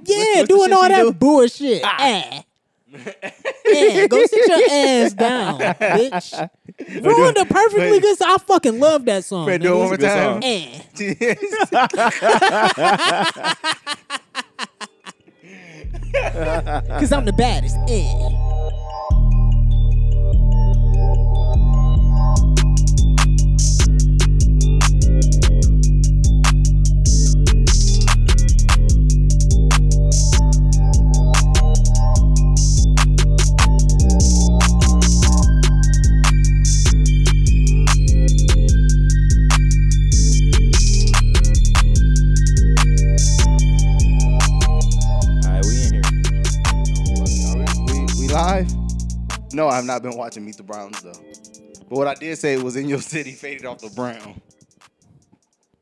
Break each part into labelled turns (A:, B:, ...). A: there
B: What's the
A: doing
B: shit
A: all
B: she
A: that
B: do?
A: bullshit. Ah. yeah, go sit your ass down, bitch. Ruined a perfectly
B: Wait.
A: good song. I fucking love that song.
B: Fred, do it
A: nigga.
B: one more
A: It's a
B: time.
A: good song. Eh. Cause I'm the baddest. Eh.
B: Alright, we in here.
C: We, we live? No, I've not been watching Meet the Browns though. But what I did say was in your city faded off the brown.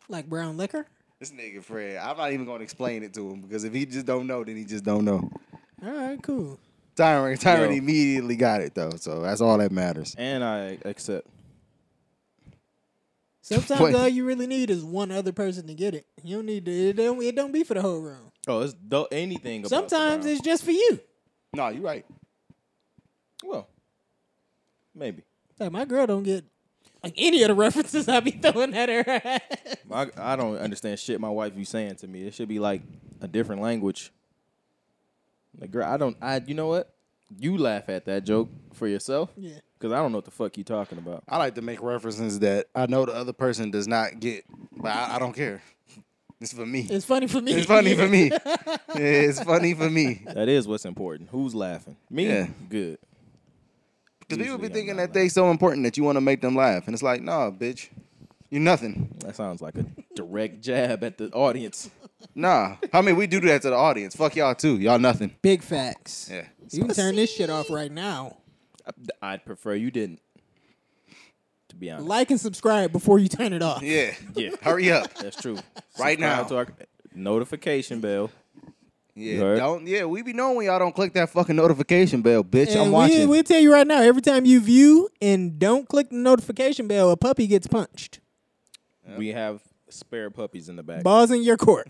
A: Like brown liquor.
C: This nigga Fred, I'm not even gonna explain it to him because if he just don't know, then he just don't know.
A: All right, cool.
C: Tyron, Tyron
B: Yo.
C: immediately got it though, so that's all that matters.
B: And I accept.
A: Sometimes
C: What?
A: all you really need is one other person to get it. You don't need to. It don't, it don't be for the whole room.
B: Oh, it's do- anything. About
A: Sometimes
B: LeBron.
A: it's just for you.
C: No, you're right.
B: well, maybe.
A: Like my girl don't get like any of the references I be throwing at her.
B: I, I don't understand shit my wife you saying to me. It should be like a different language. Like girl, I don't. I you know what? You laugh at that joke for yourself.
A: Yeah.
B: Cause I don't know what the fuck you talking about.
C: I like to make references that I know the other person does not get, but I, I don't care. It's for me.
A: it's funny for me.
C: It's funny for me. It's funny for me.
B: That is what's important. Who's laughing? Me.
C: Yeah.
B: Good.
C: Because people
B: Usually
C: be
B: I'm
C: thinking
B: not
C: that they so important that you want to make them laugh. And it's like, nah, bitch. You're nothing.
B: That sounds like a direct jab at the audience.
C: Nah. I mean, we do that to the audience. Fuck y'all too. Y'all nothing.
A: Big facts.
C: Yeah.
A: You can turn this shit off right now.
B: I- I'd prefer you didn't. To be honest.
A: Like and subscribe before you turn it off.
C: Yeah.
B: yeah.
C: Hurry up.
B: That's true.
C: Right
B: Subscribe
C: now.
B: to our notification bell.
C: Yeah.
B: heard?
C: Don't. Yeah. We be knowing when y'all don't click that fucking notification bell, bitch.
A: And
C: I'm watching.
A: We, we'll tell you right now. Every time you view and don't click the notification bell, a puppy gets punched.
B: We have spare puppies in the back.
A: Balls in your court.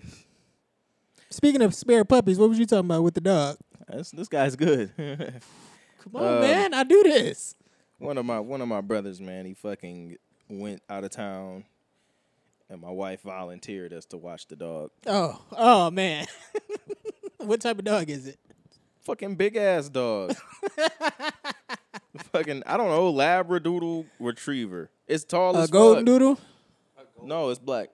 A: Speaking of spare puppies, what was you talking about with the dog?
B: This, this guy's good.
A: Come on,
C: Uh,
A: man. I do this.
B: one of my one of my brothers, man, he fucking went out of town, and my wife volunteered us to watch the dog.
A: Oh, oh man. what type of dog is it?
B: Fucking big ass dog. fucking I don't know Labradoodle Retriever. It's tall
A: A
B: as
A: golden
B: fuck.
A: doodle?
B: No, it's black.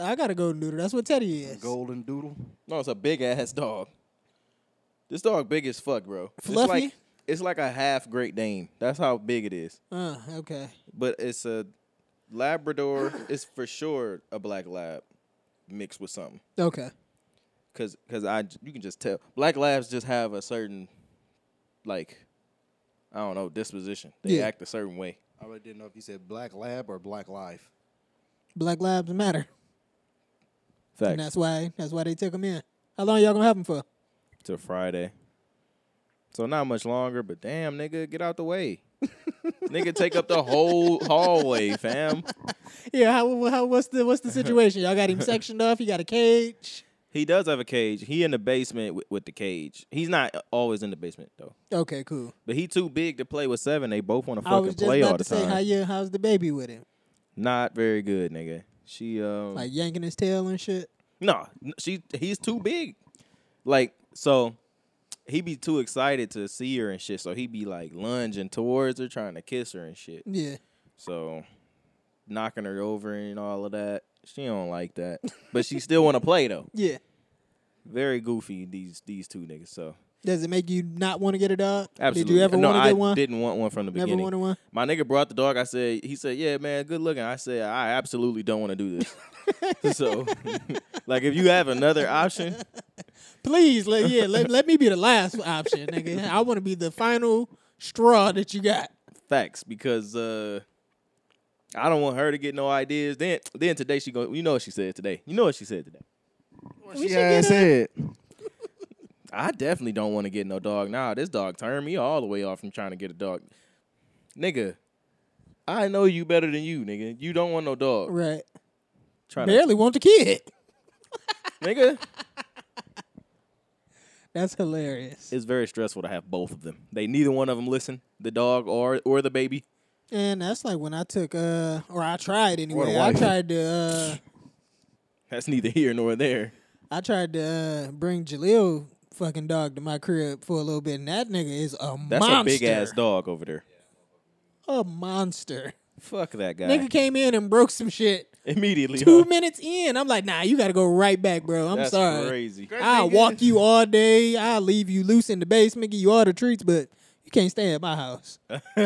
A: I got a golden doodle. That's what Teddy is.
C: Golden Doodle.
B: No, it's a big ass dog. This dog big as fuck, bro. It's like
A: Fluffy?
B: it's like a half Great Dane. That's how big it is.
A: Uh, okay.
B: But it's a Labrador. it's for sure a black lab mixed with something.
A: Okay.
B: Cause, cause I, j- you can just tell black labs just have a certain, like, I don't know, disposition. They
A: Yeah.
B: act a certain way.
C: I really didn't know if you said Black Lab or Black Life.
A: Black lives matter.
B: Facts.
A: And that's why that's why they took him in. How long y'all gonna have him for?
B: Till Friday. So not much longer, but damn, nigga, get out the way. nigga, take up the whole hallway, fam.
A: Yeah, how, how what's the what's the situation? Y'all got him sectioned off, you got a cage.
B: He does have a cage. He in the basement with, with the cage. He's not always in the basement though.
A: Okay, cool.
B: But he too big to play with seven. They both want to
A: I was
B: fucking
A: just
B: play all
A: about
B: the
A: to say
B: time.
A: how you how's the baby with him?
B: Not very good, nigga. She um
A: Like yanking his tail and shit.
B: no, n- she he's too big. Like so, he be too excited to see her and shit. So he be like lunging towards her, trying to kiss her and shit.
A: Yeah.
B: So knocking her over and all of that. She don't like that, but she still want to play though.
A: Yeah.
B: Very goofy these these two niggas. So
A: Does it make you not want to get a dog?
B: absolutely,
A: Did you ever
B: no,
A: want to
B: I
A: get one?
B: didn't want one from the
A: Never
B: beginning.
A: wanted one?
B: My nigga brought the dog. I said, he said, yeah, man, good looking. I said, I absolutely don't want to do this. so, like, if you have another option,
A: Please, let, yeah, let, let me be the last option, nigga. I want to be the final straw that you got.
B: Facts, because uh, I don't want her to get no ideas. Then, then today she go. You know what she said today. You know what she said today.
A: We should
C: yeah, I
A: get a-
C: said.
B: I definitely don't want to get no dog. Nah, this dog turned me all the way off from trying to get a dog. Nigga, I know you better than you, nigga. You don't want no dog.
A: Right.
B: Trying
A: Barely want the kid.
B: to, nigga.
A: That's hilarious.
B: It's very stressful to have both of them. They neither one of them listen, the dog or or the baby.
A: And that's like when I took uh or I tried anyway. I
C: wife.
A: tried to uh
B: That's neither here nor there.
A: I tried to uh, bring Jaleel fucking dog to my crib for a little bit and that nigga is a
B: That's
A: monster.
B: a big ass dog over there.
A: A monster.
B: Fuck that guy.
A: Nigga came in and broke some shit.
B: Immediately.
A: Two
B: huh?
A: minutes in, I'm like, nah, you gotta go right back, bro. I'm
B: That's
A: sorry.
B: crazy.
A: I'll walk you all day. I'll leave you loose in the basement, give you all the treats, but you can't stay at my house.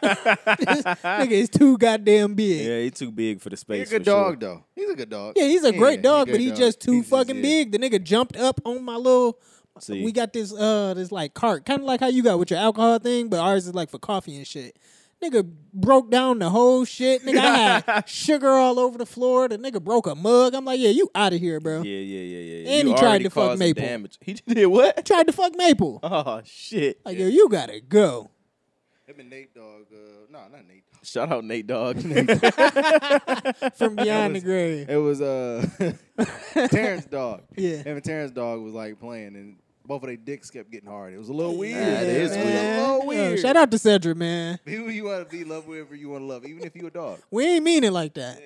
A: nigga is too goddamn big. Yeah,
B: Yeah, he's too big for the space.
C: He's a good
B: for sure.
C: dog though. He's a good dog.
A: he's a
C: Yeah,
A: great dog,
C: good
A: but he's
C: dog.
A: just too
C: He's
A: fucking
C: yeah.
A: big. The nigga jumped up on my little.
B: See.
A: We got this uh this like cart, kind of like how you got with your alcohol thing, but ours is like for coffee and shit. Nigga broke down the whole shit. Nigga, I had sugar all over the floor. The nigga broke a mug. I'm like, yeah, you out of here, bro.
B: Yeah, yeah, yeah, yeah.
A: And
B: you
A: he tried
B: already
A: to fuck
B: caused
A: Maple.
B: Damage. He did what?
A: Tried to fuck Maple.
B: Oh shit!
A: Like, yo, you gotta go.
C: Him and Nate dog. Uh, no, not Nate.
B: Shout out Nate Dog.
A: from beyond the grave.
C: It was uh Terrence dog.
A: Yeah.
C: Him and Terrence dog was like playing, and both of their dicks kept getting hard. It was a little weird.
B: That
C: It
B: is
C: was
A: man.
C: a little
A: Yo,
C: weird.
A: Oh, shout out to Cedric, man.
C: Be who you want to be, love whoever you want to love, even if you a dog.
A: We ain't mean it like that.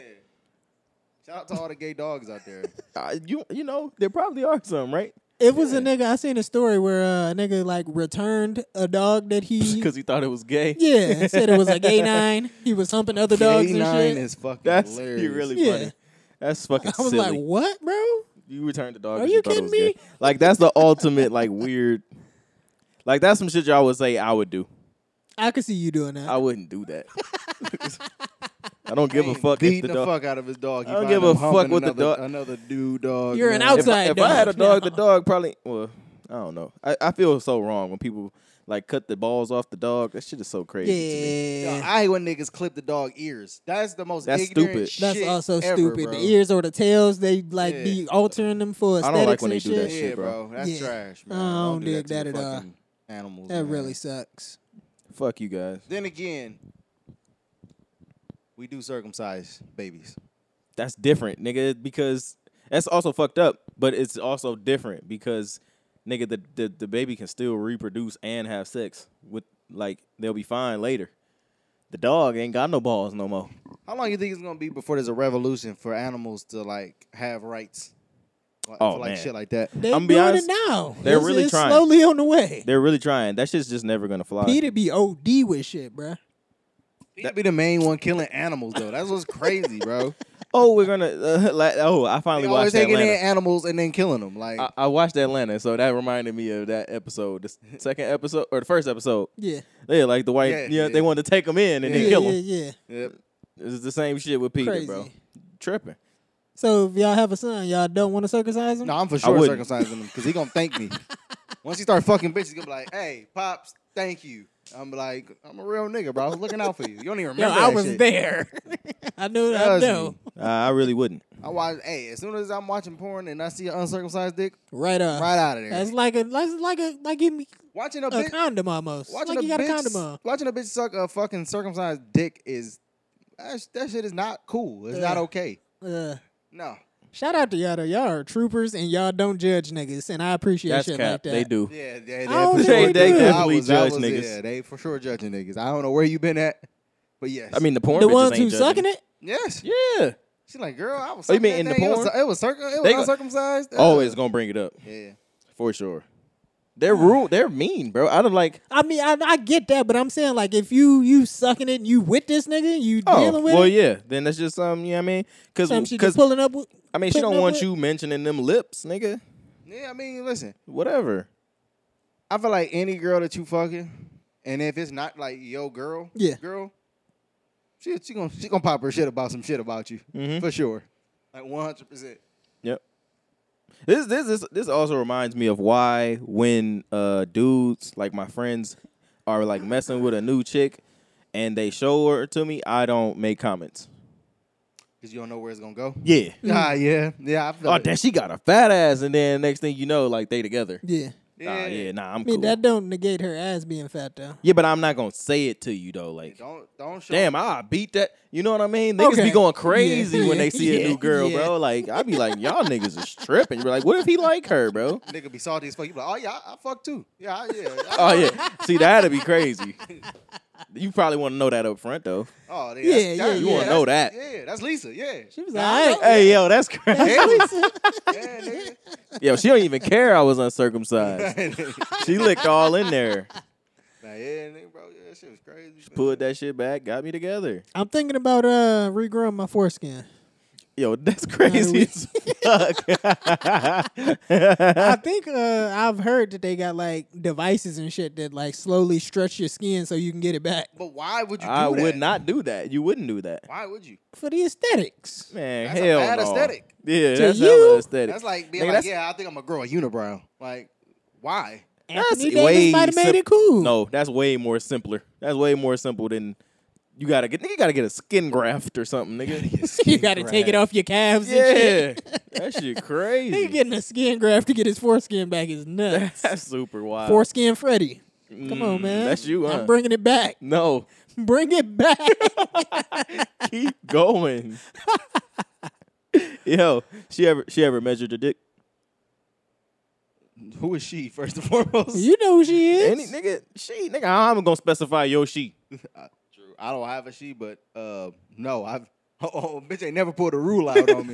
C: Shout out to all the gay dogs out there.
B: Uh, you you know there probably are some right
A: It was a nigga. I seen a story where uh, a nigga like returned a dog that he.
B: because he thought it was gay.
A: Yeah, and said it was like a nine. He was humping other dogs and
C: K9
A: shit.
C: is fucking
B: That's
C: hilarious.
B: you really
A: Yeah.
B: funny. That's fucking
A: I was
B: silly.
A: like, what, bro?
B: you returned the dog.
A: Are
B: 'cause
A: you
B: thought it
A: kidding
B: was gay.
A: me?
B: Like that's the ultimate like weird. Like that's some shit y'all would say I would do.
A: I could see you doing that.
B: I wouldn't do that. I don't give a fuck if
C: beating
B: the
C: the,
B: dog.
C: fuck out of his dog. He
B: I don't
C: found
B: give a
C: him
B: fuck
C: humping
B: what the
C: another,
B: dog-
C: Another dude dog.
A: You're an
C: man.
A: outsider. outside
B: if, I, if I had a
A: dog
B: dog,
A: now.
B: the dog probably. Well, I don't know. I, I feel so wrong when people like cut the balls off the dog. That shit is so crazy. To me.
C: Yo,
A: yeah,
C: I hate when niggas clip the dog ears. That's the most
B: That's
C: ignorant
B: stupid.
C: shit
A: that's also
C: ever,
A: stupid.
C: Bro.
A: The ears or the tails, they like
C: Yeah.
A: be altering them for
B: I
A: aesthetics
B: don't like when they
A: and
B: do that
A: shit.
B: shit,
C: Yeah,
B: bro.
C: bro. That's
A: Yeah.
C: trash, man.
A: I don't
C: do
A: dig
C: that, to
A: that at all.
C: fucking Animals.
A: That
C: man.
A: really sucks.
B: Fuck you guys.
C: Then again, we do circumcise babies.
B: That's different, nigga. Because that's also fucked up, but it's also different because nigga, the the, the baby can still reproduce and have sex with like they'll be fine later. The dog ain't got no balls no more.
C: How long you think it's gonna be before there's a revolution for animals to like have rights? Like,
B: Oh,
C: for, like
B: man.
C: shit like that.
A: They
B: I'm
A: I'm
B: be
A: doing
B: honest,
A: it now.
B: they're
A: It's-
B: really
A: it's
B: trying.
A: Slowly on the way.
B: They're really trying. That shit's just never gonna fly.
A: Peter be OD with shit, bruh.
C: That'd be the main one killing animals though. That's what's crazy, bro.
B: Oh, we're gonna. Uh, la- oh, I
C: They
B: finally
C: always
B: watched
C: taking
B: Atlanta.
C: in animals and then killing them. Like
B: I, I watched Atlanta, so that reminded me of that episode, the s- second episode or the first episode.
A: Yeah.
B: Yeah, like the white, yeah,
C: Yeah,
B: they
C: yeah.
B: wanted to take him in and
A: Yeah,
B: then kill him.
A: yeah, yeah.
C: yep.
B: It's the same shit with Peter, bro.
A: Crazy.
B: Tripping.
A: So if y'all have a son, y'all don't want to circumcise him?
C: No, I'm for sure
B: wouldn't.
C: circumcising him because he gonna thank me. Once he start fucking bitches, he gonna be like, "Hey, pops, thank you." I'm like, "I'm a real nigga, bro. I was looking out for you. You don't even
A: Yo,
C: remember."
A: I
C: that
A: was
C: shit.
A: there. I knew I
C: Trust
A: know.
C: me.
B: Uh, I really wouldn't.
C: I watch. Hey, as soon as I'm watching porn and I see an uncircumcised dick,
A: Right off.
C: right out of there.
A: That's like a that's like a like give me
C: watching a,
B: Uh,
A: a
C: bitch,
A: condom almost.
C: watching
A: like
C: a
A: you got
C: bitch,
A: a condom on.
C: watching a bitch suck a fucking circumcised dick is that, sh- that shit is not cool. It's not
A: Yeah.
C: okay.
A: Uh,
C: No.
A: shout out to y'all though. Y'all are troopers and y'all don't judge niggas, and I appreciate
B: That's
A: shit
B: cap.
A: like that.
B: They do.
C: Yeah, they,
A: don't
C: for
A: think
C: sure
A: they
C: do.
B: definitely
C: I was- I
B: judge
C: was-
B: niggas.
C: Yeah, they for sure judging niggas. I don't know where you been at, but yes.
B: I mean, the porn.
A: The
B: bitches
A: ones
B: ain't
A: who
B: judging.
A: sucking it?
C: yes.
B: Yeah.
C: She's like, girl, I was.
B: Oh, you mean
C: sucking
B: in
C: that
B: the
C: thing.
B: porn?
C: It was, it was, circum, it was
B: They go-
C: uncircumcised.
A: Uh.
B: Always gonna bring it up
C: Yeah.
B: for sure. They're
A: Uh.
B: rude. They're mean, bro. I don't like.
A: I mean, I, I get that, but I'm saying like if you you sucking it and you with this nigga, you
B: Oh,
A: dealing with
B: well,
A: it,
B: yeah. Then that's just um, you know what I mean?
A: some she
B: Because
A: just pulling up with
B: I mean, she
A: putting
B: don't
A: up
B: want
A: with-
B: you mentioning them lips, nigga.
C: Yeah, I mean, listen.
B: Whatever.
C: I feel like any girl that you fucking, and if it's not like yo girl,
A: Yeah.
C: girl, she she gonna she gonna pop her shit about some shit about you
B: Mm-hmm.
C: for sure, like one hundred percent.
B: Yep. This this this this also reminds me of why when uh dudes like my friends are like messing with a new chick and they show her to me, I don't make comments.
C: Cause you don't know where it's gonna go.
B: Yeah.
C: Ah, yeah, yeah. I feel
B: Oh,
C: it.
B: then she got a fat ass, and then next thing you know, like they together.
A: Yeah.
B: Nah, yeah, nah, I'm
A: I mean,
B: cool.
A: that don't negate her ass being fat though.
B: yeah, but I'm not gonna say it to you though. Like,
C: Don't don't show.
B: damn, I beat that. You know what I mean? Niggas
A: Okay.
B: be going crazy
A: Yeah.
B: when they see
A: Yeah.
B: a new girl,
A: Yeah.
B: bro. Like, I be like, y'all niggas is tripping. You're like, what if he like her, bro?
C: Nigga be salty as fuck. You be like, oh yeah, I, I fuck too. Yeah, I- yeah. I-
B: Oh yeah, see that'd be crazy. You probably want to know that up front though.
C: oh yeah,
A: Yeah, yeah,
C: that's- that-
A: you wanna
C: that's-
B: know that.
C: Yeah, that's Lisa. Yeah,
A: She was like,
C: Yeah, I
A: all
C: know.
A: right.
B: Hey yo, that's crazy.
C: Yeah, nigga.
B: yo, she don't even care I was uncircumcised. She licked all in there.
C: Nah, yeah, nigga, bro. Yeah, that shit was crazy. man.
B: Pulled that shit back, got me together.
A: I'm thinking about uh regrowing my foreskin.
B: Yo, that's crazy as
A: I
B: fuck.
A: think uh I've heard that they got like devices and shit that like slowly stretch your skin so you can get it back
C: But why would you? Do
B: I
C: that?
B: would not do that. You wouldn't do that.
C: Why would you?
A: for the aesthetics.
B: Man,
C: That's a
B: hell
C: bad
B: no.
C: aesthetic.
B: Yeah,
A: To
B: that's
A: you?
B: hella aesthetic.
C: That's like
B: Nigga,
C: being like,
B: that's-
C: yeah, I think I'm gonna grow a unibrow. Like, why?
A: Anthony
B: That's way
A: Davis might have made
B: sim-
A: it cool.
B: No, that's way more simpler. That's way more simple than you gotta get. Nigga, you gotta get a skin graft or something, nigga.
A: you got to take it off your calves. and
B: yeah,
A: shit.
B: that shit
A: He
B: crazy.
A: getting a skin graft to get his foreskin back is nuts.
B: That's super wild.
A: Foreskin Freddy. Come
B: Mm,
A: on, man.
B: That's you, huh?
A: I'm bringing it back.
B: no,
A: Bring it back.
B: keep going. Yo, she ever she ever measured her dick?
C: Who is she? First and foremost,
A: you know who she is.
B: Any nigga, she nigga. I'm gonna specify your she.
C: True. I don't have a she, but uh, no, I've. Oh, oh, bitch ain't never pulled a rule out on me.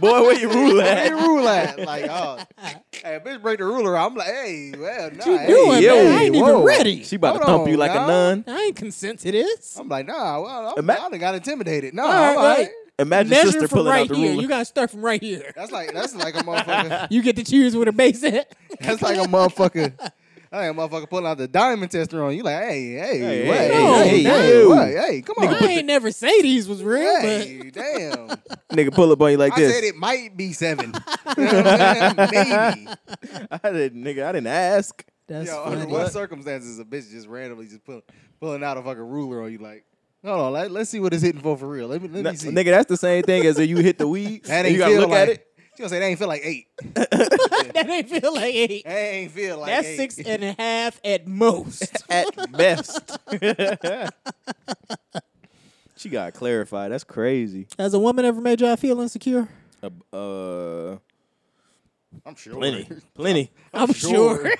B: Boy, where you rule at?
C: Hey, rule out. Like, oh, hey, bitch, break the ruler. out. I'm like, hey, well, nah.
A: What you
C: hey.
A: doing,
B: yo,
A: man? I ain't even
B: whoa.
A: ready.
B: She about to
C: Hold
B: thump you
C: on,
B: like
C: now.
B: a nun.
A: I ain't consent to this.
C: I'm like, nah, well, I'm,
B: Ima-
C: I done got intimidated. No,
A: All
C: I'm
A: right,
C: all right.
A: like,
B: Imagine
A: Measure
B: sister
A: from
B: pulling
A: right
B: out the
A: here.
B: ruler.
A: You got to start from right here.
C: That's like that's like a motherfucker.
A: You get to choose where the base at.
C: That's like a motherfucker. I ain't motherfucker pulling out the diamond tester on you. Like, hey, hey,
B: Hey,
C: what,
B: hey,
A: No,
C: hey, hey,
A: no.
C: what, hey, come on,
A: I ain't never say these was real,
C: hey, damn.
B: Nigga pull up on you like
C: I
B: this.
C: said it might be seven. You know what I'm saying? Maybe.
B: I didn't, nigga. I didn't ask.
A: but that's
C: Yo, under
A: funny.
C: what circumstances is a bitch just randomly just pulling pulling out a fucking ruler on you? Like, hold on, let, let's see what it's hitting for for real. Let me let
B: Nah,
C: me see.
B: nigga, that's the same thing as if you hit the weed.
C: that
B: and
C: ain't
B: you gotta
C: feel
B: look
C: like,
B: at it.
C: She gonna say that ain't feel like eight.
A: that ain't feel like eight.
C: That ain't feel like
A: That's
C: eight.
A: six and a half at most.
B: At best. she got clarified. That's crazy.
A: Has a woman ever made y'all feel insecure?
B: Uh, uh,
C: I'm sure.
B: plenty, plenty.
A: I'm sure.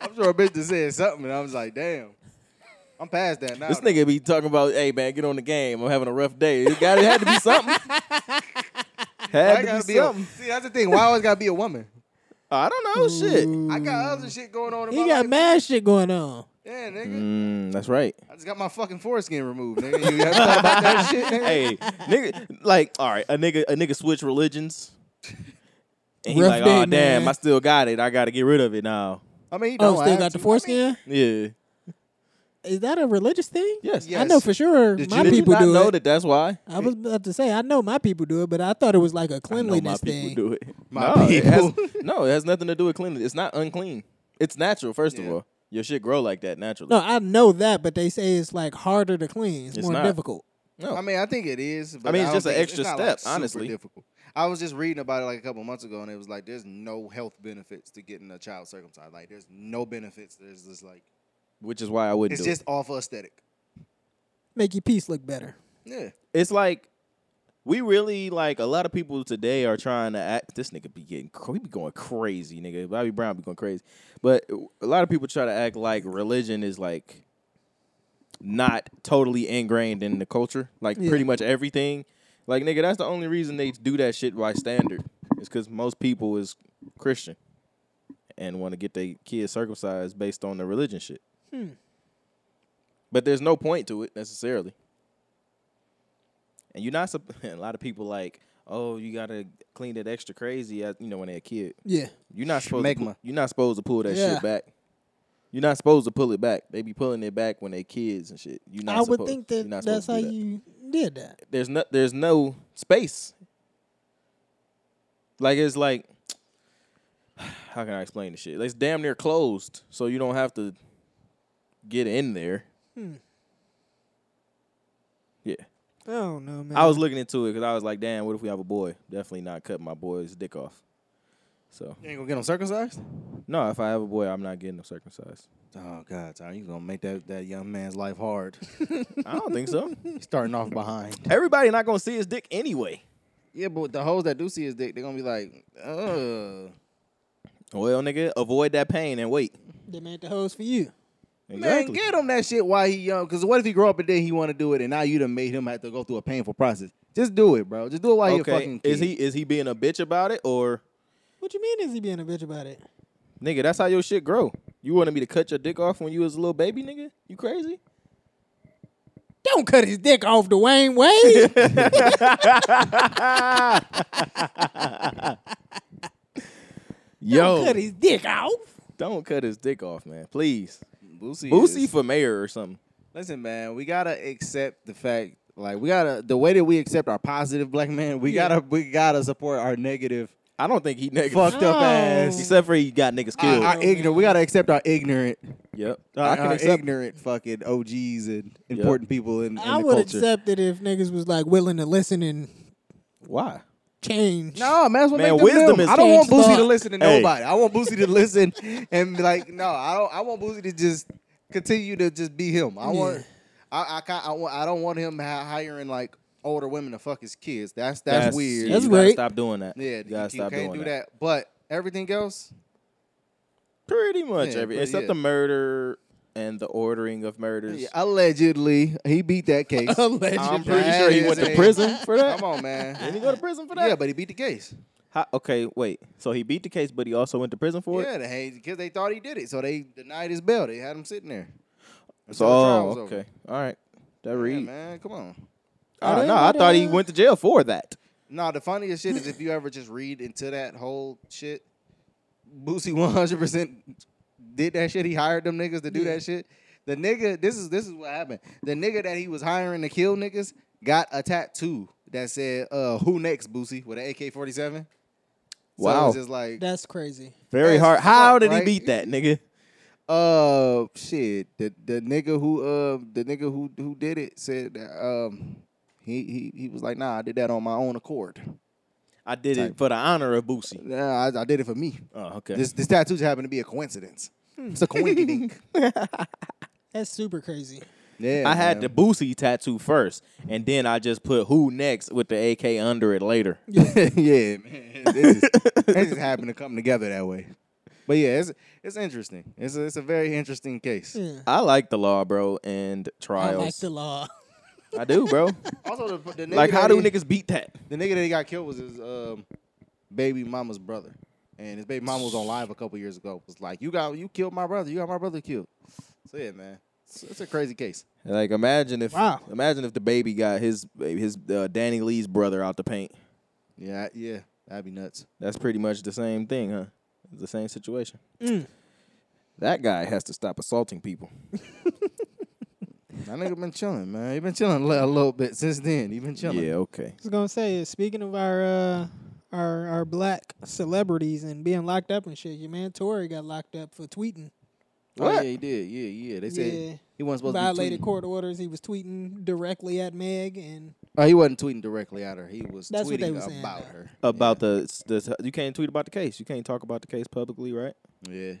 C: I'm sure a bitch just said something, and I was like, damn. I'm past that now.
B: This nigga be talking about, hey man, get on the game. I'm having a rough day. It got it had to be something.
C: though.
B: Had
C: I
B: to
C: gotta
B: be,
C: be a,
B: something.
C: see, that's the thing. Why always gotta be a woman?
B: I don't know shit.
C: I got other shit going on in
A: Mm. He
C: my
A: got
C: life.
A: mad shit going on.
C: Yeah, nigga.
B: Mm, that's right.
C: I just got my fucking foreskin removed, nigga. You ever thought about that shit, nigga?
B: hey, nigga, like, all right, a nigga, a nigga switch religions. And he
A: Rough
B: like,
A: day,
B: oh damn,
A: man."
B: I still got it. I got to get rid of it now.
C: I mean, you
A: Oh,
C: don't
A: still
C: have
A: got the
C: to. I mean,
A: foreskin?
B: Yeah.
A: Is that a religious thing?
B: Yes.
C: Yeah.
A: I know
C: Yes.
A: for sure
C: Did
A: my
B: Did
A: people
B: you not
A: do
B: know
A: it.
B: that that's why?
A: I was about to say I know my people do it, but I thought it was like a
B: I know my
A: cleanliness
B: people
A: thing.
B: do it.
C: My
B: no,
C: people.
B: It has, no, it has nothing to do with cleanliness. It's not unclean. It's natural, first of
C: Yeah.
B: all. Your shit grow like that naturally.
A: No, I know that, but they say it's like harder to clean. It's,
B: It's
A: more
B: not.
A: difficult.
B: No.
C: I mean, I think it is. But
B: mean, it's
C: don't
B: just an
C: think
B: extra
C: not, like,
B: step,
C: super
B: honestly.
C: difficult. I was just reading about it like a couple months ago, and it was like, there's no health benefits to getting a child circumcised. Like, there's no benefits. There's just like,
B: Which is why I wouldn't
C: it's
B: do
C: just all for aesthetic.
A: Make your piece look better.
C: Yeah.
B: it. It's like we really like a lot of people today are trying to act this nigga be getting cra- we be going crazy, nigga. Bobby Brown be going crazy. But a lot of people try to act like religion is like not totally ingrained in the culture. Like
A: Yeah.
B: pretty much everything. Like nigga, that's the only reason they do that shit by standard. Is because most people is Christian and want to get their kids circumcised based on the religion shit. But there's no point to it necessarily. And you're not sup- a lot of people like, oh, you gotta clean it extra crazy, as, you know, when they're a kid.
A: Yeah.
B: You're not supposed. To
C: Schmegma.
B: pull, you're not supposed to pull that
A: Yeah.
B: shit back. You're not supposed to pull it back. They be pulling it back when they kids and shit. You're not.
A: I would
B: supposed-
A: think
B: you're
A: that
B: not
A: that's
B: supposed to
A: how
B: do that.
A: you did that.
B: There's no. There's no space. Like it's like. How can I explain this shit? It's damn near closed, so you don't have to get in there.
A: Hmm.
B: Yeah.
A: I don't know, man.
B: I was looking into it because I was like, damn, what if we have a boy? Definitely not cutting my boy's dick off. So
C: You ain't gonna get him circumcised?
B: no, if I have a boy, I'm not getting him circumcised.
C: Oh God, Tyler, you gonna make that, that young man's life hard.
B: I don't think so.
C: He's starting off behind.
B: Everybody not gonna see his dick anyway.
C: Yeah, but the hoes that do see his dick, they're gonna be like, uh
B: Well, nigga, avoid that pain and wait.
A: They made the hoes for you.
C: Man, get him that shit while he young. Cause what if he grow up and then he wanna do it and now you done made him have to go through a painful process? Just do it, bro. Just do it while you're fucking
B: Okay, is
C: kid.
B: he is he being a bitch about it or
A: What you mean is he being a bitch about it?
B: nigga? That's how your shit grow. You wanted me to cut your dick off when you was a little baby, nigga? You crazy?
A: Don't cut his dick off, Dwayne Wade. Don't
B: Yo,
A: cut his dick off.
B: don't cut his dick off, man. Please,
C: Boosie
B: Boosie
C: is-
B: for mayor or something.
C: Listen, man, we gotta accept the fact, like we gotta the way that we accept our positive black man, we
A: Yeah.
C: gotta we gotta support our negative
B: I don't think he negative.
C: fucked
A: No.
C: up ass.
B: Except for he got niggas
C: Our,
B: killed.
C: our ignorant, we gotta accept our ignorant,
B: yep.
C: our,
B: I can
C: our
B: accept.
C: ignorant fucking OGs and important people in, in
A: I
C: the
A: would
C: culture.
A: accept it if niggas was like willing to listen and
B: Why?
A: change.
C: no, man, that's what
B: Man,
C: make them
B: wisdom
C: them.
B: is
C: I don't want
A: changed
C: Boosie to
A: thought.
C: listen to
B: Hey.
C: nobody. I want Boosie to listen and be like, no, I don't. I want Boosie to just continue to just be him. I
A: Yeah.
C: want, I, I, ca- I, want, I don't want him ha- hiring like older women to fuck his kids. That's that's, weird.
B: you
A: That's
B: gotta
A: weird.
B: Stop doing that.
C: Yeah,
B: you
C: you,
B: gotta
C: you
B: stop
C: can't
B: doing
C: do
B: that.
C: that. But everything else,
B: Pretty much
C: Yeah,
B: every
C: but
B: except
C: yeah.
B: the murder and the ordering of murders.
C: allegedly, he beat that case.
A: Allegedly.
B: I'm pretty
C: That
B: sure he
C: is
B: went to
C: a-
B: prison for that.
C: Come on,
B: Didn't he
C: man.
B: go to prison for that?
C: yeah, but he beat the case.
B: How, okay, wait. So he beat the case, but he also went to prison for it.
C: Yeah, they, because they thought he did it, so they denied his bail. They had him sitting there.
B: So
C: until the trial
B: oh,
C: was over.
B: okay, all right. That
C: Yeah,
B: read.
C: man, come on.
A: Are
B: Ah,
A: they
B: no, I
A: not,
B: thought he
A: uh,
B: went to jail for that.
C: No, the funniest shit is if you ever just read into that whole shit. Boosie one hundred percent did that shit. He hired them niggas to do
A: Yeah.
C: that shit. The nigga, this is this is what happened. The nigga that he was hiring to kill niggas got a tattoo that said uh "Who next, Boosie?" with an AK forty seven. so it
B: Wow,
C: was just like
A: That's crazy.
B: very
C: that's
B: hard. How
C: fucked,
B: did he
C: right?
B: beat that, nigga?
C: uh shit. The the nigga who uh the nigga who who did it said that um he he he was like nah I did that on my own accord.
B: I did
C: Type.
B: it for the honor of Boosie.
C: Nah, I, I did it for me.
B: Oh, okay.
C: This this tattoo just happened to be a coincidence. It's a coincidence.
A: That's super crazy.
C: yeah,
B: I had
C: man.
B: the Boosie tattoo first, and then I just put who next with the AK under it later.
C: yeah, man. This, is, this just happened to come together that way. But yeah, it's it's interesting. It's a, it's a very interesting case.
A: Yeah.
B: I like the law, bro, and
A: I
B: trials.
A: like the law.
B: I do, bro.
C: Also, the, the nigga
B: like, how
C: that
B: do
C: he-
B: niggas beat that?
C: the nigga that he got killed was his um, baby mama's brother, and his baby mama was on live a couple years ago. Was like, you got you killed my brother. You got my brother killed. So yeah, man, it's, it's a crazy case.
B: Like, imagine if
A: Wow.
B: imagine if the baby got his his uh, Danny Lee's brother out the paint.
C: Yeah, I- yeah, that'd be nuts.
B: That's pretty much the same thing, huh? The same situation.
A: Mm.
B: That guy has to stop assaulting people.
C: That nigga been chilling, man. He been chilling a li- a little bit since then. He been chilling.
B: Yeah, okay.
A: I was gonna say, speaking of our uh, our our black celebrities and being locked up and shit, your man Tory got locked up for tweeting.
C: Oh, yeah,
B: What?
C: he did. Yeah, yeah. They said
A: Yeah.
C: he wasn't supposed
A: Violated
C: to be tweeting.
A: court orders. He was tweeting directly at Meg, and
C: Oh, he wasn't tweeting directly at her. He was
A: That's what
C: tweeting
A: they was saying,
C: about
A: though.
C: her.
B: About the, the you can't tweet about the case. You can't talk about the case publicly, right?
C: Yeah.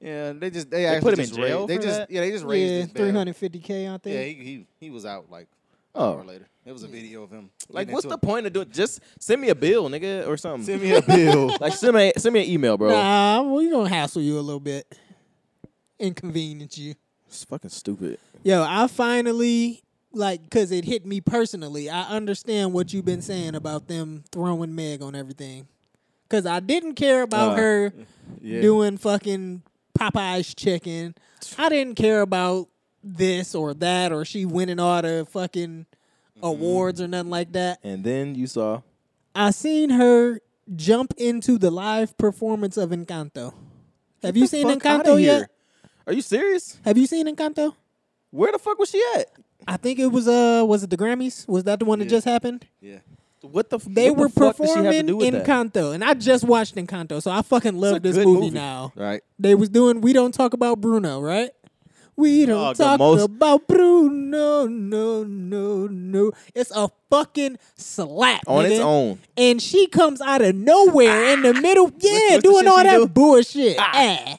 C: Yeah, they just they, actually
B: put him in
C: just
B: jail
C: raised- They
B: for
C: just
B: that?
C: yeah, they just raised
A: yeah,
C: his bail.
A: three hundred fifty k. I think.
C: Yeah, he, he he was out like an
B: Oh.
C: hour later. It was a video of him.
B: Like,
C: getting
B: what's
C: into
B: the point of doing? Just send me a bill, nigga, or something.
C: it. Send me a bill.
B: like, send me send me an email, bro.
A: Nah, we gonna hassle you a little bit, inconvenience you.
B: It's fucking stupid.
A: Yo, I finally like because it hit me personally. I understand what you've been saying about them throwing Meg on everything. Cause I didn't care about
B: Uh,
A: her
C: yeah.
A: doing fucking Popeye's chicken. I didn't care about this or that or she winning all the fucking awards or nothing like that.
B: And then you saw
A: I seen her jump into the live performance of Encanto. Have you seen
B: Fuck outta
A: Encanto yet?
B: here. Are you serious?
A: Have you seen Encanto?
B: Where the fuck was she at?
A: I think it was uh was it the Grammys? Was that the one that
C: Yeah.
A: just happened?
C: yeah.
B: What the? f-
A: They
B: what
A: were
B: the fuck does she have to
A: performing
B: do with that?
A: Encanto, and I just watched Encanto, so I fucking
B: It's a
A: love this
B: good
A: movie, now.
C: Right.
A: They was doing We Don't Talk About Bruno, right? We don't
B: Dog, the
A: talk
B: most-
A: about Bruno. No, no, no. It's a fucking slap
B: on its
A: nigga.
B: own.
A: And she comes out of nowhere in the middle, yeah,
B: Ah. what's the
A: doing
B: shit
A: all
B: she
A: that
B: do?
A: bullshit. Ah.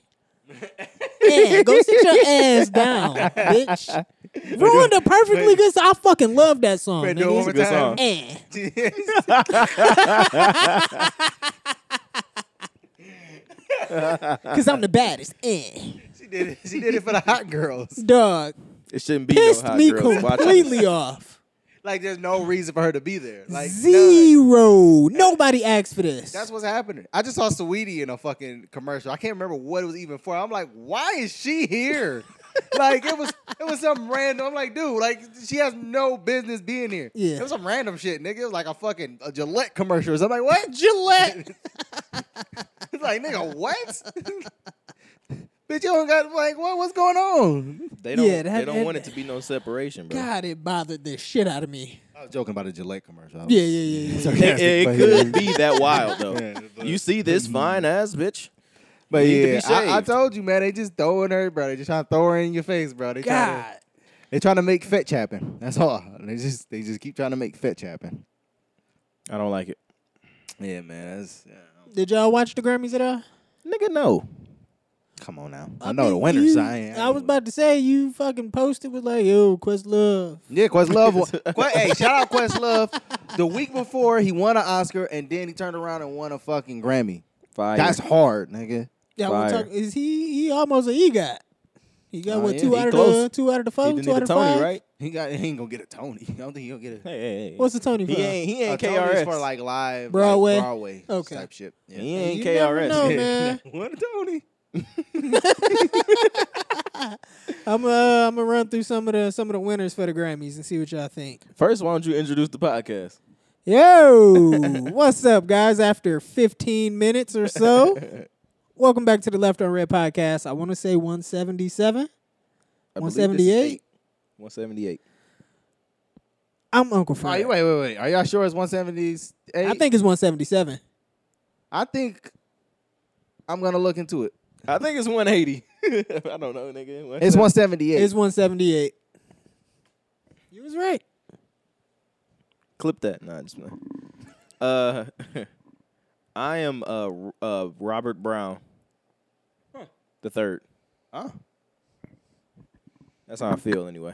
A: yeah, go sit your ass down, bitch. Ruined a perfectly good song. I fucking love that song.
C: Wait, do it one more
A: Nigga.
B: good song.
C: time.
A: Eh. Cause I'm the baddest. Eh.
C: she did it. She did it for the hot girls.
A: Dog.
B: It shouldn't be
A: Pissed
B: no hot
A: me
B: girls. Watch out.
A: completely off.
C: Like there's no reason for her to be there. Like none.
A: Zero. Nobody asked for this.
C: That's what's happening. I just saw Sweetie in a fucking commercial. I can't remember what it was even for. I'm like, why is she here? like it was it was some random. I'm like, dude, like she has no business being here.
A: Yeah.
C: It was some random shit, nigga. It was like a fucking a Gillette commercial. So I'm like, what?
A: Gillette.
C: It's like, nigga, what? Bitch, you don't got like what what's going on?
B: They don't.
A: Yeah, that-
B: they don't
A: that-
B: want it to be no separation, bro.
A: God, it bothered the shit out of me.
C: I was joking about a Gillette commercial.
A: Yeah, yeah, yeah, yeah. yeah.
B: It, it could be that wild though.
C: Yeah, but-
B: you see this fine ass bitch?
C: But
B: You need to be
C: yeah, I, I
B: shaved.
C: told you, man, they just throwing her, bro. They just trying to throw her in your face, bro. They trying to-
A: God.
C: They're trying to make fetch happen. That's all. They just they just keep trying to make fetch happen.
B: I don't like it.
C: Yeah, man. That's, yeah.
A: Did y'all watch the Grammys at all?
B: Nigga, no.
C: Come on now.
A: I
C: I, know the
A: think
C: winners.
A: you-
C: I ain't.
A: I was about to say you fucking posted was like, yo, Questlove.
C: Yeah, Questlove. won- Que- hey, shout out Questlove. The week before he won an Oscar and then he turned around and won a fucking Grammy.
B: Fire.
C: That's hard, nigga.
A: Yeah, we're
B: Fire.
A: talking. Is he? He almost an EGOT. He got
C: Oh,
A: what
C: yeah,
A: two
B: he
A: out of the
B: close.
A: two out of the
B: he
A: four,
B: didn't
A: two out of
B: need a
A: the
B: Tony,
A: five.
B: right?
C: He got he ain't gonna get a Tony. I don't think he'll get a,
B: Hey, hey, hey.
A: What's the Tony
B: he
A: for?
B: ain't he
C: a
B: ain't
C: Tony's
B: KRS.
C: for like live
A: Broadway?
C: like Broadway
A: Okay.
C: type shit. Yeah.
B: he ain't
A: You never
B: KRS.
A: know, man.
C: What a Tony.
A: I'm uh, I'm gonna run through some of the some of the winners for the Grammys and see what y'all think.
B: First, why don't you introduce the podcast?
A: Yo, what's up, guys? After 15 minutes or so, welcome back to the Left on Red podcast. I want to say 177.
B: I believe this is
A: 178?
B: eight. 178.
A: I'm Uncle
C: Are
A: Fred.
C: you wait, wait, wait. Are y'all sure it's 170s?
A: I think it's 177.
C: I think I'm gonna look into it.
B: I think it's 180. I don't know, nigga.
C: It's 178.
A: It's 178. You was right.
B: Clip that. Nah, just playing. Uh, I am uh R- uh Robert Brown, the third.
C: Huh?
B: That's how I feel anyway.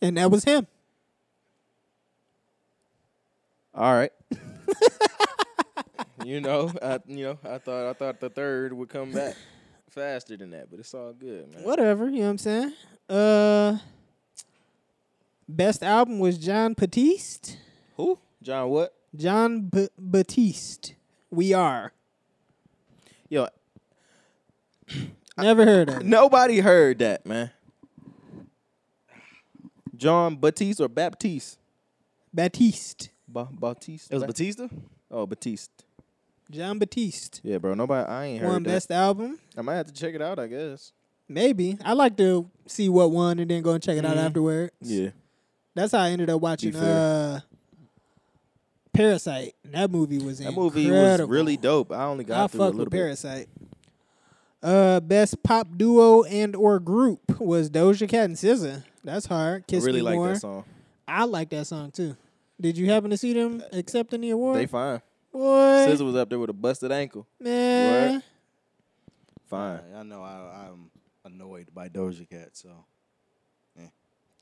A: And that was him.
B: All right. you know, I you know, I thought I thought the third would come back faster than that, but it's all good, man.
A: Whatever, you know what I'm saying? Uh Best album was John Batiste.
B: Who? John what?
A: John B- Batiste. We are.
B: Yo,
A: Never heard of. it.
B: nobody heard that, man. John Batiste or Baptiste?
A: Batiste.
B: Ba- Baptiste.
C: It was
B: Ba-
C: Batista?
B: Oh, Batiste.
A: John Batiste.
B: Yeah, bro. Nobody. I ain't heard
A: Won
B: that.
A: best album.
B: I might have to check it out. I guess.
A: Maybe. I like to see what won and then go and check it out afterwards. That's how I ended up watching
B: fair.
A: uh Parasite. That movie was
B: That movie was
A: incredible.
B: really dope. I only got
A: I
B: through a
A: fuck
B: little
A: with
B: bit.
A: Parasite. Uh, best pop duo and or group was Doja Cat and SZA. That's hard.
B: I
A: Kiss
B: really
A: Me
B: like
A: More.
B: that song.
A: I like that song too. Did you happen to see them accepting the award?
B: They fine.
A: Boy,
B: SZA was up there with a busted ankle.
A: man,
B: Word. Fine.
C: I know I, I'm annoyed by Doja Cat, so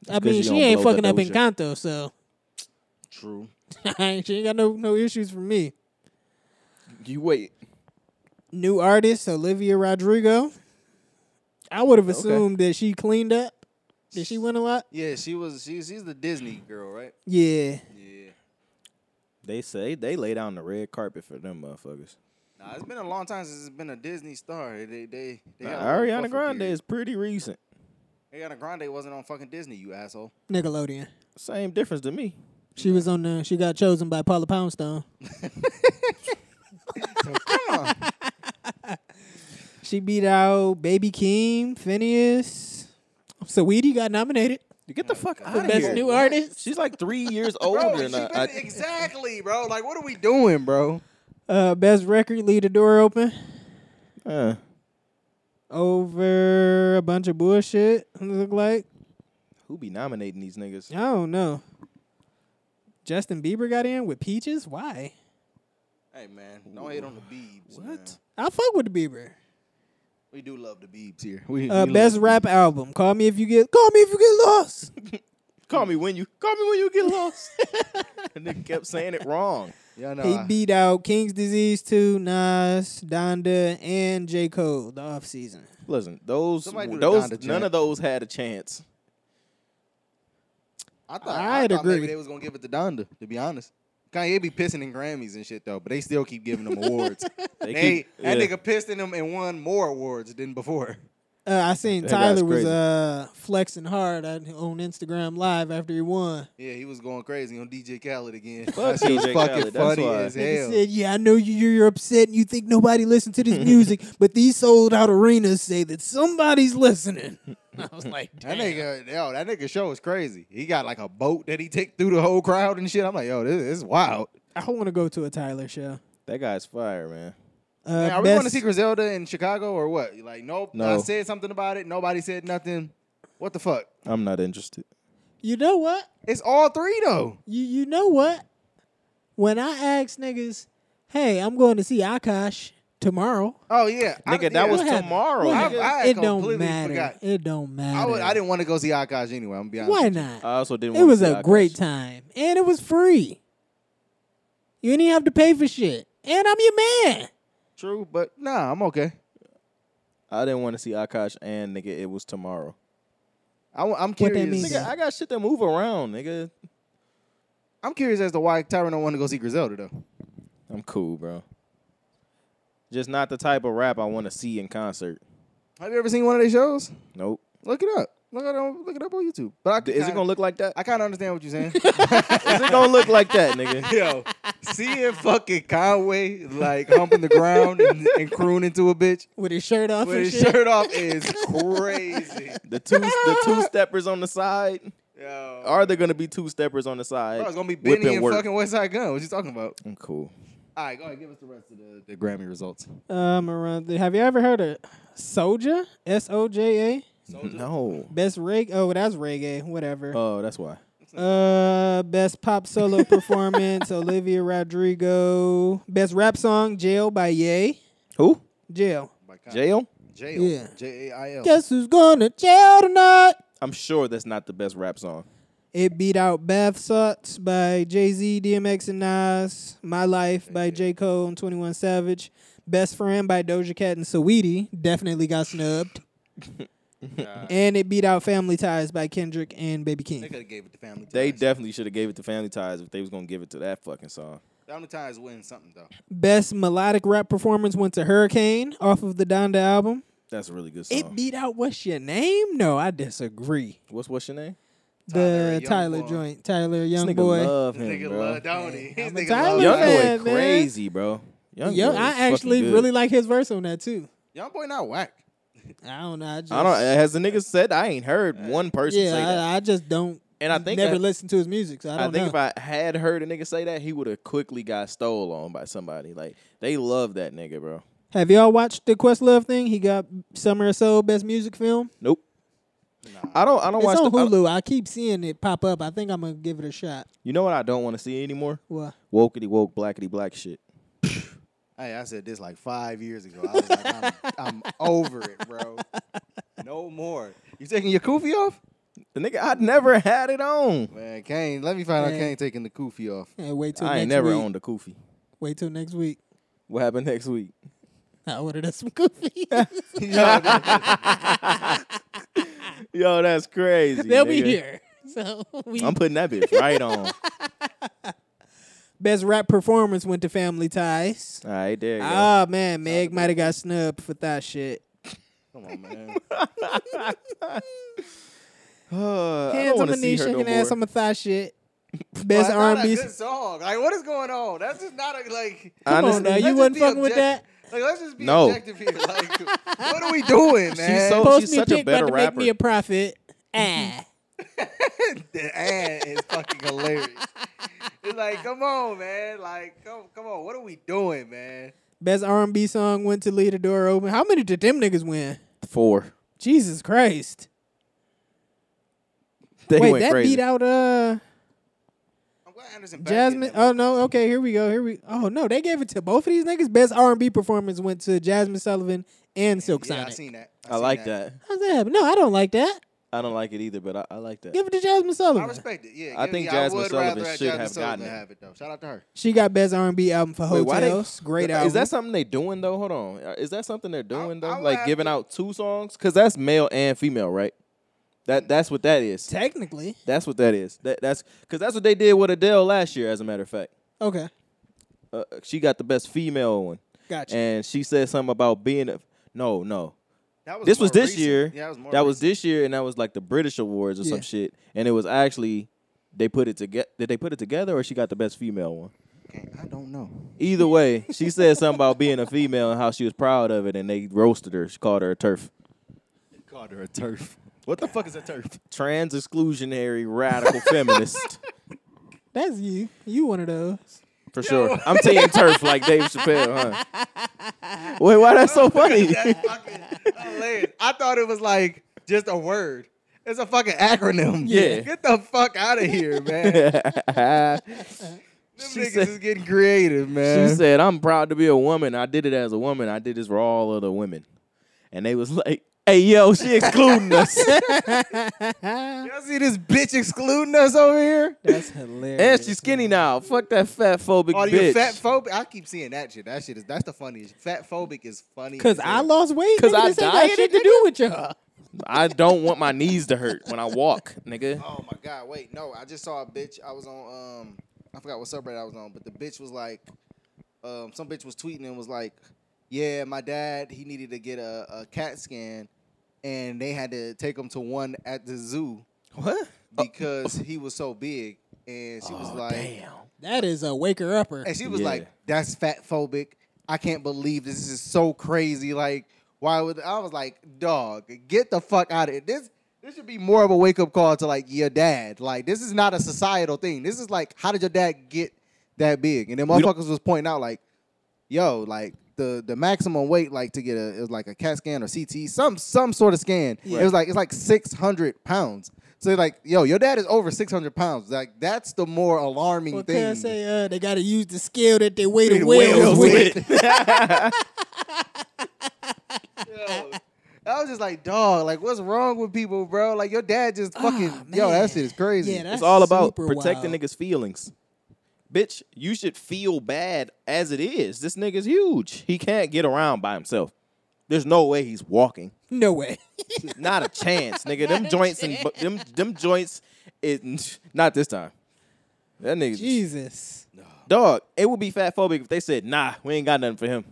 A: I
B: 'cause
A: mean
B: you
A: she
B: don't
A: ain't
B: blow
A: fucking
B: the
A: up
B: Doja.
A: Encanto, so
C: true.
A: she ain't got no no issues for me.
B: You wait.
A: New artist Olivia Rodrigo. I would have assumed that she cleaned up. Did she win a lot?
C: Yeah, she was she, she's the Disney girl, right?
A: Yeah.
C: Yeah.
B: They say they lay down the red carpet for them motherfuckers.
C: Nah, it's been a long time since it's been a Disney star. They they, they
B: Now,
C: got a little
B: Ariana
C: buffer
B: Grande
C: period.
B: is pretty recent.
C: Ariana Grande wasn't on fucking Disney, you asshole.
A: Nickelodeon.
B: Same difference to me.
A: She was on the. She got chosen by Paula Poundstone. she beat out Baby Keem, Phineas. Saweetie got nominated
B: You get the fuck out
A: for
B: of
A: best
B: here.
A: new artist.
B: She's like three years older than
C: she
B: I.
C: been- exactly, bro. Like, what are we doing, bro?
A: Uh, best record, leave the door open.
B: Uh,
A: over a bunch of bullshit. it Look like
B: who be nominating these niggas?
A: I don't know. Justin Bieber got in with peaches. Why?
C: Hey man, don't hate on the Biebs. What?
A: I fuck with the Bieber.
C: We do love the Biebs here. We,
A: Uh,
C: we
A: best
C: love-
A: rap album. Call me if you get. Call me if you get lost.
B: Call me when you call me when you get lost. and they kept saying it wrong.
C: Y'all know.
A: he
C: I-
A: beat out King's Disease 2, Nas, Donda, and J Cole the off season.
B: Listen, those
C: Somebody do the
B: those
C: Donda
B: none
C: chant.
B: of those had a chance.
C: I thought I,
A: I'd
C: thought
A: agree.
C: maybe they was gonna give it to Donda. To be honest, Kanye be pissing in Grammys and shit though, but they still keep giving them awards.
B: They
C: They-
B: keep-
C: that
B: yeah.
C: nigga pissed in them and won more awards than before.
A: Uh, I seen
B: That guy's
A: Tyler was
B: crazy.
A: uh, flexing hard on on Instagram Live after he won.
C: Yeah, he was going crazy on DJ Khaled again.
B: Fuck
C: That shit was
B: DJ
C: fucking
B: Khaled, that's
C: funny
B: why.
C: as
A: He
C: hell.
A: said, "Yeah, I know you, you're upset and you think nobody listened to this music, but these sold out arenas say that somebody's listening." I was like, "Damn."
C: That nigga, yo, that nigga show is crazy. He got like a boat that he take through the whole crowd and shit. I'm like, yo, this, this is wild.
A: I want to go to a Tyler show.
B: That guy's fire, man.
A: Uh,
C: Man, are we going to
A: best-
C: see Griselda in Chicago or what? You Like, nope. I
B: No.
C: said something about it. Nobody said nothing. What the fuck?
B: I'm not interested.
A: You know what?
C: It's all three though.
A: You you know what? When I ask niggas, "Hey, I'm going to see Akash tomorrow,"
C: Oh yeah, I-
B: Nigga, that
C: yeah.
B: was
A: What happened?
B: tomorrow.
A: What
C: I-
A: happened?
C: I
A: it don't
C: completely
A: matter.
C: forgot.
A: It don't matter.
C: I, would, I didn't want to go see Akash anyway. I'm gonna be honest.
A: Why
C: with you.
A: not?
B: I also didn't.
A: it
B: wanna
A: was
B: see
A: a
B: Akash.
A: great time, and it was free. You didn't even have to pay for shit, and I'm your man.
C: True, but nah, I'm okay.
B: I didn't want to see Akash and nigga. It was tomorrow.
C: I, am
A: that
C: curious.
A: means?
B: Nigga, I got shit to move around, nigga.
C: I'm curious as to why Tyron don't want to go see Griselda though.
B: I'm cool, bro. Just not the type of rap I want to see in concert.
C: Have you ever seen one of their shows?
B: Nope.
C: Look it up. Look it up. Look it up on YouTube. But I,
B: Is it gonna look like that?
C: I kind of understand what you're saying.
B: Is it gonna look like that, nigga?
C: Yo, seeing fucking Conway like humping the ground and, and crooning to a bitch
A: With his shirt off
C: with
A: and
C: his
A: shit.
C: shirt off is crazy.
B: The two the two steppers on the side.
C: Yo,
B: Are there gonna be two steppers on the side?
C: Bro, Oh, it's gonna be
B: whipping
C: Benny and
B: work?
C: fucking West Side Gun. What you talking about?
B: I'm cool.
C: All right, go ahead. Give us the rest of the, the Grammy results.
A: Um, around the, have you ever heard of Soja? S O J A.
B: No.
A: Best reg. Oh, that's reggae. Whatever.
B: Oh, that's why.
A: Uh, best pop solo performance, Olivia Rodrigo. Best rap song, Jail by Ye.
B: Who?
A: Jail.
C: By
B: Jail?
C: Jail.
A: Yeah.
C: J A I L.
A: Guess who's going to jail tonight?
B: I'm sure that's not the best rap song.
A: It beat out Bath Sucks by Jay Z, DMX, and Nas. My Life by J. Cole and 21 Savage. Best Friend by Doja Cat and Saweetie. Definitely got snubbed. and it beat out Family Ties by Kendrick and Baby
C: They
A: King.
C: could have gave it to Family Ties.
B: They definitely should have gave it to Family Ties if they was gonna give it to that fucking song.
C: Family Ties win something though.
A: Best melodic rap performance went to Hurricane off of the Donda album.
B: That's a really good song.
A: It beat out What's Your Name? No, I disagree.
B: What's what's your name?
A: The
C: Tyler, Youngboy.
A: Tyler joint, Tyler
B: This
A: Young
B: nigga
A: Boy.
B: love him,
C: nigga
B: bro.
C: love don't he?
A: I'm
C: His
A: a
C: nigga
A: Tyler
C: love
B: Young
C: Donnie.
A: fan,
B: boy
A: man.
B: crazy, bro. Young
A: Yo,
B: boy is
A: I
B: fucking
A: actually
B: good.
A: really like his verse on that too.
C: Young boy not whack.
A: I don't know. I, just,
B: I don't. Has the nigga said? I ain't heard one person
A: Yeah,
B: say that.
A: I, I just don't.
B: and I think
A: never
B: I,
A: listened to his music, so I
B: I,
A: don't
B: think
A: know.
B: if I had heard a nigga say that, he would have quickly got stole on by somebody. Like they love that nigga, bro.
A: Have y'all watched the Questlove thing? He got Summer of Soul Best Music Film.
B: Nope. I don't. I don't
A: It's
B: watch.
A: on
B: the- I don't-
A: Hulu. I keep seeing it pop up. I think I'm gonna give it a shot.
B: you know what? I don't want to see anymore.
A: Well,
B: Wokeity woke, blackity black shit.
C: Hey, I said this like five years ago. I was like, I'm, I'm over it, bro. No more. You taking your kufi off?
B: The nigga, I never had it on.
C: Man, Kane, let me find out
A: Man.
C: Kane taking the kufi off.
A: hey, wait till
B: I
A: next
B: ain't never
A: week.
B: owned a koofy.
A: Wait till next week.
B: What happened next week?
A: I ordered us some goofy.
B: Yo, that's crazy.
A: They'll be
B: nigga.
A: here. So we
B: I'm putting that bitch right on. All
A: best rap performance went to Family Ties.
B: right, there you go.
A: Ah man, Meg might have got snubbed for that shit.
C: Come on, man.
B: Uh, I
A: Hands
B: don't
A: on
B: want
A: my
B: to see
A: knees,
B: her no
A: shaking
B: more.
A: ass on my thigh shit. Best
C: That's
A: R
C: not
A: and B.
C: a good song. Like, what is going on? That's just not a like.
A: Come on
B: Honestly,
A: now,
C: let's
A: you
C: just
A: wasn't
C: be
A: fucking with that.
C: object- Like, let's just be
B: No.
C: objective here. Like, what are we doing, man?
B: so-
A: Post
B: Oh, she's
A: me
B: such a
A: a pic about
B: better
A: to make
B: rapper.
A: me a profit. Ah.
C: the ad is fucking hilarious. It's like, come on, man. Like, come, come on. What are we doing, man?
A: Best R and B song went to Leave the Door Open. How many did them niggas win?
B: Four.
A: Jesus Christ!
B: They
A: Wait,
B: went
A: that
B: crazy.
A: beat out uh
C: I'm glad Anderson Paak
A: Jasmine.
C: did that.
A: Oh no, okay, here we go. Here we. Oh no, they gave it to both of these niggas. Best R and B performance went to Jasmine Sullivan and Silk
C: yeah, I
A: Sonic.
C: seen that.
B: I
C: seen
B: like that.
A: How's that happen? No, I don't like that.
B: I don't like it either, but I, I like that.
A: Give it to Jasmine Sullivan.
C: I respect it. Yeah,
B: I
C: yeah,
B: think
C: yeah,
B: Jasmine
C: I would
B: Sullivan
C: rather have
B: should
C: Jasmine
B: have gotten
C: Sullivan
B: it.
C: have it though. Shout out to her.
A: She got best R and B album for
B: Wait, why they-
A: Hotels. Great
B: is
A: album.
B: that something they doing though? Hold on. Uh, Is that something they're doing
C: I
B: though?
C: would
B: like
C: have
B: giving
C: to-
B: out two songs? Cause that's male and female, right? That that's what that is.
A: Technically,
B: That's what that is. That that's because that's what they did with Adele last year. As a matter of fact,
A: okay,
B: uh, she got the best female one,
A: gotcha.
B: and she said something about being a no, no.
C: That was
B: This was
C: more
B: this
C: recent.
B: year.
C: Yeah, that was more.
B: That was
C: recent.
B: this year, and that was like the British Awards or
A: Yeah.
B: some shit. And it was actually they put it together. Did they put it together, or she got the best female one?
C: I don't know.
B: Either way, she said something about being a female and how she was proud of it, and they roasted her. She called her a turf.
C: Called her a turf. What the fuck is a turf?
B: Trans exclusionary radical feminist.
A: That's you. You one of those.
B: For sure. I'm team turf like Dave Chappelle, huh? Wait, why that's so funny?
C: That's fucking hilarious. I thought it was like just a word. It's a fucking acronym.
B: Yeah.
C: Get the fuck out of here, man. Them
B: She
C: niggas
B: said-
C: is getting creative,
B: she
C: man.
B: said, I'm proud to be a woman. I did it as a woman. I did this for all other women. And they was like, hey, yo, she excluding us.
C: Y'all see this bitch excluding us over here?
A: That's hilarious.
B: and she's skinny now. Fuck that fat phobic
C: All
B: bitch.
C: you Oh, fat phobic. I keep seeing that shit. That shit is that's the funniest. Fat phobic is funny.
A: Cause
C: as
A: I
C: hell.
A: lost weight.
B: 'Cause
A: Cause
B: I
A: I
B: diet,
A: died. Shit to do with y'all.
B: I don't want my knees to hurt when I walk, nigga.
C: Oh my god, wait, no, I just saw a bitch. I was on um I forgot what subreddit I was on, but the bitch was like um some bitch was tweeting and was like, Yeah, my dad, he needed to get a, a cat scan and they had to take him to one at the zoo
B: What?
C: because he was so big and she was like
B: Damn.
A: That is a waker upper.
C: and she was
B: Yeah.
C: like, That's fat phobic. I can't believe this. This is so crazy. Like, why would I was like, dog, get the fuck out of it. This this should be more of a wake up call to like your dad. Like, this is not a societal thing. This is like, how did your dad get that big? And then
B: We don't-
C: motherfuckers was pointing out like, yo, like the the maximum weight like to get a it was like a CAT scan or CT, some some sort of scan. It was like it's like six hundred pounds. So like, yo, your dad is over six hundred pounds. Like that's the more alarming
A: Well,
C: thing.
A: can I say uh, they got to use the scale that they weigh the
C: the
A: whales
C: whales
A: with.
C: Yo, I was just like, dog, like what's wrong with people, bro? Like your dad just fucking yo,
A: Ah, man.
C: that shit is crazy.
A: Yeah, that's
B: It's all about
A: super
B: protecting
A: wild.
B: niggas' feelings. Bitch, you should feel bad as it is. This nigga's huge. He can't get around by himself. There's no way he's walking.
A: No way.
B: Not a chance, nigga. Them joints and bu- them them joints is not this time. That nigga
A: Jesus.
B: dog. It would be fat phobic if they said, "Nah, we ain't got nothing for him."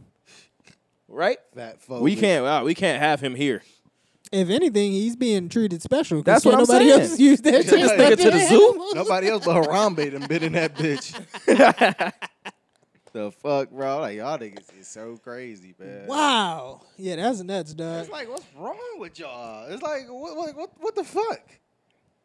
B: Right?
C: Fat folk.
B: We can't. uh, we can't have him here.
A: If anything, he's being treated special. 'cause
B: That's what
A: can't
B: I'm
A: nobody
B: saying.
A: else use that
B: Took
A: shit.
B: this nigga to the zoo?
C: Nobody else but Harambe done been in that bitch. the fuck, bro? Like y'all niggas is so crazy, man.
A: Wow. Yeah, that's nuts, dog.
C: It's like what's wrong with y'all? It's like what what what, what the fuck?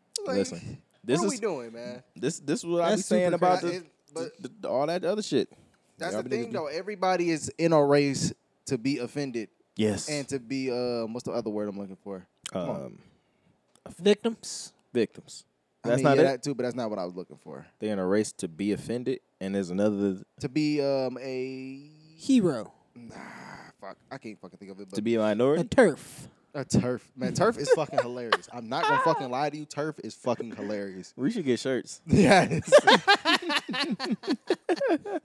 C: It's Like,
B: Listen, this
C: what
B: is
C: are we doing, man?
B: this this is what I be
A: That's super
B: saying about
C: crazy.
B: the,
C: It- but-
B: the- the- all that other shit.
C: That's
B: Y'all
C: the
B: be niggas
C: thing
B: be-
C: though. Everybody is in a race to be offended
B: Yes.
C: and to be um what's the other word I'm looking for? Come on.
B: um,
A: Victims.
B: victims.
C: I
B: That's
C: mean,
B: not
C: yeah,
B: it.
C: that too, but that's not what I was looking for.
B: They're in a race to be offended, and there's another
C: To be um a
A: Hero.
C: nah, fuck, I can't fucking think of it. But
B: to be a
A: A
B: minority.
A: turf.
C: a turf, man, turf is fucking hilarious. I'm not gonna fucking lie to you, turf is fucking hilarious.
B: We should get shirts.
C: Yes,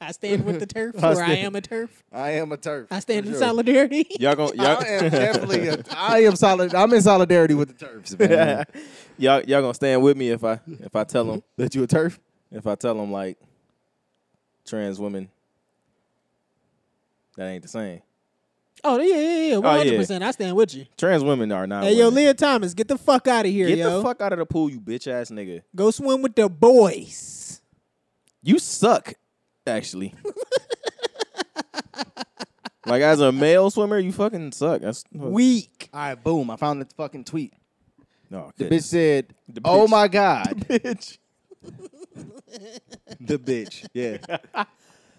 A: I stand with the turf,
B: I
A: or I
B: stand-
A: am a turf.
C: I am a turf.
A: I stand
C: for
A: in
C: sure.
A: solidarity.
B: Y'all gonna
C: I am definitely. A, I am solid. I'm in solidarity with the turfs, man.
B: y'all y'all gonna stand with me if I if I tell them
C: that you a turf?
B: if I tell them like trans women that ain't the same.
A: Oh yeah, yeah, yeah, one
B: Oh,
A: hundred
B: yeah.
A: percent. I stand with you.
B: Trans women are not.
A: Hey, yo,
B: women.
A: Leah Thomas, get the fuck out of here,
B: Get
A: yo.
B: the fuck out of the pool, you bitch ass nigga.
A: Go swim with the boys.
B: You suck, actually. like as a male swimmer, you fucking suck. That's
A: Weak.
C: All right, boom. I found the fucking tweet.
B: no
C: The bitch
B: goodness.
C: said,
B: The
C: "Oh
B: bitch.
C: my god,
B: bitch.
C: the bitch." Yeah.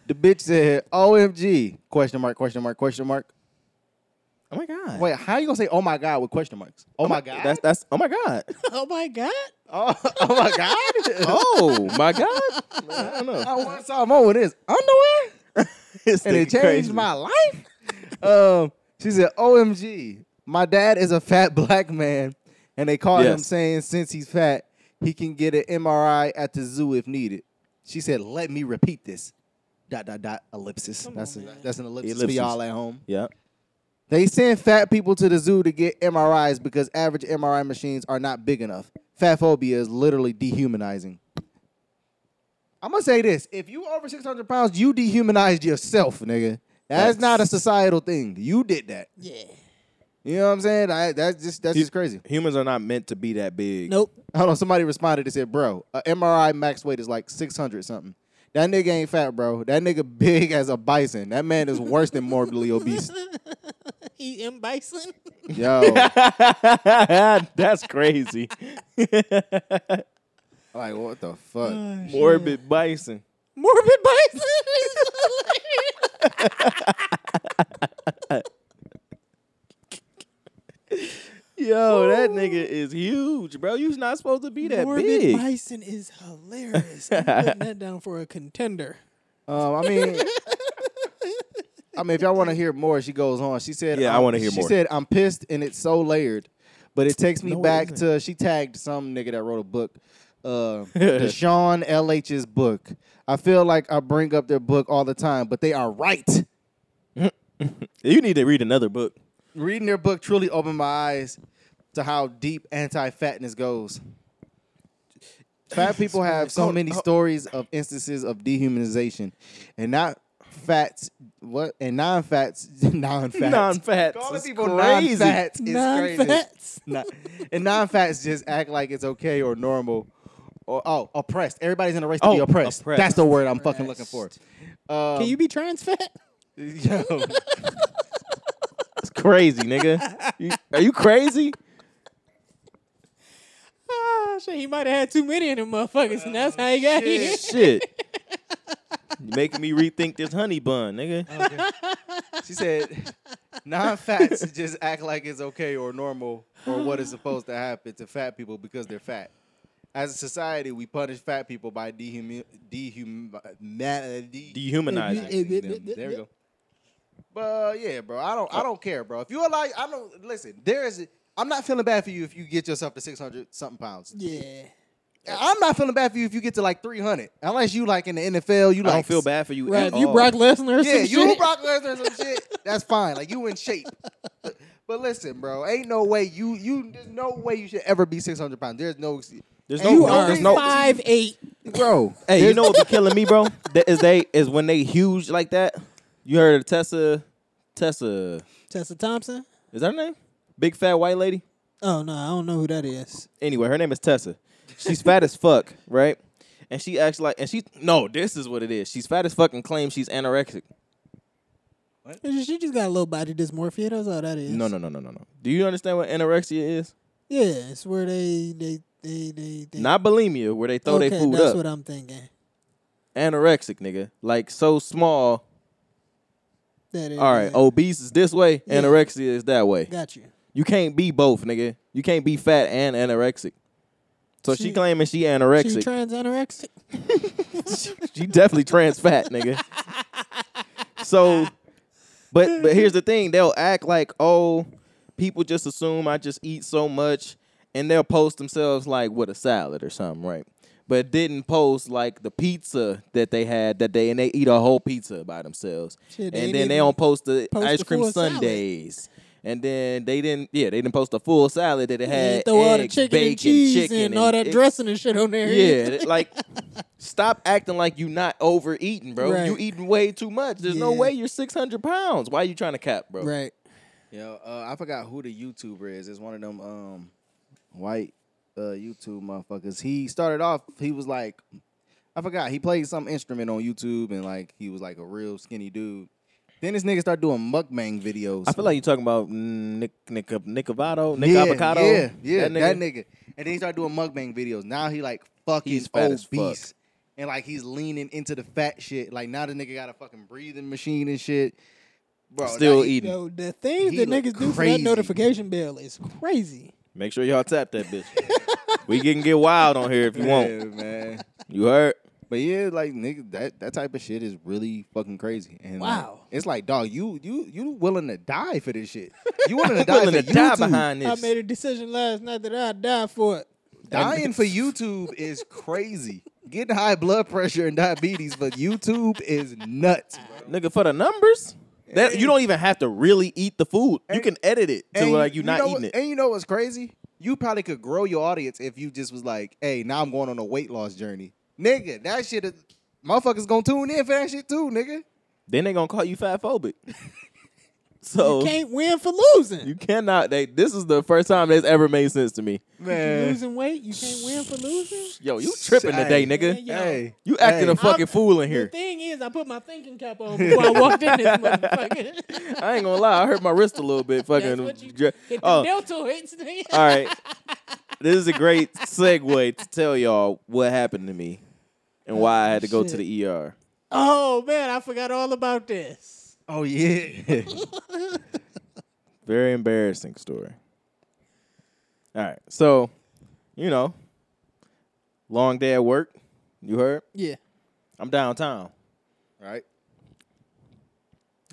C: The bitch said, "OMG!" Question mark? Question mark? Question mark?
B: Oh my god.
C: Wait, how you gonna say "Oh my god" with question marks? Oh, my god!
B: That's that's oh my god.
A: Oh my god!
C: oh, oh my god!
B: Oh my god. I don't know.
C: I once saw Mo with his underwear,
B: This
C: and it
B: nigga
C: changed
B: crazy.
C: my life. um, she said, "OMG, my dad is a fat black man, and they caught him
B: Yes.
C: saying since he's fat, he can get an MRI at the zoo if needed." She said, "Let me repeat this." Dot dot dot ellipsis. that's
A: on,
C: a,
A: man.
C: that's an ellipsis, for
B: Ellipsis.
C: y'all at home.
B: Yeah.
C: They send fat people to the zoo to get MRIs because average MRI machines are not big enough. Fat phobia is literally dehumanizing. I'm gonna say this: if you over 600 pounds, you dehumanized yourself, nigga. That's not a societal thing. You did that.
A: Yeah.
C: You know what I'm saying? I, that's just that's just crazy.
B: Humans are not meant to be that big.
A: Nope.
C: Hold on, somebody responded and said, "Bro, a MRI max weight is like 600 something. That nigga ain't fat, bro. That nigga big as a bison. That man is worse than morbidly obese.
A: He M Bison.
C: Yo,
B: that's crazy.
C: like what the fuck?
B: Oh, Morbid bison.
A: Morbid Bison. He's hilarious.
B: Yo, that nigga is huge, bro. You're not supposed to be that
A: Morbid
B: big.
A: Bison is hilarious. I'm putting that down for a contender.
C: Um, I mean, I mean, if y'all want to hear more, she goes on. She said,
B: Yeah, I
C: um,
B: wanna hear
C: She
B: more.
C: said, "I'm pissed and it's so layered," but it takes me
B: No, it
C: back
B: isn't.
C: to she tagged some nigga that wrote a book, uh, Deshaun LH's book. I feel like I bring up their book all the time, but they are right.
B: You need to read another book.
C: Reading their book truly opened my eyes to how deep anti-fatness goes. Fat people have so
B: Hold-
C: many
B: hold-
C: stories of instances of dehumanization, and not fats. What and non-fats, non-fats,
B: Non-fats
C: Calling
B: is
C: people
B: crazy.
C: non-fats is crazy.
A: Non-fats.
C: Nah. and non-fats just act like it's okay or normal. Or, oh, oppressed. Everybody's in a race to be
B: Oh,
C: oppressed.
B: oppressed.
C: That's the word I'm fucking looking for. Um,
A: Can you be trans fat?
C: yo,
B: It's crazy, nigga. You- are you crazy?
A: Ah, shit, he might have had too many of them motherfuckers, and that's how he got here.
B: Shit. You making me rethink this honey bun, nigga.
C: she said, non-fats just act like it's okay or normal or what is supposed to happen to fat people because they're fat. As a society, we punish fat people by dehuman dehum man- de-
B: Dehumanizing.
C: Exactly, them. There we go. But uh, yeah, bro, I don't, I don't care, bro. If you are like, I don't listen. There is, I'm not feeling bad for you if you get yourself to 600 something pounds.
A: Yeah.
C: I'm not feeling bad for you if you get to like 300, unless you like in the NFL. You
B: I
C: like
B: don't feel bad for you.
A: Right.
B: at
A: if you
B: all.
A: Brock Lesnar or
C: Yeah,
A: some
C: you
A: shit.
C: Brock Lesnar and some shit. That's fine. Like you in shape. But listen, bro, ain't no way you you there's no way you should ever be 600 pounds. There's no excuse.
B: There's no,
A: you
B: no,
A: are
B: there's no,
A: five eight.
C: bro.
B: Hey, you
C: there's-
B: know what be killing me, bro? That is they is when they huge like that. You heard of Tessa? Tessa
A: Tessa Thompson.
B: is that her name? Big fat white lady.
A: Oh no, I don't know who that is.
B: Anyway, her name is Tessa. She's fat as fuck, right? And she acts like, and she no, this is what it is. She's fat as fuck and claims she's anorexic.
A: She just got a little body dysmorphia. That's all that is.
B: No, no, no, no, no, no. Do you understand what anorexia is?
A: Yeah, it's where they they they they. they
B: Not bulimia, where they throw
A: okay,
B: their food
A: that's
B: up.
A: what I'm thinking.
B: Anorexic, nigga, like so small.
A: That is.
B: All right, oh, obese is this way,
A: Yeah.
B: anorexia is that way.
A: Got you.
B: You can't be both, nigga. You can't be fat and anorexic. So she,
A: She-
B: claiming she
A: She
B: anorexic. She,
A: trans anorexic.
B: definitely trans fat, nigga. So, but but here's the thing: they'll act like, oh, people just assume I just eat so much, and they'll post themselves like with a salad or something, right? But didn't post like the pizza that they had that day, and they eat a whole pizza by themselves,
A: Shit, they
B: and
A: ain't
B: then they
A: even
B: don't post the
A: post
B: ice
A: the
B: cream
A: full salad.
B: sundays. And then they didn't, yeah, they didn't post a full salad that it had
A: And throw all the
B: eggs,
A: chicken
B: bacon,
A: and cheese
B: chicken,
A: and, all that
B: it-
A: dressing and shit on there.
B: Yeah, it- like stop acting like you not overeating, bro. You
A: Right.
B: eating way too much. There's no
A: Yeah.
B: way you're 600 pounds. Why you trying to cap, bro?
A: Right.
C: Yo, uh, I forgot who the YouTuber is. It's one of them um white uh YouTube motherfuckers. He started off, he was like I forgot, he played some instrument on YouTube and like he was like a real skinny dude. Then this nigga started doing mukbang videos.
B: I feel like you're talking about mm, Nick Nick Nicavado, Nick
C: yeah,
B: Avocado.
C: Yeah, yeah, that
B: That
C: nigga. And then he started doing mukbang videos. Now he like fucking
B: He's fat as
C: obese.
B: fuck.
C: and like he's leaning into the fat shit. Like now the nigga got a fucking breathing machine and shit. Bro, now
B: Still
C: he-
B: eating.
A: Yo, the things
C: He
A: that
C: look
A: niggas do for that
C: crazy.
A: notification bell is crazy.
B: Make sure y'all tap that bitch. we can get wild on here if you want.
C: Yeah, man.
B: You heard?
C: But yeah, like nigga, that, that type of shit is really fucking crazy. And like,
A: Wow.
C: it's like, dog, you you you willing to die for this shit? You willing to die
B: Willing
C: for
B: to die
C: YouTube?
B: behind
A: I
B: this.
A: made a decision last night that I'd die for it.
C: Dying for YouTube is crazy. Getting high blood pressure and diabetes for YouTube is nuts. Bro.
B: Nigga, for the numbers, that you don't even have to really eat the food. You can edit it to like you not
C: know,
B: eating it.
C: And you know what's crazy? You probably could grow your audience if you just was like, "Hey, now I'm going on a weight loss journey, nigga." That shit, is, motherfuckers gonna tune in for that shit too, nigga.
B: Then they gonna call you fat phobic. so
A: You can't win for losing.
B: you cannot. They. This is the first time that's ever made sense to me.
A: You losing weight, you can't win for losing.
B: Yo, you tripping
C: Hey.
B: today, nigga?
A: Yeah,
C: Hey,
B: You acting
C: hey.
B: a fucking
A: I'm-
B: fool in
A: The
B: here.
A: thing is, I put my thinking cap on before I walked in this motherfucker.
B: I ain't gonna lie. I hurt my wrist a little bit. Fucking.
A: That's what you
B: dre-
A: get Uh, the
B: Oh,
A: deltoids. nigga.
B: All right. This is a great segue to tell y'all what happened to me and why I had to go to
A: Shit.
B: the ER.
A: Oh man, I forgot all about this.
C: Oh yeah.
B: Very embarrassing story. All right. So, you know, long day at work. You heard?
A: Yeah.
B: I'm downtown.
C: right.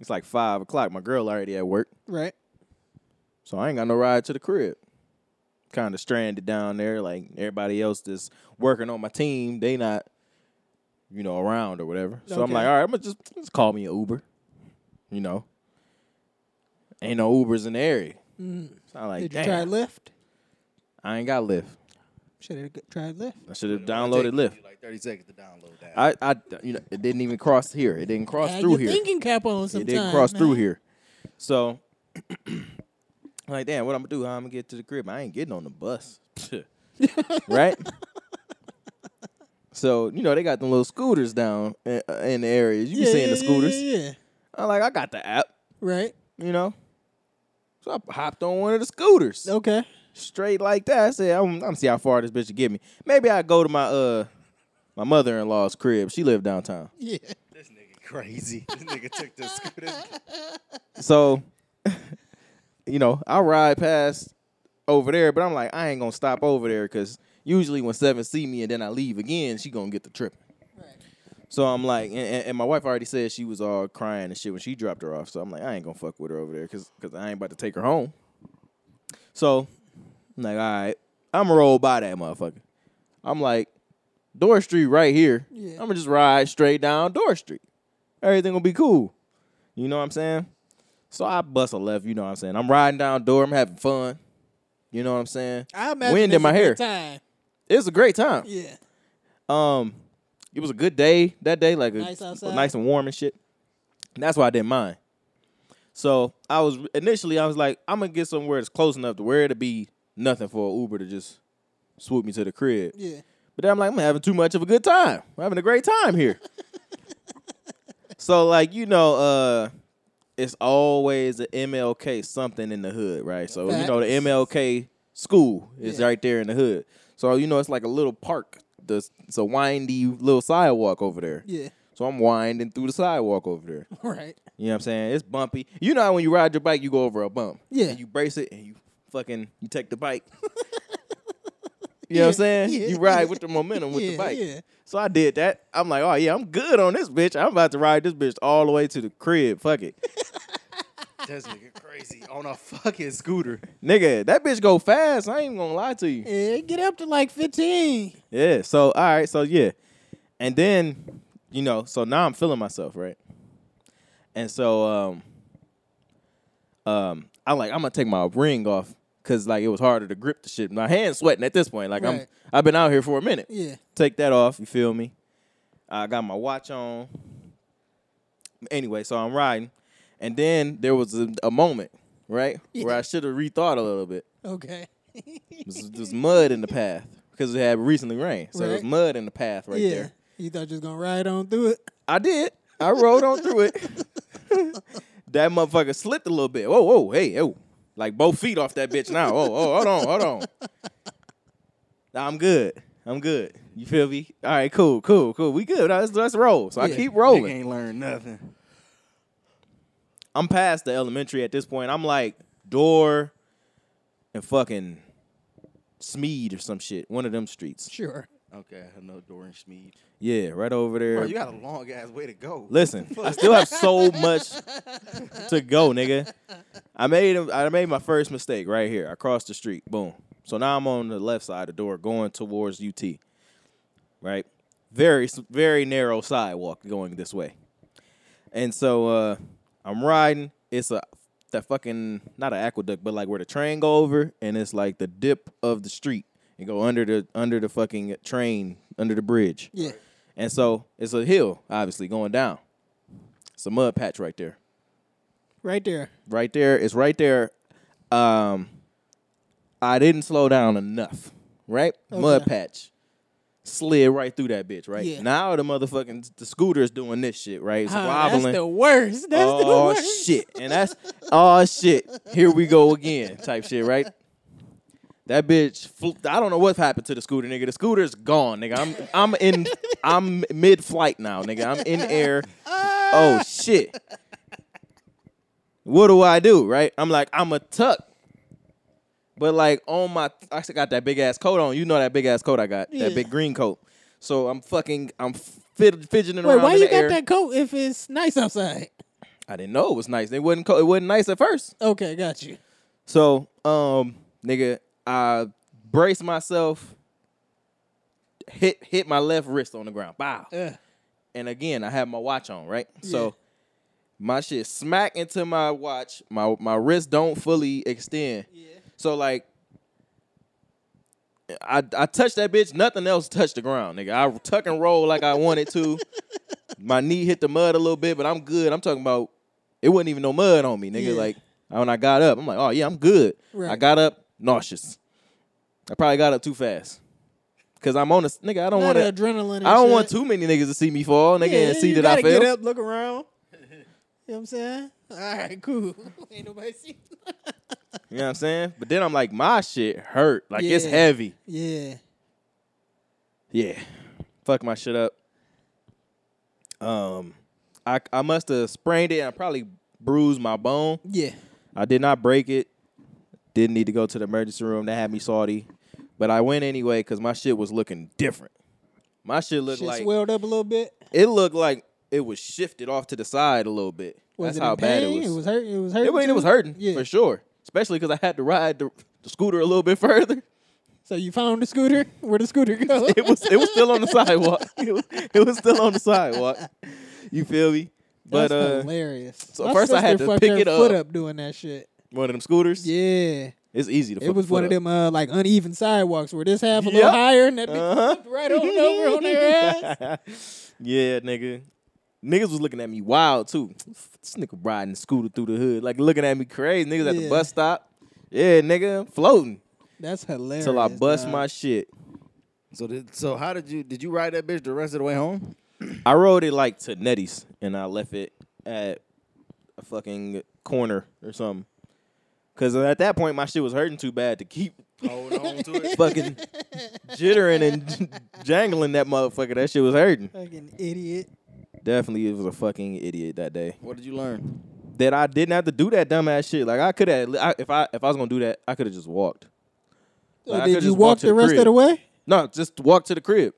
B: It's like five o'clock. My girl already at work.
A: Right.
B: So I ain't got no ride to the crib. Kind of stranded down there. Like everybody else that's working on my team, they not, you know, around or whatever. So I'm
A: Okay.
B: like, all right, I'm gonna just just call me an Uber. You know, ain't no Ubers in the area. So I'm like,
A: Mm. Did you try
B: damn,
A: Lyft?
B: I ain't got Lyft.
A: Should have tried Lyft.
B: I should have downloaded Lyft.
C: Like 30 seconds to download that.
B: I, I, you know, it didn't even cross here. It didn't cross
A: Had
B: through
A: your
B: here.
A: thinking cap on
B: It
A: sometimes.
B: didn't cross through
A: man.
B: here. So, I'm like, damn, what I'm gonna do? How I'm gonna get to the crib? I ain't getting on the bus, right? so, you know, they got them little scooters down in, uh, in the areas. You be
A: Yeah,
B: seeing
A: yeah,
B: the scooters.
A: Yeah, yeah, yeah.
B: I'm like, I got the app,
A: Right.
B: you know. So I hopped on one of the scooters,
A: Okay.
B: straight like that. I said, I'm, I'm gonna see how far this bitch will get me. Maybe I go to my uh my mother in law's crib. She lived downtown.
A: Yeah.
C: this nigga crazy. this nigga took the scooter.
B: So, you know, I ride past over there, but I'm like, I ain't gonna stop over there because usually when Seven see me and then I leave again, she gonna get the trip.
A: Right.
B: So I'm like, and, and, and my wife already said she was all crying and shit when she dropped her off. So I'm like, I ain't gonna fuck with her over there because I ain't about to take her home. So I'm like, all right, I'm gonna roll by that motherfucker. I'm like, Door Street right here.
A: Yeah.
B: I'm gonna just ride straight down Door Street. Everything gonna be cool. You know what I'm saying? So I bust a left. You know what I'm saying? I'm riding down Door. I'm having fun. You know what I'm saying?
A: I imagine
B: Wind
A: it's
B: in my
A: a
B: hair.
A: good time.
B: It's a great time.
A: Yeah.
B: Um, it was a good day that day, like a,
A: Nice outside.
B: nice and warm and shit. And that's why I didn't mind. So I was initially I was like, I'm gonna get somewhere that's close enough to where it'll be nothing for an Uber to just swoop me to the crib.
A: Yeah.
B: But then I'm like, I'm having too much of a good time. I'm having a great time here. so like, you know, uh it's always an MLK something in the hood, right? So you know the
A: Facts.
B: MLK school is
A: Yeah.
B: right there in the hood. So you know it's like a little park. There's- It's a windy little sidewalk over there.
A: Yeah.
B: So I'm winding through the sidewalk over there.
A: Right.
B: You know what I'm saying? It's bumpy. You know how when you ride your bike, you go over a bump.
A: Yeah.
B: And you brace it and you fucking you take the bike. you know what I'm saying?
A: yeah,
B: you ride with the momentum with
A: Yeah,
B: the bike.
A: yeah.
B: So I did that. I'm like, oh yeah, I'm good on this bitch. I'm about to ride this bitch all the way to the crib. Fuck it.
C: This nigga crazy on a fucking scooter.
B: Nigga, that bitch go fast. I ain't even gonna lie to you.
A: Yeah. Eh, Get up to like fifteen.
B: Yeah. So all right. So yeah, and then you know, so now I'm feeling myself, right? And so um, um, I like I'm gonna take my ring off because like it was harder to grip the shit. My hand's sweating at this point. Like I'm
A: Right.
B: I've been out here for a minute.
A: Yeah.
B: Take that off. You feel me? I got my watch on. Anyway, so I'm riding, and then there was a, a moment right where
A: Yeah.
B: I should have rethought a little bit.
A: Okay.
B: It was just mud in the path because it had recently rained. So it was
A: Right.
B: mud in the path right
A: yeah.
B: there.
A: You thought you was gonna ride on through it?
B: I did. I rode on through it. that motherfucker slipped a little bit. Whoa, whoa, hey, oh. Like both feet off that bitch now. Oh, oh, hold on, hold on. Nah, I'm good. I'm good. You feel me? All right, cool, cool, cool. We good. Let's, let's roll. So I
A: Yeah.
B: keep
C: Nigga
B: rolling.
C: ain't learned nothing.
B: I'm past the elementary at this point. I'm like door and fucking Smead or some shit. One of them streets.
A: Sure.
C: Okay, I know Dorian Schmid.
B: Yeah, right over there.
C: Bro, you got a long ass way to go.
B: Listen, I still have so much to go, nigga. I made a- I made my first mistake right here. I crossed the street. Boom. So now I'm on the left side of the door going towards UT. Right? Very s- very narrow sidewalk going this way. And so uh I'm riding. It's a that fucking not an aqueduct, but like where the train go over and it's like the dip of the street. and go under the under the fucking train, under the bridge.
A: Yeah.
B: And so it's a hill, obviously, going down. It's a mud patch right there.
A: Right there.
B: Right there. It's right there. Um, I didn't slow down enough, right? Mud
A: Okay.
B: patch. Slid right through that bitch, right?
A: Yeah.
B: Now the motherfucking the scooter's doing this shit, right? It's
A: Ah,
B: wobbling.
A: that's the worst. That's the
B: oh
A: worst.
B: shit. And that's oh shit. Here we go again, type shit, right? That bitch fl- I don't know what happened to the scooter, nigga. The scooter's gone, nigga. I'm I'm in I'm mid flight now, nigga. I'm in air. Oh shit. What do I do, right? I'm like, I'm a tuck. But like on my, I still got that big ass coat on. You know that big ass coat I got,
A: Yeah.
B: that big green coat. So I'm fucking, I'm fid- fidgeting
A: Wait,
B: around.
A: why
B: in
A: you
B: the
A: got
B: air.
A: that coat if it's nice outside?
B: I didn't know it was nice. It wasn't. Co- it wasn't nice at first.
A: Okay, got you.
B: So, um, nigga, I braced myself. Hit hit my left wrist on the ground. Bow.
A: Ugh.
B: And again, I have my watch on, right? So my shit smack into my watch. My my wrist don't fully extend. So like I I touched that bitch, nothing else touched the ground, nigga. I tuck and roll like I wanted to. My knee hit the mud a little bit, but I'm good. I'm talking about it wasn't even no mud on me, nigga.
A: Yeah.
B: Like when I got up, I'm like, oh yeah, I'm good. I
A: Right.
B: got up nauseous. I probably got up too fast. Cause I'm on a nigga, I don't
A: Not
B: want to
A: adrenaline. and
B: I don't
A: shit.
B: want too many niggas to see me fall, nigga, and see
A: you
B: that
A: gotta
B: I fell.
A: Get up, look around. You know what I'm saying? All right, cool. Ain't nobody see.
B: You know what I'm saying? But then I'm like, my shit hurt. Like it's
A: Yeah.
B: heavy.
A: Yeah.
B: Yeah. Fuck my shit up. Um I I must have sprained it and I probably bruised my bone.
A: Yeah.
B: I did not break it. Didn't need to go to the emergency room. That had me salty. But I went anyway because my shit was looking different. My shit looked
A: Shit
B: like
A: swelled up a little bit.
B: it looked like it was shifted off to the side a little bit.
A: Was
B: That's
A: it
B: how
A: in
B: bad
A: pain?
B: it was.
A: hurt. It was hurting.
B: It, wa- it
A: too?
B: was hurting
A: Yeah.
B: for sure, especially because I had to ride the, the scooter a little bit further.
A: So you found the scooter? Where the scooter go?
B: It was it was still on the sidewalk. It was, it was still on the sidewalk. You feel me? But
A: That's
B: uh,
A: hilarious.
B: so
A: My
B: first I had
A: sister
B: to
A: fucked
B: pick
A: her
B: it
A: foot
B: up.
A: up doing that shit.
B: one of them scooters,
A: Yeah.
B: it's easy to.
A: It was one of them uh, like uneven sidewalks where this half a little
B: Yep.
A: higher and that bitch
B: Uh-huh.
A: flipped right on over on their ass.
B: yeah, nigga. Niggas was looking at me wild too. This nigga riding the scooter through the hood, like looking at me crazy. Niggas at the
A: Yeah.
B: bus stop. Yeah, nigga, floating
A: That's hilarious.
B: till I bust
A: dog.
B: my shit.
C: So, did, so how did you did you ride that bitch the rest of the way home?
B: I rode it like to Nettie's and I left it at a fucking corner or something. Cause at that point my shit was hurting too bad to keep
C: Hold on to it.
B: fucking jittering and jangling that motherfucker. That shit was hurting.
A: fucking idiot.
B: Definitely it was a fucking idiot that day.
C: What did you learn?
B: That I didn't have to do that dumbass shit. Like I could have I, if I if I was gonna do that, I could have just walked.
A: So
B: Like, I
A: did
B: could've
A: you
B: just walked
A: walk
B: to
A: the
B: the
A: rest
B: crib.
A: of the way?
B: No, just walk to the crib.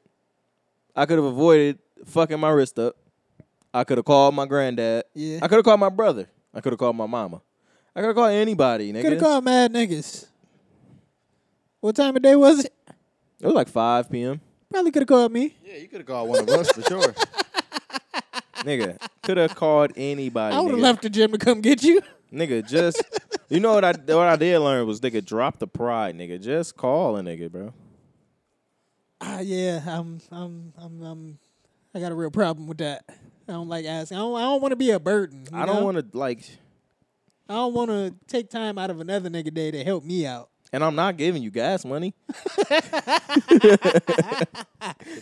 B: I could have avoided fucking my wrist up. I could have called my granddad.
A: Yeah.
B: I could have called my brother. I could have called my mama. I could have called anybody, nigga.
A: Could have called mad niggas. What time of day was it?
B: It was like 5 p.m.
A: Probably could have called me.
C: Yeah, you could have called one of us for sure.
B: nigga, could have called anybody.
A: I would have
B: nigga.
A: left the gym to come get you.
B: Nigga, just you know what I what I did learn was nigga drop the pride, nigga. Just call a nigga, bro.
A: Ah, yeah, I'm, I'm, I'm, I'm, I got a real problem with that. I don't like asking. I don't, I don't want to be a burden.
B: I don't want to like,
A: to. I don't want to take time out of another nigga day to help me out.
B: and I'm not giving you gas money.
A: I
B: know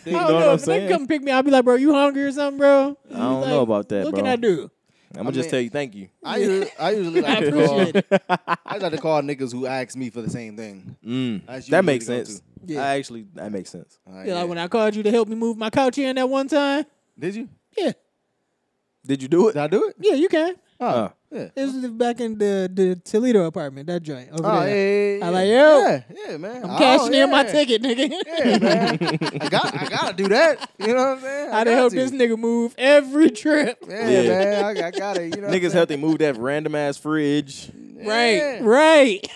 A: don't
B: what
A: know.
B: I'm
A: If they
B: saying?
A: come pick me, I'll be like, bro, you hungry or something, bro?
B: I don't know about that,
A: What
B: bro.
A: can I do?
B: I'm gonna just
C: mean-
B: tell you thank you.
C: I usually, I usually
A: I
C: like to
A: appreciate
C: call
A: it.
C: I like to call niggas who ask me for the same thing.
B: Mm,
C: That's usually
B: that makes
C: the go-to.
B: sense.
A: Yeah.
B: I actually that makes sense.
C: All right,
A: Yeah,
C: yeah.
A: like when I called you to help me move my couch in that one time.
C: Did you?
A: Yeah,
B: Did you do it?
C: Did I do it?
A: yeah, you can.
C: Oh,
B: Uh.
C: yeah.
A: It was back in the, the Toledo apartment, that joint over
C: Oh, yeah,
A: there.
C: yeah,
A: I
C: yeah,
A: like,
C: yeah, yeah, man.
A: I'm
C: Oh,
A: cashing in my
C: yeah.
A: ticket, nigga.
C: Yeah, man. I got, I gotta do that. You know what I'm saying?
A: I done
C: got
A: helped
C: to.
A: this nigga move every trip.
C: Yeah,
B: Yeah.
C: man. I, I gotta. You know, what I'm
B: Niggas helped they move that random ass fridge.
C: saying?
A: Right,
C: Yeah,
A: right.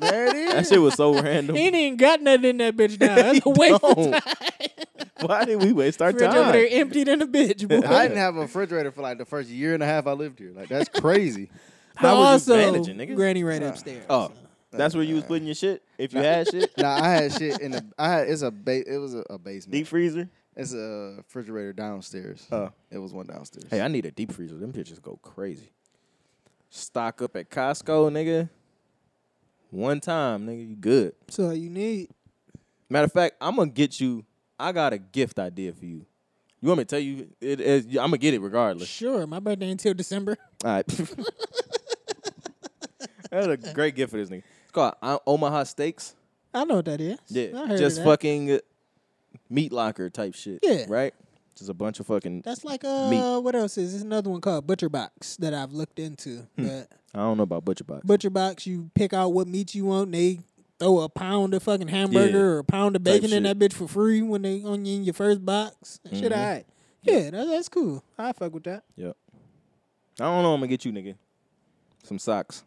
C: There it is.
B: That shit was so random.
A: He ain't even got nothing in that bitch now. That's a waste of
B: Don't. Why did we waste our
A: fridge over there
B: time?
A: empty than a bitch, boy.
C: I didn't have a refrigerator for like the first year and a half I lived here. Like that's crazy.
A: But
B: How was you
A: also,
B: managing, nigga?
A: Granny ran upstairs.
B: Oh, that's where you was putting your shit if you had shit.
C: nah, I had shit in the. I had it's a ba- It was a, a basement.
B: Deep freezer.
C: It's a refrigerator downstairs.
B: Oh.
C: It was one downstairs.
B: Hey, I need a deep freezer. Them pictures go crazy. Stock up at Costco, nigga. One time, nigga, you good.
A: So you need.
B: Matter of fact, I'm gonna get you. I got a gift idea for you. You want me to tell you? It, it, I'm gonna get it regardless.
A: Sure, my birthday until December.
B: All right. That's a great gift for this nigga. It's called uh, Omaha Steaks.
A: I know what that is. I
B: Yeah,
A: heard
B: just
A: of that.
B: fucking meat locker type shit.
A: Yeah.
B: right. Just a bunch of fucking.
A: That's like uh,
B: Meat.
A: what else is? There's another one called Butcher Box that I've looked into. But
B: I don't know about butcher box.
A: Butcher Box, you pick out what meat you want. And they throw a pound of fucking hamburger
B: Yeah.
A: or a pound of
B: Type
A: bacon in
B: shit.
A: that bitch for free when they on you in your first box. That Shit, I yeah, that, that's cool. I fuck with that.
B: Yep. I don't know. I'm gonna get you, nigga. Some socks.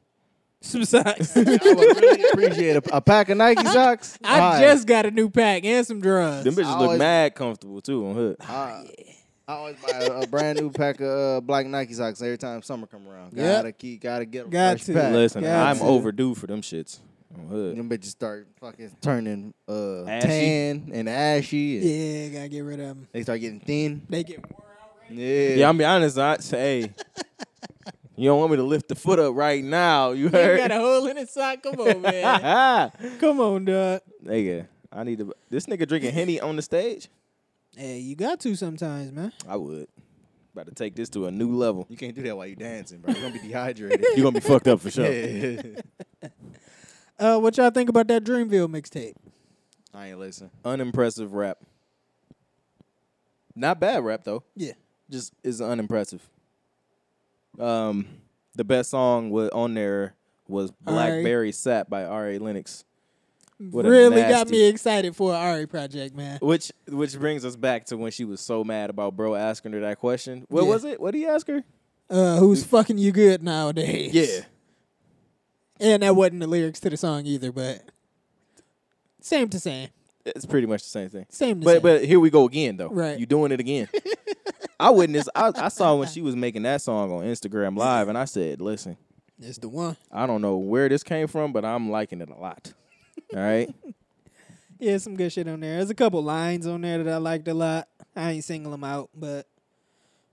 A: Some socks.
C: I would really appreciate a, a pack of Nike socks.
A: I
C: All right.
A: just got a new pack and some
B: Them
A: drugs.
B: bitches look
C: always-
B: mad comfortable too on hood.
C: I, I always buy a, a brand new pack of uh, black Nike socks every time summer come around.
A: Yep.
C: Gotta keep, gotta get them.
A: Got
C: fresh
A: to.
C: pack.
B: Listen,
A: got
B: I'm
A: to.
B: overdue for them shits on hood.
C: Them bitches start fucking turning uh,
B: Ashy.
C: tan and ashy. And
A: Yeah, gotta get rid of them.
C: They start getting thin.
A: They get worn out. right?
C: Yeah.
B: Yeah, I'm be honest. I say, hey, you don't want me to lift the foot up right now. You
A: You
B: heard?
A: got a hole in his sock. Come on, man. Come on, dog.
B: Nigga, I need to. This nigga drinking henny on the stage.
A: Hey, you got to sometimes, man.
B: I would. About to take this to a new level.
C: You can't do that while you dancing, bro. You're gonna be dehydrated.
B: You gonna be fucked up for sure.
C: Yeah.
A: Uh, what y'all think about that Dreamville mixtape?
C: I ain't listen.
B: Unimpressive rap. Not bad rap though.
A: Yeah.
B: Just is unimpressive. Um, the best song was on there was
A: R.A.
B: "Blackberry Sap" by R.A. Lennox. What a
A: really got
B: nasty-
A: me excited for an Ari project, man.
B: Which which brings us back to when she was so mad about bro asking her that question. What
A: Yeah.
B: was it? What did he ask her?
A: Uh,
B: Mm.
A: who's fucking you good nowadays? And that wasn't the lyrics to the song either, but same to same.
B: It's pretty much the same thing.
A: Same to
B: But
A: same.
B: but here we go again though.
A: Right.
B: You doing it again. I witnessed I, I saw when she was making that song on Instagram live and I said, Listen,
A: it's the one.
B: I don't know where this came from, but I'm liking it a lot. All right.
A: Yeah, some good shit on there. There's a couple lines on there that I liked a lot. I ain't singling them out, but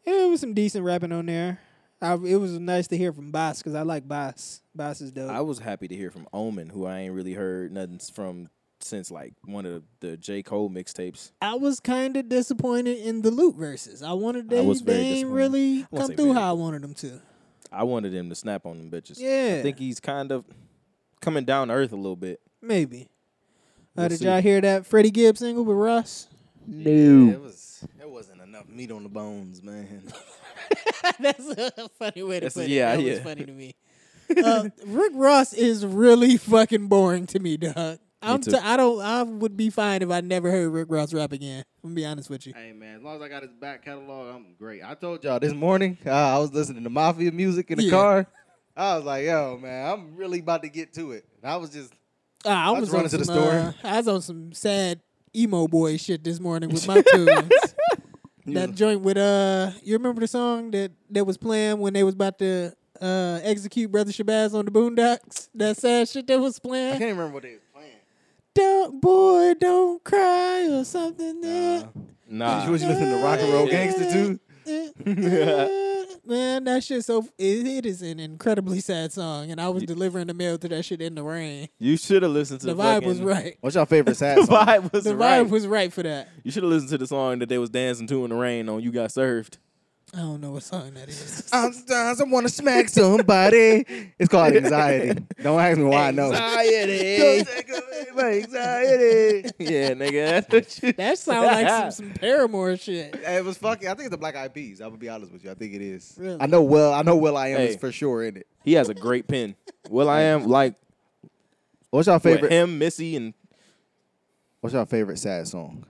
A: yeah, it was some decent rapping on there. I, it was nice to hear from Boss because I like Boss. Boss is dope.
B: I was happy to hear from Omen, who I ain't really heard nothing from since like one of the, J. Cole mixtapes.
A: I was kind of disappointed in the loop verses. I wanted they,
B: I was very
A: they ain't
B: disappointed.
A: really
B: won't
A: come
B: say
A: through
B: very.
A: how I wanted them to.
B: I wanted him to snap on them bitches.
A: Yeah.
B: I think he's kind of coming down to earth a little bit.
A: Maybe. uh,
B: We'll
A: did
B: see.
A: y'all hear that Freddie Gibbs single with Russ?
B: No.
C: it was. There wasn't enough meat on the bones, man.
A: That's a funny way to
B: That's-
A: put it.
B: yeah,
A: that was
B: yeah.
A: funny to me. uh, Rick Ross is really fucking boring to me, dog. I'm
B: too.
A: t- I don't. I would be fine if I never heard Rick Ross rap again. I'm gonna be honest with you.
C: Hey man, as long as I got his back catalog, I'm great. I told y'all this morning uh, I was listening to mafia music in the
A: Yeah.
C: car. I was like, yo, man, I'm really about to get to it. And I was just
A: Uh, I
C: was
A: was on
C: running to
A: some,
C: the store.
A: Uh, I was on some sad emo boy shit this morning with my tunes. that joint with uh, you remember the song that that was playing when they was about to uh execute Brother Shabazz on the Boondocks? That sad shit that was
C: I
A: playing.
C: can't remember what they was playing.
A: Don't boy, don't cry or something.
C: Uh,
B: Nah.
C: you was listening to rock and roll gangster too?
A: Man, that shit so it, it is an incredibly sad song, and I was delivering the mail to that shit in the rain.
B: You should have listened to
A: The vibe
B: fucking-
A: was right.
C: What's your favorite sad
B: The
C: song?
B: vibe was
A: The
B: right.
A: vibe was right for that.
B: you should have listened to the song that they was dancing to in the rain on "You Got Served."
A: I don't know what song that is.
C: I'm I want to smack somebody. it's called anxiety. Don't ask me why I know.
B: Anxiety.
C: anxiety.
B: yeah, nigga. That's what you.
A: That sounds like some, some Paramore shit.
C: It was fucking. I think it's the Black Eyed Peas. I'm gonna be honest with you. I think it is.
A: Really?
C: I know well. I know well. I am
B: Hey.
C: is for sure in it.
B: He has a great pen. Well, I am like
C: What's your
B: favorite
C: favorite?
B: him, Missy, and
C: What's your favorite sad song?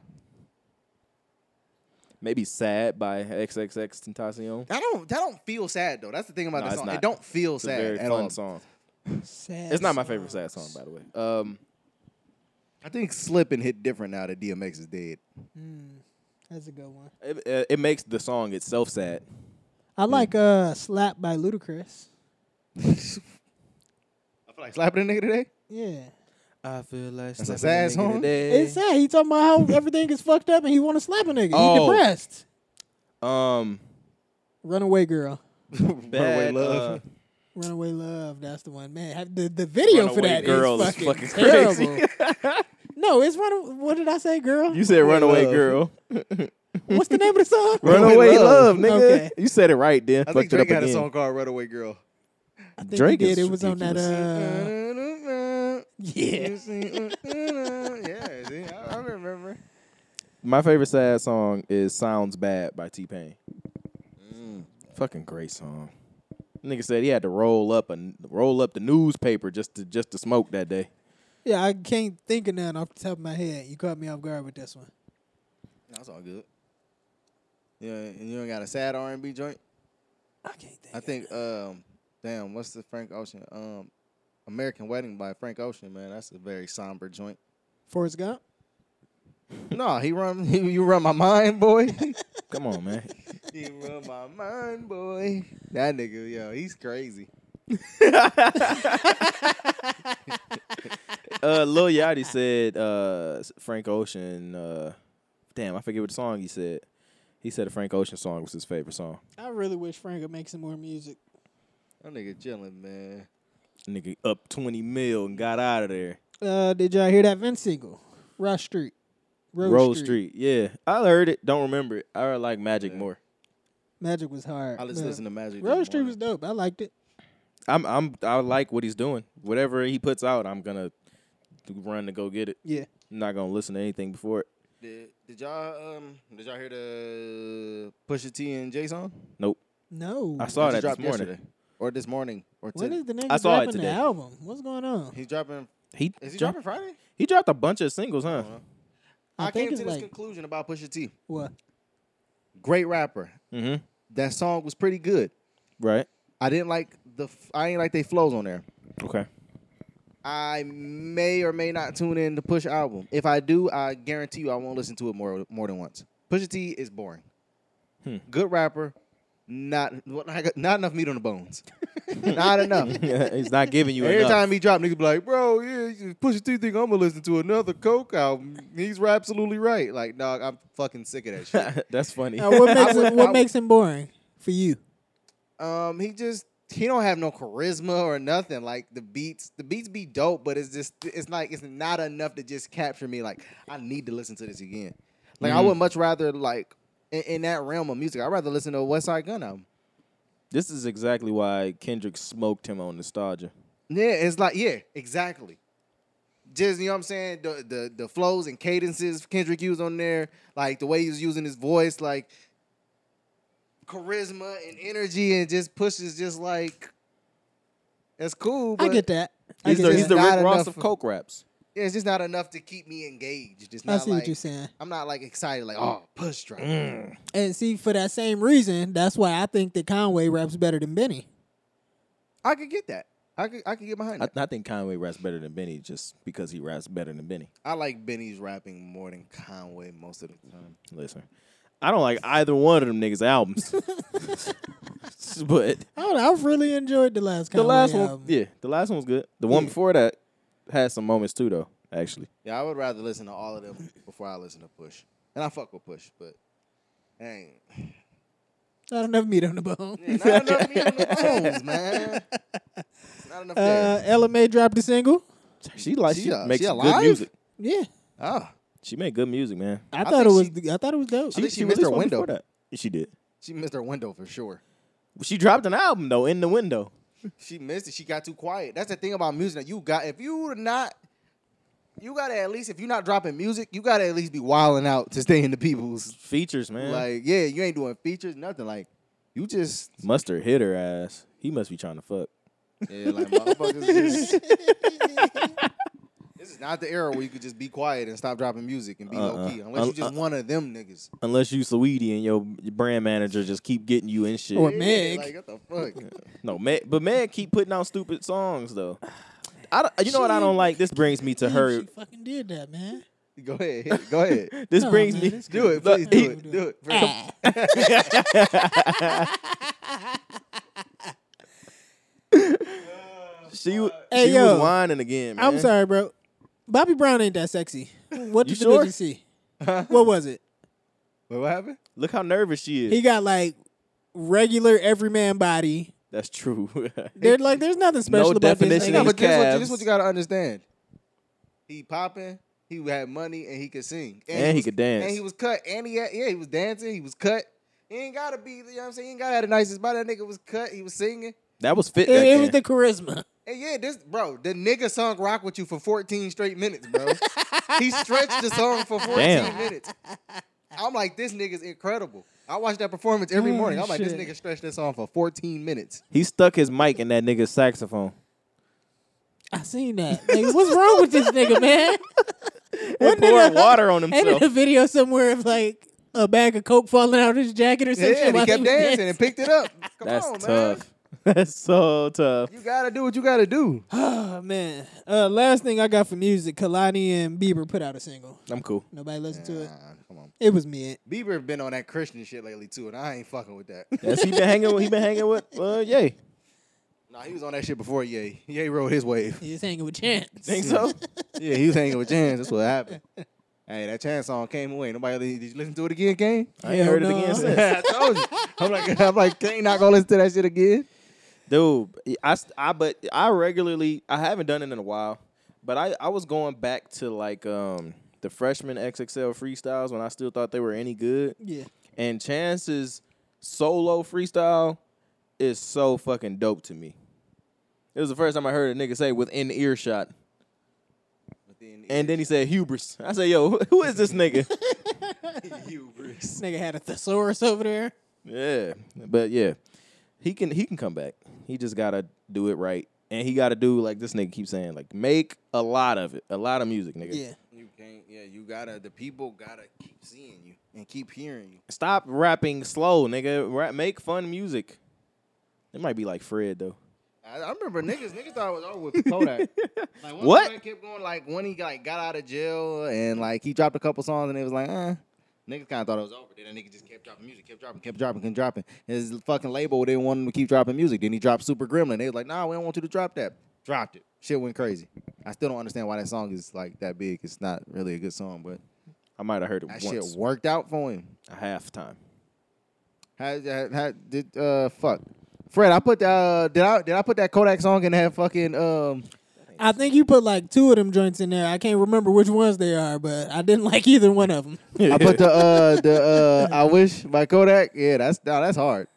B: maybe "Sad" by XXX Tentacion.
C: That don't. That don't feel sad though. That's the thing about
B: No,
C: that
B: it's
C: song. It
B: not.
C: don't feel
B: It's a
C: sad
B: very
C: at
B: fun
C: all.
B: song.
A: Sad
B: It's not my
A: song.
B: favorite sad song, by the way. Um,
C: I think Slip and Hit Different now that DMX is dead.
A: That's a good one.
B: it, it- it makes the song itself sad.
A: I
B: Mm.
A: like uh Slap by Ludacris.
C: I feel like slapping a nigga today.
A: Yeah.
B: I feel like
C: That's a sad song?
A: It's sad. He talking about how everything is fucked up and he wanna slap a nigga.
B: Oh.
A: He depressed.
B: um
A: Runaway girl.
B: bad,
C: Love.
B: uh,
A: Runaway love. That's the one. Man, have the, the video for
B: Runaway
A: that is
B: Girl is
A: fucking,
B: fucking crazy.
A: terrible. no, it's run what did I say, girl?
B: you said "Runaway
C: Love.
B: Girl."
A: What's the name of the song?
B: Runaway
C: Runaway Love.
B: Love, nigga.
A: Okay.
B: You said it right, then.
C: I
B: Fucked
C: think
B: it up
C: Drake had
B: again.
C: a song called Runaway Girl.
A: I think
B: Drake
A: he
B: is
A: did. It was on that uh Yeah.
C: yeah, see, I, I remember.
B: My favorite sad song is "Sounds Bad" by T Pain. Fucking great song. Nigga said he had to roll up and roll up the newspaper just to just to smoke that day.
A: Yeah, I can't think of none off the top of my head. You caught me off guard with this one.
C: That's all good. Yeah, and you don't got a sad R and B joint.
A: I can't think.
C: I think, um, damn, what's the Frank Ocean? Um, American Wedding by Frank Ocean. Man, that's a very somber joint.
A: Forrest Gump.
C: no, he run. you run my mind, boy.
B: Come on, man.
C: you run my mind, boy. That nigga, yo, he's crazy.
B: uh, Lil Yachty said uh, Frank Ocean. Uh, damn, I forget what song he said. He said a Frank Ocean song was his favorite song.
A: I really wish Frank would make some more music.
C: That nigga chilling, man.
B: Nigga up twenty mil and got out of there.
A: Uh, did y'all hear that Vince single? Rush Street. Rose,
B: Rose, Street. yeah. I heard it. Don't remember it. I heard like Magic more.
A: Magic was hard.
C: I just
A: but
C: listen to Magic. this
A: Rose Street
C: morning.
A: was dope. I liked it.
B: I'm I'm I like what he's doing. Whatever he puts out, I'm gonna run to go get it.
A: Yeah.
B: I'm not gonna listen to anything before it.
C: Did, did y'all um did y'all hear the Pusha T and Jay song?
B: Nope.
A: No.
B: I saw
C: It just
B: that this
C: dropped
B: morning.
C: yesterday. or this morning or
A: When
C: today.
A: is the nigga
B: I saw it
A: dropping
B: today.
A: the album? What's going on?
C: He's dropping.
B: He
C: Is he
B: dro-
C: dropping Friday?
B: He dropped Oh, a bunch of singles, huh?
C: don't know.
A: I
C: I,
A: think
C: came to
A: it's
C: this
A: like-
C: conclusion about Pusha T.
A: What?
C: Great rapper.
B: Mm-hmm.
C: That song was pretty good.
B: Right.
C: I didn't like the. f- I ain't like they flows on there.
B: Okay.
C: I may or may not tune in to Push album. If I do, I guarantee you I won't listen to it more more than once. Pusha T is boring.
B: Hmm.
C: Good rapper, not not enough meat on the bones. not enough.
B: he's not giving you
C: Every
B: enough.
C: time he dropped, niggas be like, bro, yeah, you- Pusha T think I'm gonna listen to another Coke album. He's absolutely right. Like, dog, I'm fucking sick of that
B: That's funny.
A: Now, what makes
C: would-
A: him, what
C: I-
A: makes him boring for you?
C: shit. um, he just he don't have no charisma or nothing. Like the beats, the beats be dope, but it's just it's like it's not enough to just capture me. Like, I need to listen to this again. Like, I
B: Mhm.
A: Mm-hmm.
C: would much rather like in, in that realm of music, I'd rather listen to a West Side Gun album.
B: This is exactly why Kendrick smoked him on nostalgia.
C: Yeah, it's like yeah, exactly. Just you know what I'm saying. The the the flows and cadences Kendrick used on there, like the way he was using his voice, like charisma and energy, and just pushes just like that's cool. But
A: I get that. I
B: He's
A: get
B: the,
A: that.
B: he's the
C: Not
B: Rick Ross
C: enough
B: of
C: for-
B: Coke raps.
C: yeah, it's just not enough to keep me engaged. It's
A: I
C: not
A: see
C: like
A: what you're saying. Mm.
C: I'm not like excited. Like oh, push drop.
A: And see, for that same reason, that's why I think that Conway raps better than Benny.
C: I could get that. I could I could get behind
B: I,
C: that.
B: I think Conway raps better than Benny just because he raps better than Benny.
C: I like Benny's rapping more than Conway most of the time.
B: Listen, I don't like either one of them niggas' albums. but
A: I don't know. I've really enjoyed the last
B: the
A: Conway
B: last one,
A: album.
B: yeah, the last one was good. The one before that had some moments too, though. Actually,
C: Yeah, I would rather listen to all of them before I listen to Push. And I fuck with Push, but dang.
A: Not enough meat on the bone.
C: Yeah, not enough meat on the bones, man. Not enough
A: Uh,
C: there.
A: LMA dropped a single.
B: she likes
C: She,
B: she,
C: uh,
B: makes
C: she
B: good
C: alive?
B: music.
A: Yeah,
C: Oh,
B: She made good music, man.
A: I,
C: I
A: thought it
C: think
A: was.
C: she-
A: I thought it was dope.
C: think she missed
B: released
C: her
B: one before
C: window.
B: that. She did.
C: She missed her window for sure.
B: She dropped an album though in the window.
C: She missed it. She got too quiet. That's the thing about music that you got. If you not, you gotta at least if you're not dropping music, you gotta at least be wilding out to stay in the people's.
B: Features, man.
C: Like yeah, you ain't doing features, nothing. Like you just
B: Mustard hit her ass. He must be trying to fuck.
C: yeah, like motherfuckers. just, this is not the era where you could just be quiet and stop dropping music and be
B: Uh-uh.
C: low key, unless you just
B: Uh-uh.
C: one of them niggas.
B: Unless you Saweetie and your brand manager just keep getting you in shit.
A: Or-
C: Yeah,
A: Meg.
C: like what the fuck?
B: no, Meg, but Meg keep putting out stupid songs though. I don't- you know what I don't like? This brings me to
A: Damn,
B: her.
A: She fucking did that, man.
C: Go ahead, hit- go ahead.
B: This
A: No,
B: brings
A: man,
B: me.
A: this
C: Do it,
A: Look,
C: please.
A: he-
C: Do it, do it. For-
A: Ah.
B: She, w-
A: Hey,
B: she
A: yo.
B: was whining again, man.
A: I'm sorry, bro. Bobby Brown ain't that sexy. What
B: You
A: did the
B: sure?
A: bitches see? what was it?
C: Wait, what happened?
B: Look how nervous she is.
A: He got like regular everyman body.
B: That's true.
A: They're like, there's nothing special about this. nigga.
B: definition in
C: No,
B: his
C: but this is, what, this
B: calves.
C: what you gotta understand. He popping. He had money and he could sing.
B: And he
C: was-
B: could dance.
C: And he was cut. And he had, yeah, he was dancing. He was cut. He ain't gotta be. You know what I'm saying? He ain't gotta have the nicest body. That nigga was cut. He was singing.
B: that was fit.
A: It,
B: back
A: it was the
B: then.
A: charisma.
C: And yeah, this bro, the nigga sung "Rock with You" for 14 straight minutes, bro. he stretched the song for 14
B: Damn.
C: minutes. I'm like, this nigga's incredible. I watch that performance every
A: Oh,
C: morning. I'm like, this
A: shit.
C: nigga stretched this song for 14 minutes.
B: he stuck his mic in that nigga's saxophone.
A: I seen that. Like, what's wrong with this nigga, man? What
B: poured water on
A: Ain't it
B: himself.
A: a video somewhere of like a bag of coke falling out of his jacket or
C: Yeah,
A: something?
C: and he kept dancing and picked it up. Come
B: That's
C: on, man.
B: tough. That's so tough.
C: You gotta do what you gotta do.
A: Oh man. Uh, last thing I got for music, Kalani and Bieber put out a single.
B: I'm cool.
A: Nobody listened to it.
C: Nah, come on.
A: It was mid.
C: Bieber been on that Christian shit lately too, and I ain't fucking with that.
B: Yes, he been hanging. With, he been hanging with. Uh, yay.
C: nah, he was on that shit before E Ye. Ye rode his wave.
A: He was hanging with Chance.
B: Think so?
C: Yeah, he was hanging with Chance. That's what happened. Hey, that Chance song came away. Nobody li- did you listen to it again, Kane?
B: I ain't heard it
A: Hell no.
B: again since.
C: I told you. I'm like, I'm like, Kane not gonna listen to that shit again.
B: Dude, I, st- I but I regularly I haven't done it in a while, but I I was going back to like um the freshman XXL freestyles when I still thought they were any good.
A: Yeah.
B: And Chance's solo freestyle is so fucking dope to me. It was the first time I heard a nigga say within earshot. And then he said hubris. I said, yo, who is this nigga?
A: This nigga had a thesaurus over there.
B: yeah. But yeah. He can he can come back. He just gotta do it right. And he gotta do like this nigga keeps saying, like, make a lot of it. A lot of music, nigga.
A: Yeah.
C: you can't. Yeah, you gotta. The people gotta keep seeing you and keep hearing you.
B: Stop rapping slow, nigga. Rap, make fun music. It might be like Fred though.
C: I, I remember niggas, niggas thought it was over with Kodak. Like, one
B: What?
C: Kodak kept going like when he like got out of jail and like he dropped a couple songs and it was like, eh. Niggas kind of thought it was over. Then that nigga just kept dropping music, kept dropping, kept dropping, kept dropping. His fucking label didn't want him to keep dropping music. Then he dropped Super Gremlin. They was like, nah, we don't want you to drop that. Dropped it. Shit went crazy. I still don't understand why that song is like that big. It's not really a good song, but
B: I might have heard it
C: that
B: once.
C: shit worked out for him.
B: a half time.
C: How, how, how did uh fuck? Fred, I put uh did I did I put that Kodak song in that fucking um
A: I think you put like two of them joints in there. I can't remember which ones they are, but I didn't like either one of them.
C: I put the uh the uh I wish by Kodak. Yeah, that's nah, that's hard.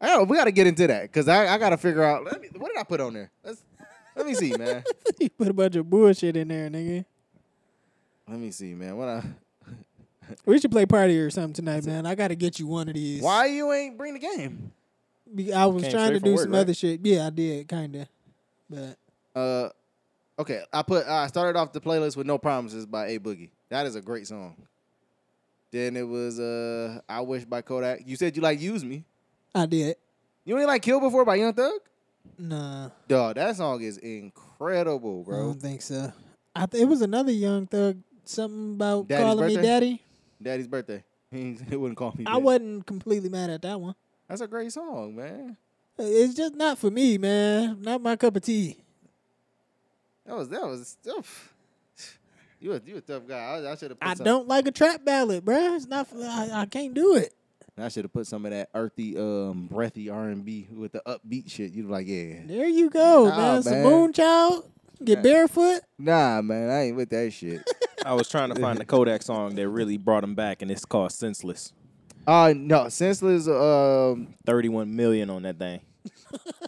C: I gotta, we got to get into that because I, I got to figure out let me, what did I put on there. Let's let me see, man.
A: you put a bunch of bullshit in there, nigga.
C: Let me see, man. What I,
A: We should play party or something tonight, man. I got to get you one of these.
C: why you ain't bring the game?
A: Be- I was
B: Came
A: trying to
B: straight from
A: do
B: work,
A: some
B: right?
A: other shit. Yeah, I did, kind of. But
C: Uh, okay. I put I started off the playlist with "No Promises" by A Boogie. That is a great song. Then it was uh "I Wish" by Kodak. You said you like "Use Me."
A: I did.
C: You ain't like "Kill" before by Young Thug.
A: Nah,
C: Dog, that song is incredible,
A: I
C: bro.
A: don't think so. I th- it was another young thug, something about
C: Daddy's
A: calling me
C: birthday?
A: daddy.
C: Daddy's birthday. He wouldn't call me.
A: Mm-hmm. I
C: that.
A: wasn't completely mad at that one.
C: That's a great song, man.
A: It's just not for me, man. Not my cup of tea.
C: That was that was tough. You a you a tough guy. I, should have.
A: I don't like a trap ballad, bruh. It's not. For, I, I can't do it.
C: I should have put some of that earthy, um, breathy R and B with the upbeat shit. You'd be like, yeah,
A: There you go,
C: Nah,
A: man. Some
C: man.
A: moon child. Get
C: Yeah.
A: barefoot.
C: nah, man, I ain't with that shit.
B: I was trying to find the Kodak song that really brought him back, and it's called Senseless.
C: Uh no, senseless. Um,
B: 31 million on that thing.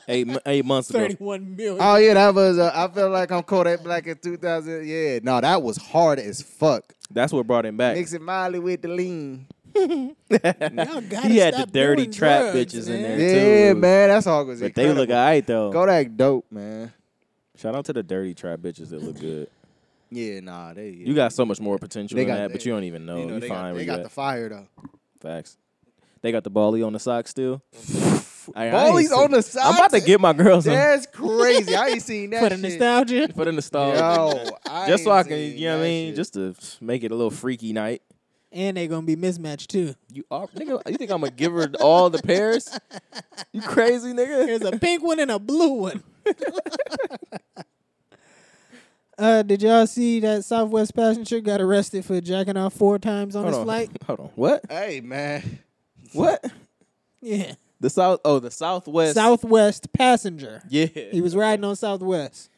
B: eight, mo- eight months ago.
A: Thirty-one million.
C: oh yeah, that was. Uh, I feel like I'm Kodak Black in 2000. Yeah, no, that was hard as fuck.
B: That's what brought him back.
C: Mixing Molly with the lean.
A: Y'all gotta
B: he had the
A: stop
B: dirty
A: doing
B: trap
A: drugs,
B: bitches in
A: man.
B: there
C: Yeah,
B: too.
C: man, that's all was.
B: But they look
C: incredible.
B: alright though.
C: Kodak dope, man.
B: Shout out to the dirty trap bitches that look good.
C: Yeah, nah, they. Yeah.
B: You got so much more potential
C: They
B: than
C: got-
B: that, but
C: they-
B: you don't even know.
C: You
B: You,
C: know, they
B: fine
C: got,
B: with
C: they got
B: that.
C: the fire though.
B: Facts. They got the Bali on the sock still. I- I ain't
C: Bally's
B: seen-
C: on the side.
B: I'm about to get my girls some
C: That's crazy. I ain't seen that
A: for the
C: shit.
A: nostalgia.
B: put in the stall.
C: Yo, I
B: just so
C: ain't
B: I can,
C: seen
B: you know what
C: that
B: I mean?
C: shit.
B: Just to make it a little freaky night.
A: And they gonna be mismatched too.
B: You are, nigga. You think I'm gonna give her all the pairs? You crazy, nigga?
A: There's a pink one and a blue one. uh, did y'all see that Southwest passenger got arrested for jacking off four times on
B: Hold
A: his
B: on.
A: flight?
B: Hold on. What?
C: hey man,
B: What?
A: Yeah,
B: The south? Oh, the Southwest.
A: Southwest passenger.
B: Yeah.
A: He was riding on Southwest.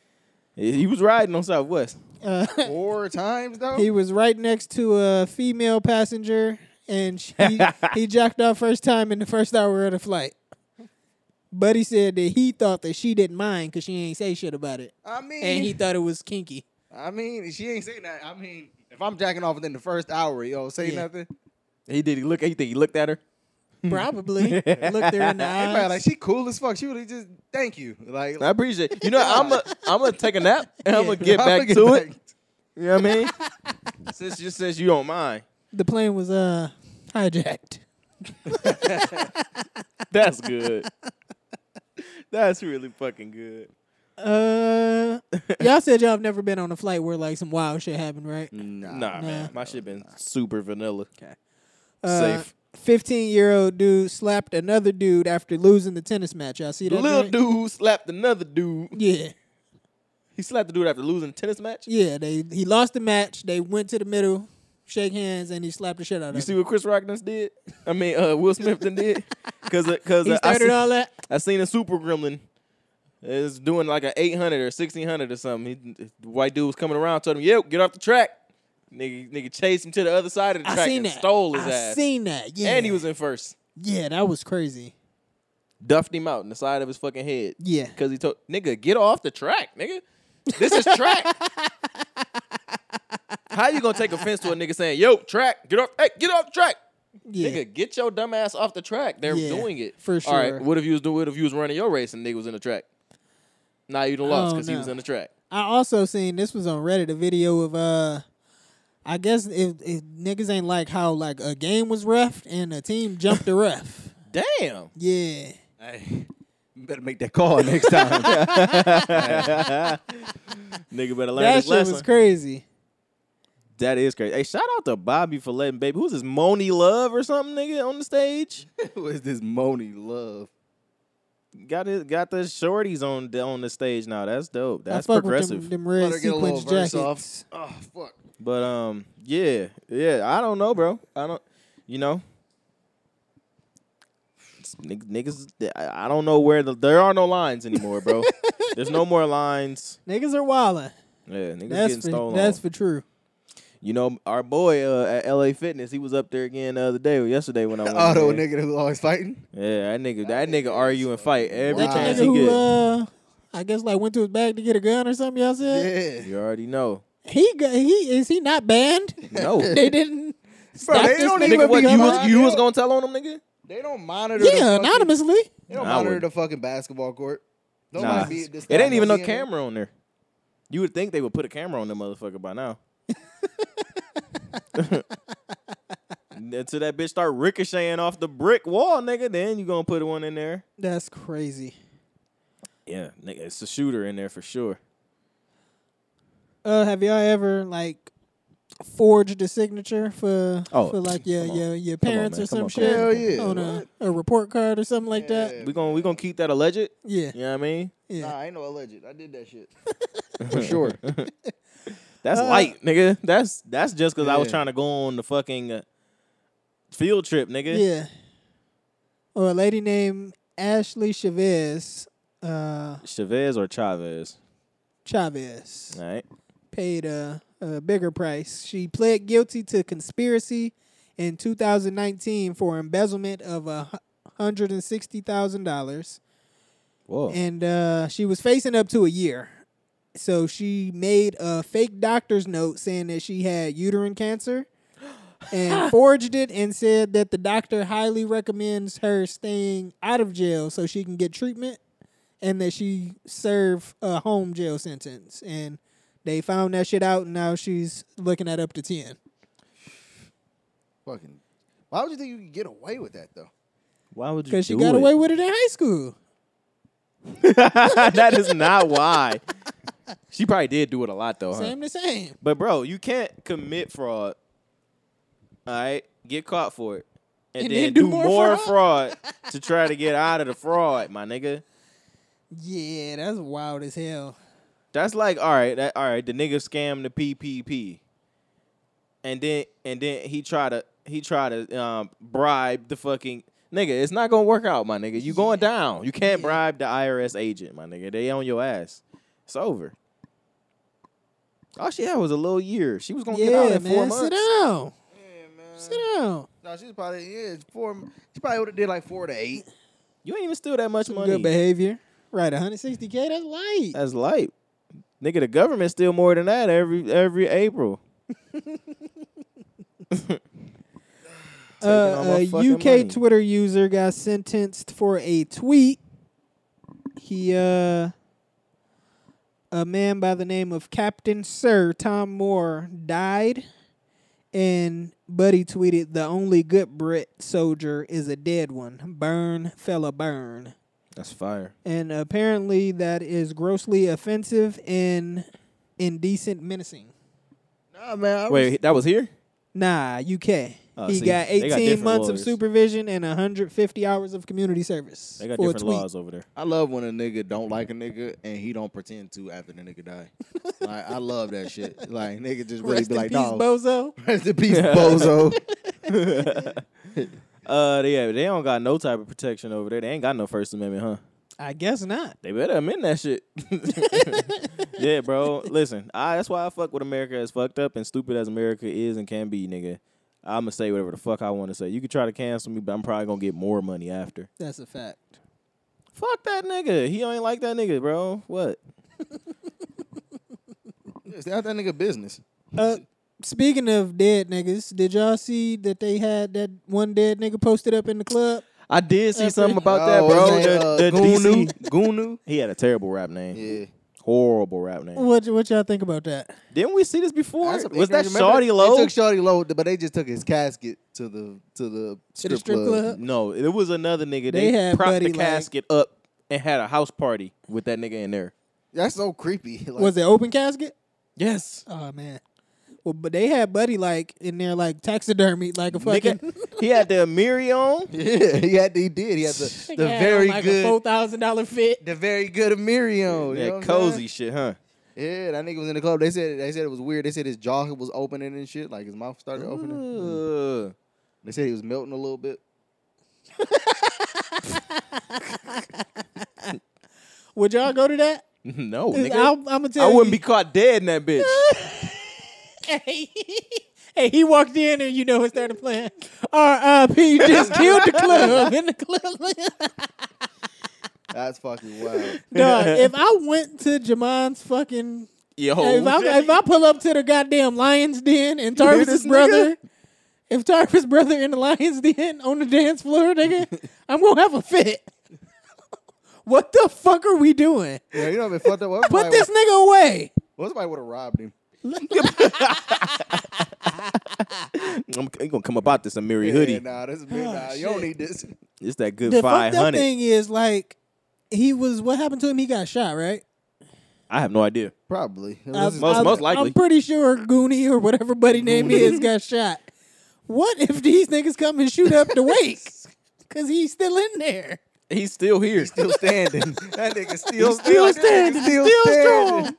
B: He was riding on Southwest.
A: Uh,
C: four times though.
A: he was right next to a female passenger, and she, he jacked off first time in the first hour of the flight. But he said that he thought that she didn't mind because she ain't say shit about it,
C: I mean,
A: and he thought it was kinky.
C: I mean, she ain't say that. I mean, if I'm jacking off within the first hour, yo, say
A: Yeah.
C: nothing.
B: He did. He look. He think he looked at her.
A: Probably looked her in the
B: Uh,
C: Hey,
A: eyes.
C: man, like she cool as fuck. She really just thank you. Like
B: I appreciate. You know, I'm a. I'm gonna take a nap and I'm gonna get
C: I'ma
B: back
C: get
B: to
C: back-
B: it. You know what I mean? since just since you don't mind,
A: the plane was uh hijacked.
B: that's good. that's really fucking good.
A: Uh, y'all said y'all have never been on a flight where like some wild shit happened, right?
B: Nah,
A: Nah.
B: man, my shit been super vanilla. Okay,
A: Uh,
B: safe.
A: Fifteen-year-old dude slapped another dude after losing the tennis match. Y'all see
B: The
A: that?
B: little
A: joint?
B: dude slapped another dude.
A: Yeah,
B: He slapped the dude after losing a tennis match.
A: yeah. They he lost the match. They went to the middle, shake hands, and he slapped the shit out of
B: You
A: him.
B: see what Chris Rock done did? I mean, uh, Will Smith done did? Because because
A: He
B: uh, I,
A: started
B: seen-
A: all that.
B: I seen a super gremlin is doing like a 800 or 1600 or something. He, the white dude was coming around, told him, "Yep, get off the track." Nigga, nigga chased him to the other side of the
A: I
B: track
A: seen
B: and
A: that.
B: stole his
A: I
B: ass.
A: seen that. Yeah,
B: And he was in first.
A: yeah. That was crazy.
B: Duffed him out in the side of his fucking head.
A: Yeah.
B: Because he told, nigga, get off the track, nigga. This is track. How you gonna take offense to a nigga saying, yo, track, get off, hey, get off the track.
A: Yeah,
B: Nigga, get your dumb ass off the track. They're
A: Yeah,
B: doing it.
A: for
B: All
A: sure.
B: right, what if you was doing what if you was running your race and nigga was in the track? Now you done
A: Oh,
B: lost because he was
A: no.
B: in the track.
A: I also seen this was on Reddit a video of uh I guess if, if niggas ain't like how like a game was ref and a team jumped the ref.
B: Damn.
A: Yeah.
C: Hey, you better make that call next time.
B: Nigga better learn
A: That
B: his
A: shit
B: lesson.
A: was crazy.
B: that is crazy. Hey, shout out to Bobby for letting baby. Who's this Moni Love or something, nigga, on the stage?
C: Who is this Moni love?
B: got his, got the shorties on the, on the stage now. That's dope. That's
A: I fuck
B: progressive.
A: with them, them
C: Let
A: red
C: her get a little
A: sequence
C: verse
A: jackets.
C: off. Oh fuck.
B: But um, yeah, yeah. I don't know, bro. I don't. You know, It's nig- niggas. I I don't know where the there are no lines anymore, bro. There's no more lines.
A: Niggas are wildin'.
B: Yeah, niggas
A: That's
B: getting
A: for
B: stolen.
A: that's for true.
B: you know, our boy uh, at LA Fitness, he was up there again the other day, yesterday when I went.
C: Auto
B: there.
C: nigga who always fighting.
B: Yeah, that nigga, that nigga argue and fight every
C: Wow.
A: That
B: chance
A: nigga
B: he
A: who
B: get.
A: uh I guess like went to his bag to get a gun or something, y'all
B: Uh,
A: said?
C: Yeah.
B: you already know.
A: He got he is he not banned?
B: No,
A: they didn't
C: Bro,
A: stop
C: they
A: this
C: don't
A: nigga.
C: even
B: nigga, what
C: be
B: you was,
C: allowed
B: you
C: to-
B: was gonna tell on him, nigga?
C: They don't monitor. the
A: Yeah,
C: fucking-
A: anonymously.
C: They don't
B: Nah, I
C: monitor
B: wouldn't.
C: the fucking basketball court. Nobody
B: Nah.
C: be at this
B: It ain't
C: time
B: even no
C: gonna see it.
B: camera on there. You would think they would put a camera on the motherfucker by now. Until that bitch start ricocheting off the brick wall, nigga, then you gonna put one in there.
A: That's crazy.
B: Yeah, nigga, it's a shooter in there for sure.
A: Uh, have y'all ever like forged a signature for
B: Oh,
A: for like your
B: come on.
A: your, your
B: Come on,
A: parents
B: man.
A: or
B: Come
A: some
B: on, come
A: shit
C: Hell yeah.
A: on a, a report card or something like that?
C: Yeah.
B: We gonna we gonna keep that alleged.
A: Yeah,
B: You know what I mean?
A: yeah.
C: Nah, I ain't no alleged. I did that shit. For sure.
B: That's
A: Uh,
B: light, nigga. That's that's just cause I was
C: Yeah.
B: trying to go on the fucking uh, field trip, nigga.
A: yeah. Or a lady named Ashley Chavez uh,
B: Chavez or Chavez.
A: Chavez
B: All right.
A: paid a, a bigger price. She pled guilty to conspiracy in 2019 for embezzlement of a hu- $160,000
B: Whoa.
A: and uh, she was facing up to a year. So she made a fake doctor's note saying that she had uterine cancer and forged it and said that the doctor highly recommends her staying out of jail so she can get treatment and that she serve a home jail sentence. And they found that shit out and now she's looking at up to 10.
C: Fucking. Why would you think you could get away with that though?
B: Why would you?
A: Because she
B: do
A: got
B: it?
A: away with it in high school.
B: that is not why. She probably did do it a lot though. huh?
A: Same the same.
B: But bro, you can't commit fraud. All right, get caught for it, and, then, do, more, fraud to try to get out of the fraud, my nigga.
A: Yeah, that's wild as hell.
B: That's like all right, that all right. The nigga scammed the PPP, and then and then he try to he try to um, bribe the fucking nigga. It's not gonna work out, my nigga. You going down. You can't
A: Yeah.
B: bribe the IRS agent, my nigga. They on your ass. It's over. All she had was a little year. She was gonna get out
A: Yeah,
B: in four
A: man. Sit
B: months.
A: down.
C: Yeah, man.
A: Sit down.
C: No, she's probably yeah, it's four. She probably would have did like four to eight.
B: You ain't even steal that much
A: Some
B: money.
A: good behavior. Right, 160k. That's light.
B: That's light. Nigga, the government steal more than that every every April.
A: Uh,
B: all my
A: a
B: fucking
A: UK
B: money.
A: Twitter user got sentenced for a tweet. He uh, a man by the name of Captain Sir Tom Moore died, and Buddy tweeted, "The only good Brit soldier is a dead one. Burn, fella, burn."
B: That's fire.
A: And apparently, that is grossly offensive and indecent, menacing.
C: Nah, man. I
B: Wait, that was here?
A: Nah, UK.
B: Oh,
A: he
B: see,
A: got
B: they
A: 18
B: got different
A: months of
B: lawyers.
A: supervision and 150 hours of community service.
B: They got
A: for a
B: different
A: tweet.
B: laws over there.
C: I love when a nigga don't like a nigga and he don't pretend to after the nigga die. like I love that shit. Like nigga just really
A: Rest
C: be
A: in
C: like,
A: peace,
C: no,
A: bozo.
C: rest in peace, bozo.
B: Uh, yeah, they don't got no type of protection over there. They ain't got no First Amendment, huh?
A: I guess not.
B: They better amend that shit. yeah, bro. Listen, I, that's why I fuck with America as fucked up and stupid as America is and can be, nigga. I'ma say whatever the fuck I want to say. You could try to cancel me, but I'm probably gonna get more money after.
A: That's a fact.
B: Fuck that nigga. He ain't like that nigga, bro. What?
C: It's not that nigga business.
A: Uh, speaking of dead niggas, did y'all see that they had that one dead nigga posted up in the club?
B: I did see
A: Every-
B: something about
C: Oh,
B: that, bro.
C: his name,
B: the
C: uh,
B: the
C: Gunu?
B: DC.
C: Gunu.
B: He had a terrible rap name.
C: Yeah.
B: Horrible rap name.
A: What what y'all think about that?
B: Didn't we see this before?
C: That's a-
B: Was that
C: remember,
B: Shawty
C: They
B: Low?
C: took Shawty Low, but they just took his casket to the to the
A: To
C: strip,
A: the strip club?
B: no, it was another nigga.
A: They
B: They,
A: had
B: propped
A: Buddy,
B: the
A: like-
B: casket up and had a house party with that nigga in there.
C: That's so creepy. Like,
A: Was it open casket?
B: Yes.
A: Oh man. Well, but they had Buddy like in there like taxidermy, like a fucking.
B: Nigga, he had the Amiri on.
C: Yeah, he had. He did. He had the the very
A: like a four
C: good.
A: thousand dollar fit.
C: The very good Miriam. you know what
B: That
C: I'm
B: cozy shit, huh?
C: saying? Yeah, that nigga was in the club. They said they said it was weird. They said his jaw was opening and shit, like his mouth started opening.
B: Ugh.
C: They said he was melting a little bit.
A: Would y'all go to that?
B: no,
A: I'm,
B: nigga.
A: I'm gonna
B: I
A: tell
B: wouldn't
A: you.
B: be caught dead in that bitch.
A: hey, hey, he walked in and you know it started playing. R.I.P. just killed the club in the club.
C: That's fucking wild.
A: Dog, if I went to Jamon's fucking,
B: Yo,
A: if, I, if I pull up to the goddamn Lions Den and
B: hear
A: Tarvis'
B: this
A: brother, if Tarvis' brother in the Lions Den on the dance floor, nigga, I'm gonna have a fit. what the fuck are we doing?
C: Yeah, you know what I mean? Fucked up. What if
A: Put
C: somebody-
A: this nigga away.
C: What if somebody would have robbed him?
B: I'm, you gonna come about this Amiri
C: Yeah,
B: hoodie.
C: nah, this is big.
A: Oh,
C: Nah, you don't
A: shit.
C: need this.
B: It's that good
A: The
B: five
A: fucked up
B: hundred.
A: thing is like, he was what happened to him? He got shot, right?
B: I have no idea.
C: Probably.
A: I-
B: most-
A: I-
B: most likely.
A: I'm pretty sure Goonie or whatever buddy name is got shot. What if these niggas come and shoot up the wake? Cause he's still in there.
B: He's still here.
C: still standing. that nigga still,
B: He's still
C: like, this nigga
B: standing.
C: Still,
B: Still
C: standing.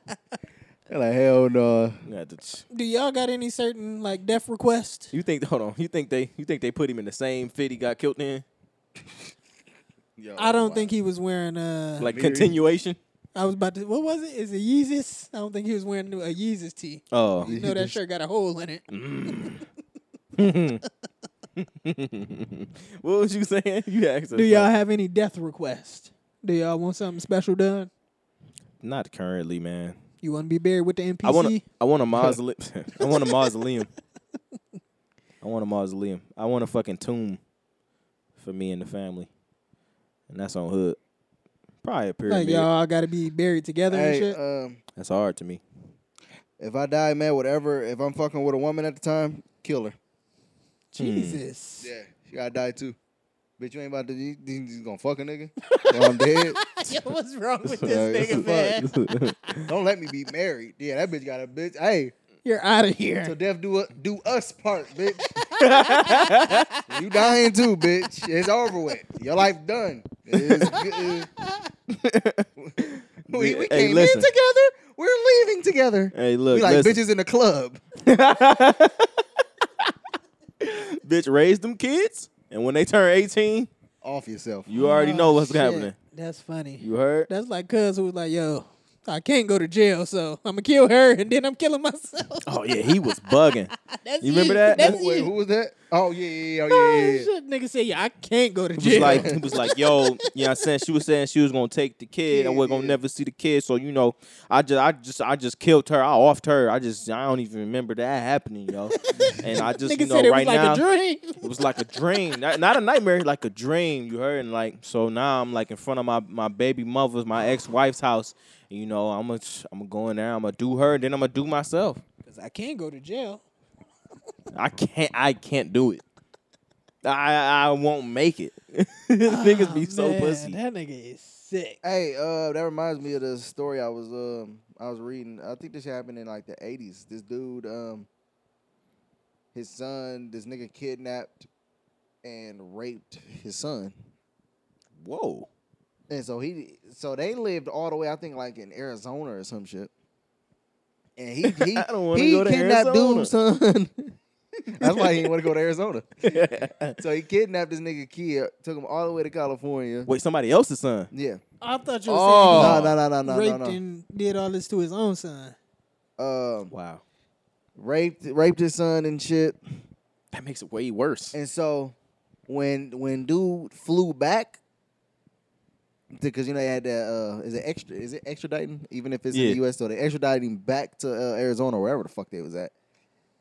C: They're like, hell no.
B: Yeah, that's-
A: Do y'all got any certain like death request?
B: You think? Hold on. You think they? You think they put him in the same fit he got killed in?
C: Yo,
A: I don't
C: wow.
A: think he was wearing uh
B: Like
C: Amiri.
B: continuation?
A: I was about to what was it? Is it Yeezus? I don't think he was wearing a Yeezus tee.
B: Oh,
A: You know that shirt got a hole in it.
B: what was you saying? You asked. us
A: Do y'all
B: that.
A: have any death requests? Do y'all want something special done?
B: Not currently, man.
A: You want to be buried with the NPC?
B: I want. a- I want a mausoleum. I want a mausoleum. I want a mausoleum. I want a fucking tomb for me and the family, and that's on hood. Probably a
A: like
B: pyramid.
A: y'all all got to be buried together and
C: Hey,
A: shit.
B: uh,
C: um,
B: That's hard to me.
C: if I die, man, whatever. If I'm fucking with a woman at the time, kill her.
B: hmm.
A: Jesus.
C: Yeah, she gotta die too. Bitch, you ain't about to. You, you you gonna fuck a nigga? Well, I'm dead.
A: what's wrong with
C: this nigga, man?
B: Fuck.
C: Don't let me be married. Yeah, that bitch got a bitch. Hey,
A: You're out of
C: till
A: here.
C: death do u- do us part, bitch. you dying too, bitch. It's over with. Your life done. It's good. we, we
B: Hey,
C: came
B: listen.
C: in together. We're leaving together.
B: hey, look,
C: we like
B: listen.
C: bitches in the club.
B: bitch, raise them kids, and when they turn eighteen,
C: Off yourself.
B: you already know what's
A: Oh, Shit,
B: happening.
A: That's funny.
B: You heard?
A: That's like cuz who was like, yo, I can't go to jail, so I'm gonna kill her and then I'm killing myself.
B: Oh yeah, he was bugging.
A: That's
B: You remember that?
A: That's
C: Who- wait,
A: you.
C: who was that? Oh yeah, yeah, yeah, oh,
A: Oh,
C: yeah, yeah, yeah.
A: shit, nigga said, yeah, I can't go to
B: He was
A: jail.
B: like, he was like, yo, you know what I'm saying? She was saying she was gonna take the kid and we're gonna
C: Yeah.
B: never see the kid. So you know, I just I just I just killed her. I offed her. I just I don't even remember that happening, yo. and I just
A: nigga
B: you know
A: said it
B: right
A: was
B: now
A: like a dream.
B: it was like a dream. Not, not a nightmare, like a dream, you heard? And like so now I'm like in front of my, my baby mother's, my ex wife's house. And, you know, I'm gonna I'm gonna go in there, I'm gonna do her, then I'm gonna do myself.
A: Cause I can't go to jail.
B: I can't I can't do it. I I won't make it. Niggas be so
A: Oh, Ah, Man,
B: pussy.
A: That nigga is sick.
C: Hey, uh, that reminds me of the story I was um I was reading. I think this happened in like the eighties. This dude, um, his son, this nigga kidnapped and raped his son,
B: Whoa.
C: and so he, so they lived all the way I think like in Arizona or some shit. And he he,
B: I don't wanna
C: he
B: go to
C: kidnapped
B: Arizona.
C: dude's son. That's why he didn't want to go to Arizona. So he kidnapped this nigga kid, took him all the way to California.
B: Wait, somebody else's son.
C: Yeah.
A: I thought you were
B: Oh.
C: No,
A: saying
C: no, no, no,
A: he
C: no,
A: raped
C: no,
A: and did all this to his own son.
C: no. Um,
B: Wow.
C: raped raped his son and shit.
B: That makes it way worse.
C: And so when when dude flew back, because you know they had that uh, is it extra is it extraditing even if it's in the
B: Yeah.
C: U.S. So they extradited him back to uh, Arizona or wherever the fuck they was at.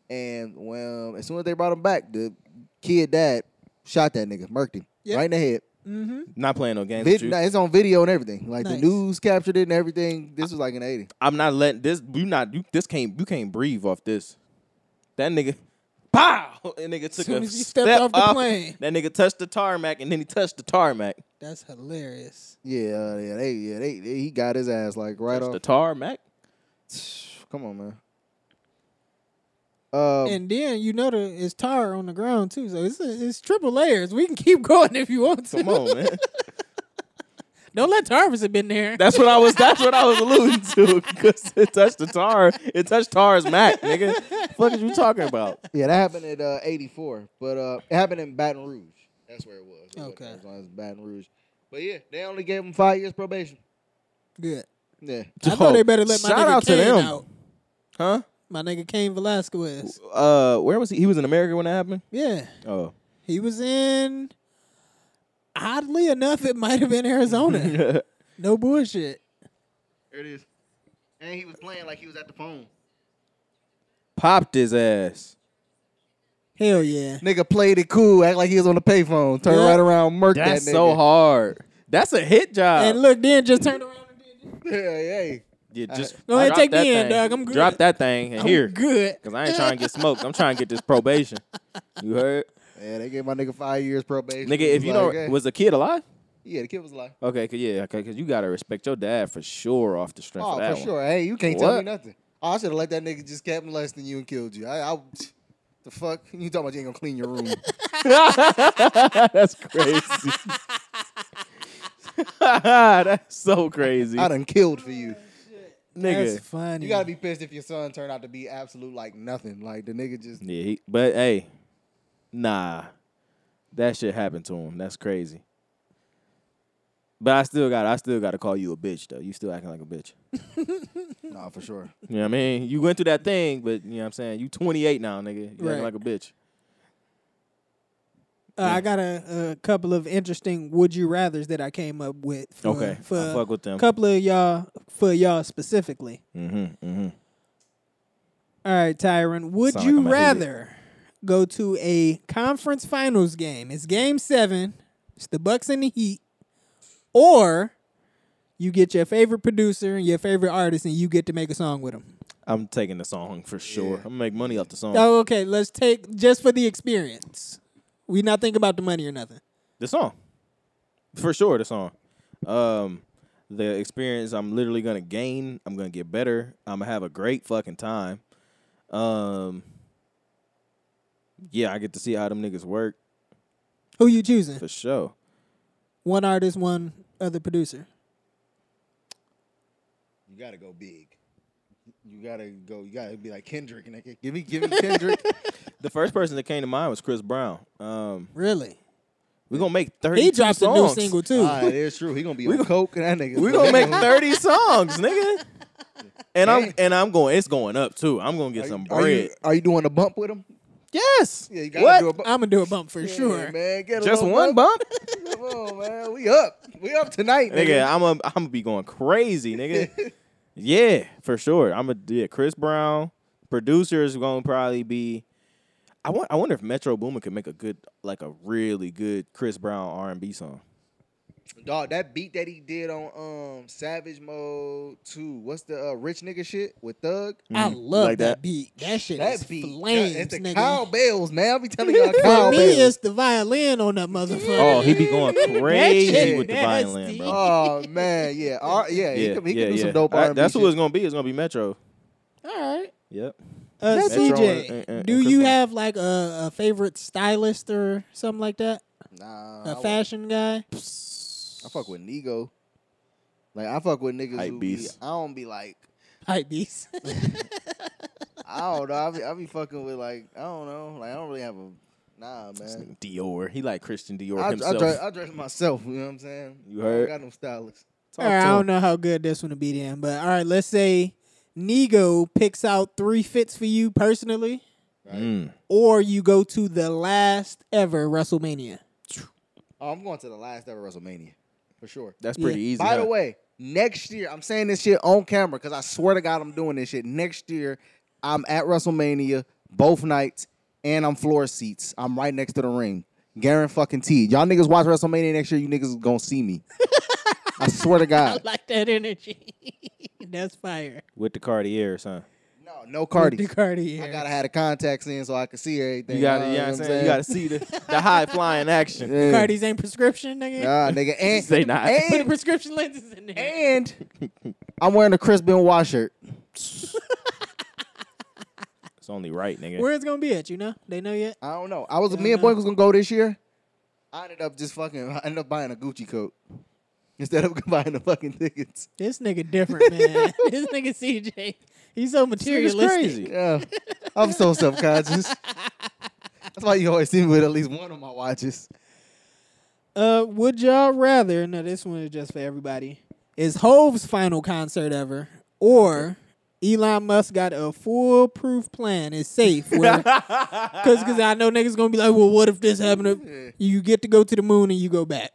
C: And when as soon as they brought him back, the kid dad shot that nigga, murked him
A: Yep.
C: right in the head.
A: Mm-hmm.
B: Not playing no games.
C: Vid-
B: with you.
C: nah, it's on video and everything. Like the
A: Nice.
C: news captured it and everything. This was like an eighty.
B: I'm not letting this. You not. You this can't. You can't breathe off this. That nigga. Pow! That nigga took
A: Soon
B: a
A: as he
B: step
A: stepped off the plane.
B: That nigga touched the tarmac and then he touched the tarmac.
A: That's hilarious.
C: Yeah, uh, yeah, they, yeah, they, they, he got his ass like right
B: Touched
C: off.
B: the tarmac.
C: Come on, man. Um,
A: and then you know the it's tar on the ground too, so it's it's triple layers. We can keep going if you want to.
B: Come on, man.
A: Don't let Tarvis have been there.
B: That's what I was. That's what I was alluding to. Because it touched the tar. It touched tar's mac, nigga. Fuck is you talking about?
C: Yeah, that happened at uh, 84, but uh, it happened in Baton Rouge. That's where it was. It wasn't
A: Okay.
C: Arizona, It was Baton Rouge. But yeah, they only gave him five years probation.
A: Good.
C: Yeah.
A: I know they better let my
B: Shout
A: nigga
B: out to
A: Kane
B: them.
A: out.
B: huh?
A: My nigga Kane Velasquez.
B: Uh, where was he? He was in America when that happened.
A: Yeah,
B: Oh,
A: he was in. Oddly enough, it might have been Arizona. no bullshit.
C: There it is. And he was playing like he was at the phone.
B: popped his ass.
A: Hell yeah.
C: Nigga played it cool, act like he was on the payphone. Turn
A: Yeah.
C: right around, murk
B: That's
C: that nigga.
B: so hard. That's a hit job.
A: And look, then just turned around and did. this.
C: Yeah, yeah.
B: yeah, just
A: Go ahead,
B: drop
A: take me
B: that
A: in,
B: thing.
A: dog. I'm good.
B: Drop that thing and
A: I'm
B: here,
A: good.
B: cause I ain't trying to get smoked. I'm trying to get this probation. You heard,
C: Yeah, they gave my nigga five years probation. It
B: nigga? If
C: was
B: you
C: like,
B: don't,
C: hey.
B: was the kid alive?
C: yeah, the kid was like,
B: Okay, cause yeah, okay, cause you gotta respect your dad for sure off the strength
C: oh,
B: of
C: for
B: that one.
C: sure. Hey, you can't tell me
B: What?
C: nothing. Oh, I should have let that nigga just kept molesting you and killed you. I, I the fuck you talking about? You ain't gonna clean your room.
B: That's crazy. That's so crazy,
C: I done killed for you.
B: nigga.
A: That's funny.
C: You gotta be pissed if your son turned out to be absolute like nothing. Like the nigga just
B: Yeah, he, but hey, nah, that shit happened to him. That's crazy. But I still got, I still got to call you a bitch though. You still acting like a bitch.
C: nah for sure.
B: You know what I mean? You went through that thing, but you know what I'm saying? You 28 now, nigga. You
A: Right.
B: acting like a bitch.
A: Uh, I got a, a couple of interesting would you rather's that I came up with. For,
B: Okay, I
A: for
B: fuck with them.
A: A couple of y'all for y'all specifically.
B: Mm-hmm. Mm-hmm.
A: All right, Tyron. Would
B: Sound like
A: you
B: I'm a idiot.
A: rather go to a conference finals game? It's game seven. It's the Bucks and the Heat. Or you get your favorite producer and your favorite artist and you get to make a song with them.
B: I'm taking the song for sure. I'm gonna make money off the song.
A: Oh, okay. Let's take just for the experience. We not thinking about the money or nothing.
B: The song, for sure, the song. Um, the experience I'm literally gonna gain. I'm gonna get better. I'm gonna have a great fucking time. Um, yeah, I get to see how them niggas work
A: Who you choosing?
B: for sure.
A: One artist, one other producer.
C: You gotta go big. You gotta go. You gotta be like Kendrick, nigga.
D: Give me, give me Kendrick.
B: The first person that came to mind was Chris Brown. Um,
A: Really?
B: we're gonna make thirty.
A: He dropped
B: songs.
A: a new single too.
C: Ah, it is true. He gonna be on coke and that nigga.
B: We're gonna make thirty songs, nigga. And I'm and I'm going. It's going up too. I'm gonna get
C: Are
B: some
C: you,
B: bread.
C: are you are you doing a bump with him?
B: yes.
C: Yeah, you gotta
B: what?
C: do a bump.
A: I'm gonna do a bump for
C: Yeah,
A: sure.
C: man. Get a
B: Just
C: little
B: one bump,
C: Come on, Oh, man. We up. We up tonight,
B: nigga. I'm a, I'm gonna be going crazy, nigga. yeah, for sure. I'm a yeah. Chris Brown producer is gonna probably be. I want. I wonder if Metro Boomin could make a good, like a really good Chris Brown R and B song.
C: Dog, that beat that he did on um Savage Mode 2, what's the uh, rich nigga shit with Thug?
A: I love
B: Mm-hmm. like
A: that.
B: that.
A: beat. That shit
C: that
A: is
C: beat.
A: flames,
C: yeah, it's the
A: nigga.
C: cowbells, man. I'll be telling y'all
A: For me,
C: cowbells.
A: it's the violin on that motherfucker.
B: Oh, he be going crazy
A: shit
B: with the
A: nasty.
B: violin, bro.
C: Oh man, yeah, All, yeah,
B: yeah,
C: He can, he
B: yeah,
C: can do
B: yeah.
C: some dope
B: I-
C: R&B.
B: that's
C: shit.
B: who it's gonna be. It's gonna be Metro.
A: All right.
B: Yep.
A: Uh,
B: Metro
A: CJ,
B: and- and- and
A: do
B: Chris
A: you
B: Brown.
A: have like a, a favorite stylist or something like that?
C: Nah, I
A: A
C: wa-
A: fashion guy?
C: I fuck with Nego. Like I fuck with niggas
B: Hype
C: who be,
B: beast.
C: I don't be like
A: Hype beast.
C: I don't know. I be, I be fucking with like I don't know. Like I don't really have a nah,
B: This
C: man.
B: nigga Dior. He like Christian Dior
C: I, I,
B: himself.
C: dress, I dress myself. You know what I'm saying?
B: You
C: I
B: heard?
C: don't got no stylist.
A: all right, I don't know how good this one will be then, but all right, let's say Nego picks out three fits for you personally,
B: Mm.
A: or you go to the last ever WrestleMania.
C: Oh, I'm going to the last ever WrestleMania for sure.
B: That's
A: Yeah.
B: pretty easy.
C: By the
B: huh?
C: way, next year I'm saying this shit on camera because I swear to God I'm doing this shit. Next year I'm at WrestleMania both nights and I'm floor seats. I'm right next to the ring. Guaranteed. Y'all niggas watch WrestleMania next year. You niggas is gonna see me. I swear to
A: I
C: God.
A: like that energy. That's fire.
B: with the Cartier, son.
C: No, no
A: With
C: Cardi.
A: The Cartier.
C: I gotta have the contacts in so I can see everything.
B: You gotta,
C: know
B: you, know
C: what
B: what I'm
C: I'm
B: saying? you gotta see the, the high flying action.
C: Yeah.
A: Cardi's ain't prescription, nigga.
C: Nah, nigga. And,
B: They not.
A: Put the
C: and,
A: prescription lenses in there.
C: and I'm wearing a Chris Benoit shirt.
B: It's only right, nigga.
A: Where it's gonna be at, you know? They know yet?
C: I don't know. I was
A: don't
C: me and
A: know.
C: Boy was gonna go this year. I ended up just fucking. I ended up buying a Gucci coat instead of buying the fucking tickets.
A: This nigga different, man. this nigga CJ. He's so
B: It's
A: materialistic.
B: crazy.
C: Yeah, I'm so self conscious. That's why you always see me with at least one of my watches.
A: Uh would y'all rather no this one is just for everybody. Is Hove's final concert ever or Elon Musk got a foolproof plan. It's safe. Where, cause, cause I know niggas gonna be like, well, what if this happened? You get to go to the moon and you go back.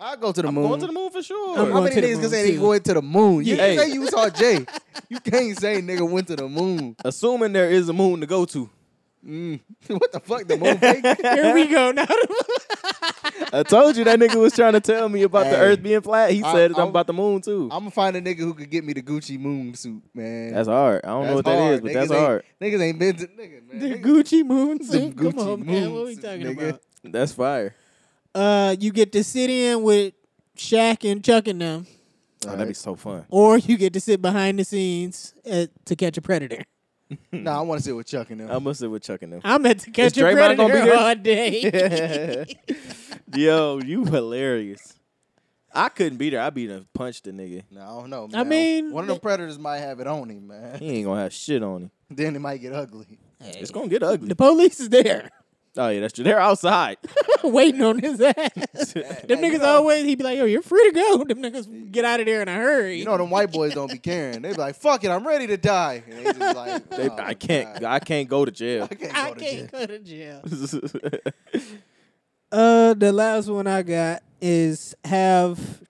C: I go to the moon.
B: Going to the moon for sure.
A: I'm
C: How
A: going
C: many
A: to the
C: niggas
A: moon,
C: can say they
A: too.
C: going to the moon? You
B: Yeah.
C: can say you saw Jay. You can't say nigga went to the moon.
B: Assuming there is a moon to go to. Mm.
C: what the fuck? The moon fake?
A: Here we go. Now
B: I told you that nigga was trying to tell me about the
C: Hey.
B: Earth being flat. He
C: I-
B: said I'm
C: I'm-
B: about the moon too.
C: I'm gonna find a nigga who could get me the Gucci moon suit, man.
B: that's hard. I don't know what
C: That's
B: that
C: hard.
B: is, but
C: Niggas
B: that's
C: ain't-
B: hard.
C: Niggas ain't been to nigga, man.
A: the
C: Niggas-
A: Gucci moon suit. Come
C: Gucci
A: on, man. What we
C: moon suit,
A: talking
C: nigga.
A: about?
B: That's fire.
A: uh, you get to sit in with Shaq and Chuck and them,
B: Oh, that'd be so fun.
A: or you get to sit behind the scenes at To Catch a Predator.
C: Nah, I want to sit with Chuck and them.
B: I must sit with Chuck and them.
A: I'm at To Catch a
B: Draymond gonna be
A: Predator
B: there?
A: all day.
B: Yo, you hilarious. I couldn't be there. I'd be done punched the nigga.
C: No, I don't know. Man.
A: I mean,
C: one of them
A: it-
C: predators might have it on him, man.
B: He ain't gonna have shit on him.
C: then it might get ugly.
B: It's gonna get ugly.
A: the police is there,
B: Oh yeah, that's true. They're outside.
A: waiting on his ass. Them
C: you
A: niggas
C: know-
A: always he be like, "Yo, you're free to go." Them niggas get out of there in a hurry.
C: You know, them white boys don't be caring. They be like, "Fuck it, I'm ready to die." And they just like,
B: They-
C: "Oh,
B: I can't.
C: God,
B: I can't go to jail.
C: I can't
A: I
C: go to jail."
A: can't go to jail. Uh, the last one I got is have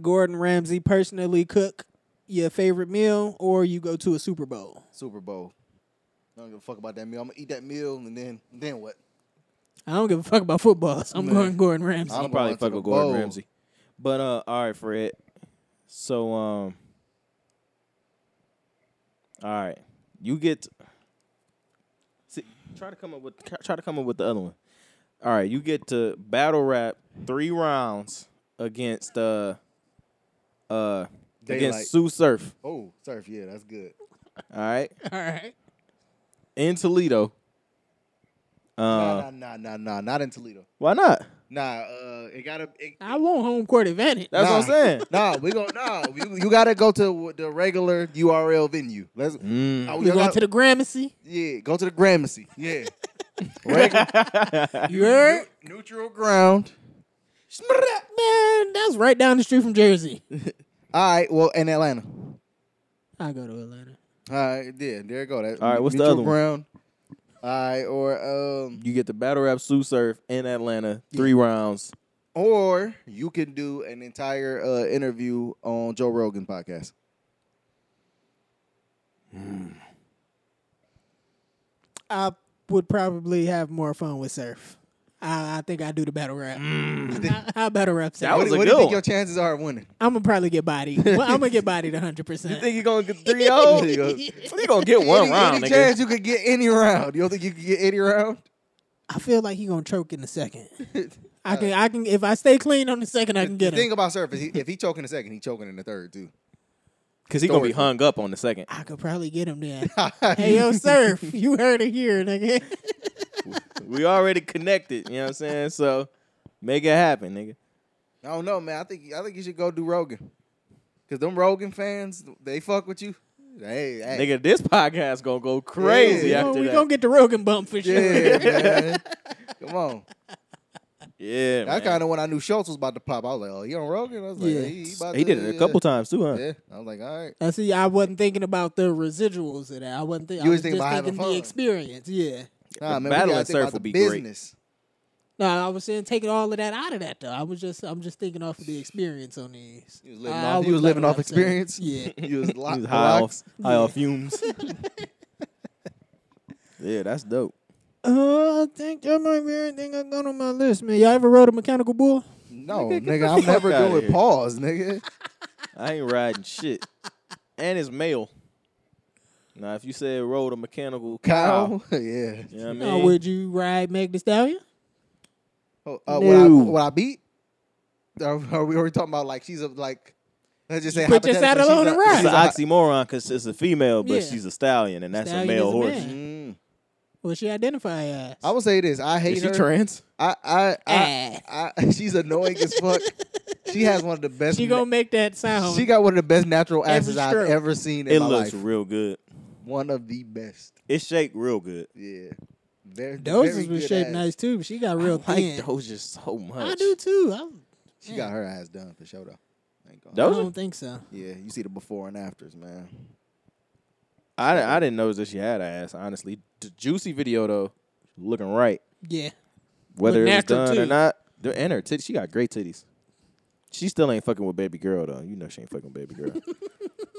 A: Gordon Ramsay personally cook your favorite meal, or you go to a Super Bowl.
C: Super Bowl. I don't give a fuck about that meal. I'm gonna eat that meal and then then what?
A: I don't give a fuck about football, so I'm going Gordon Ramsay.
B: I'm
C: I'm
B: probably
C: going to
B: fuck
C: the
B: with Gordon
C: bowl.
B: Ramsay. But uh, all right, Fred. So um, all right, you get. See, try to come up with try to come up with the other one. All right, you get to battle rap three rounds against uh uh
C: Daylight.
B: against Sue Surf.
C: Oh, surf. Yeah, that's good.
B: All right,
A: All right.
B: in Toledo. Uh,
C: Nah, nah, nah, nah, nah. Not in Toledo.
B: why not?
C: Nah, uh, it gotta. It,
A: I want home court advantage.
B: That's what I'm
C: Nah.
B: saying.
C: nah, we gonna nah. You, you gotta go to the regular URL venue. Let's.
B: Mm.
C: Oh,
A: We
C: y'all
A: going
C: got-
A: to the Gramercy.
C: yeah, go to the Gramercy. Yeah. Regular,
A: You heard?
C: neutral ground.
A: Man, that's right down the street from Jersey.
C: All right. Well, in Atlanta.
A: I go to Atlanta.
C: All right. Yeah. There you go. That,
B: All right, what's the
C: neutral
B: other one?
C: ground. All right. Or um.
B: You get the battle rap Sue Surf in Atlanta, three rounds.
C: Or you can do an entire uh, interview on Joe Rogan podcast.
A: I would probably have more fun with surf. I, I think I do the battle rap. I, I battle rap
B: Mm. That
A: surf.
C: What,
B: was
C: do-
B: a
C: what do you
B: good
C: think
B: one.
C: your chances are of winning?
A: I'm gonna probably get bodied. Well, I'm gonna get bodied 100.
B: You
A: percent
B: think you're gonna get three oh?
C: There you go.
B: You gonna get one
C: any,
B: round,
C: any
B: nigga.
C: chance you could get any round. You don't think you could get any round?
A: I feel like he gonna choke in the second. I can, I can. If I stay clean on the second, I can get
C: Think
A: him.
C: about surface. He, if he choking the second, he choking in the third too.
B: Cause he gonna be
C: Historically.
B: hung up on the second.
A: I could probably get him then. hey yo, surf, you heard it here, nigga.
B: We already connected. You know what I'm saying? So make it happen, nigga.
C: I don't know, man. I think I think you should go do Rogan, cause them Rogan fans they fuck with you. Hey, hey.
B: Nigga, this podcast gonna go crazy
C: Yeah,
A: Well,
B: after
A: we
B: that.
A: gonna get the Rogan bump for sure.
C: Yeah, man. Come on.
B: yeah,
C: That's
B: man.
C: kind of when I knew Schultz was about to pop. I was like, oh, you on Rogan? I was like,
A: Yeah.
C: he, he, about
B: he
C: to,
B: did it a couple times too, huh?
C: Yeah. I was like, all right.
A: I see. I wasn't thinking about the residuals of that. I wasn't thinking.
C: You
A: I
C: was
A: was
C: thinking
A: just
C: about having
A: thinking the
C: fun.
A: experience. Yeah.
C: Nah,
B: The
C: man, we
B: battle
C: gotta
B: and
C: think about
B: surf would
C: the
B: be great.
C: business.
A: No, I was saying taking all of that out of that though. I was just I'm just thinking off of the experience on these.
C: You was living
A: I- I
C: off, you
A: would
C: was living
A: love
C: off
A: to have seen it.
C: experience.
A: Yeah.
C: You was, lo-
B: He was high
C: locked.
B: off, high off fumes. yeah, that's dope.
A: Uh, I think that might be everything I got on my list, man. Y'all ever rode a mechanical bull?
C: No,
B: Nigga,
C: nigga,
B: get the
C: I'm
B: fuck
C: never
B: outta
C: doing
B: here.
C: pause, nigga.
B: I ain't riding shit. And it's male. Now, if you said rode a mechanical cow,
C: Cow, yeah.
B: you know what I
A: Or
B: mean?
A: would you ride Meg the Stallion?
C: Oh, uh, what, I,
B: No.
C: what I beat? Are, are we already talking about like she's a like? Let's just say
A: put your
C: hypothetically,
A: saddle
C: she's
A: on and
B: It's
C: a-
B: an oxymoron because it's a female, but
A: Yeah.
B: she's a stallion, and that's
A: Stallion
B: a
A: is
B: male
A: a
B: horse.
A: man.
C: Mm.
A: Well, she identify as.
C: I will say this: I hate
B: Is she
C: her.
B: trans?
C: I, I, I,
A: Ah.
C: I- she's annoying as fuck. She has one of the best.
A: she gonna make that
C: na-
A: sound.
C: she got one of the best natural
A: Every
C: asses I've
A: stroke.
C: ever seen in
B: It
C: my
B: looks
C: life.
B: real good.
C: One of the best.
B: It shaped real good.
C: Yeah. Very, very
A: Doza's was
C: good
A: shaped
C: ass.
A: nice too, but she got
B: I
A: real
B: like
A: thin.
B: Doja so much.
A: I do too. I,
C: She got her ass done for sure though. Ain't gonna-
A: I
B: Doja?
A: don't think so.
C: Yeah, you see the before and afters, man.
B: I, di- I didn't know that she had an ass. Honestly, the juicy video though, looking right.
A: Yeah.
B: Whether it was
A: natural,
B: done or
A: too.
B: not, the- and her titties, she got great titties. She still ain't fucking with baby girl though. You know she ain't fucking with baby girl.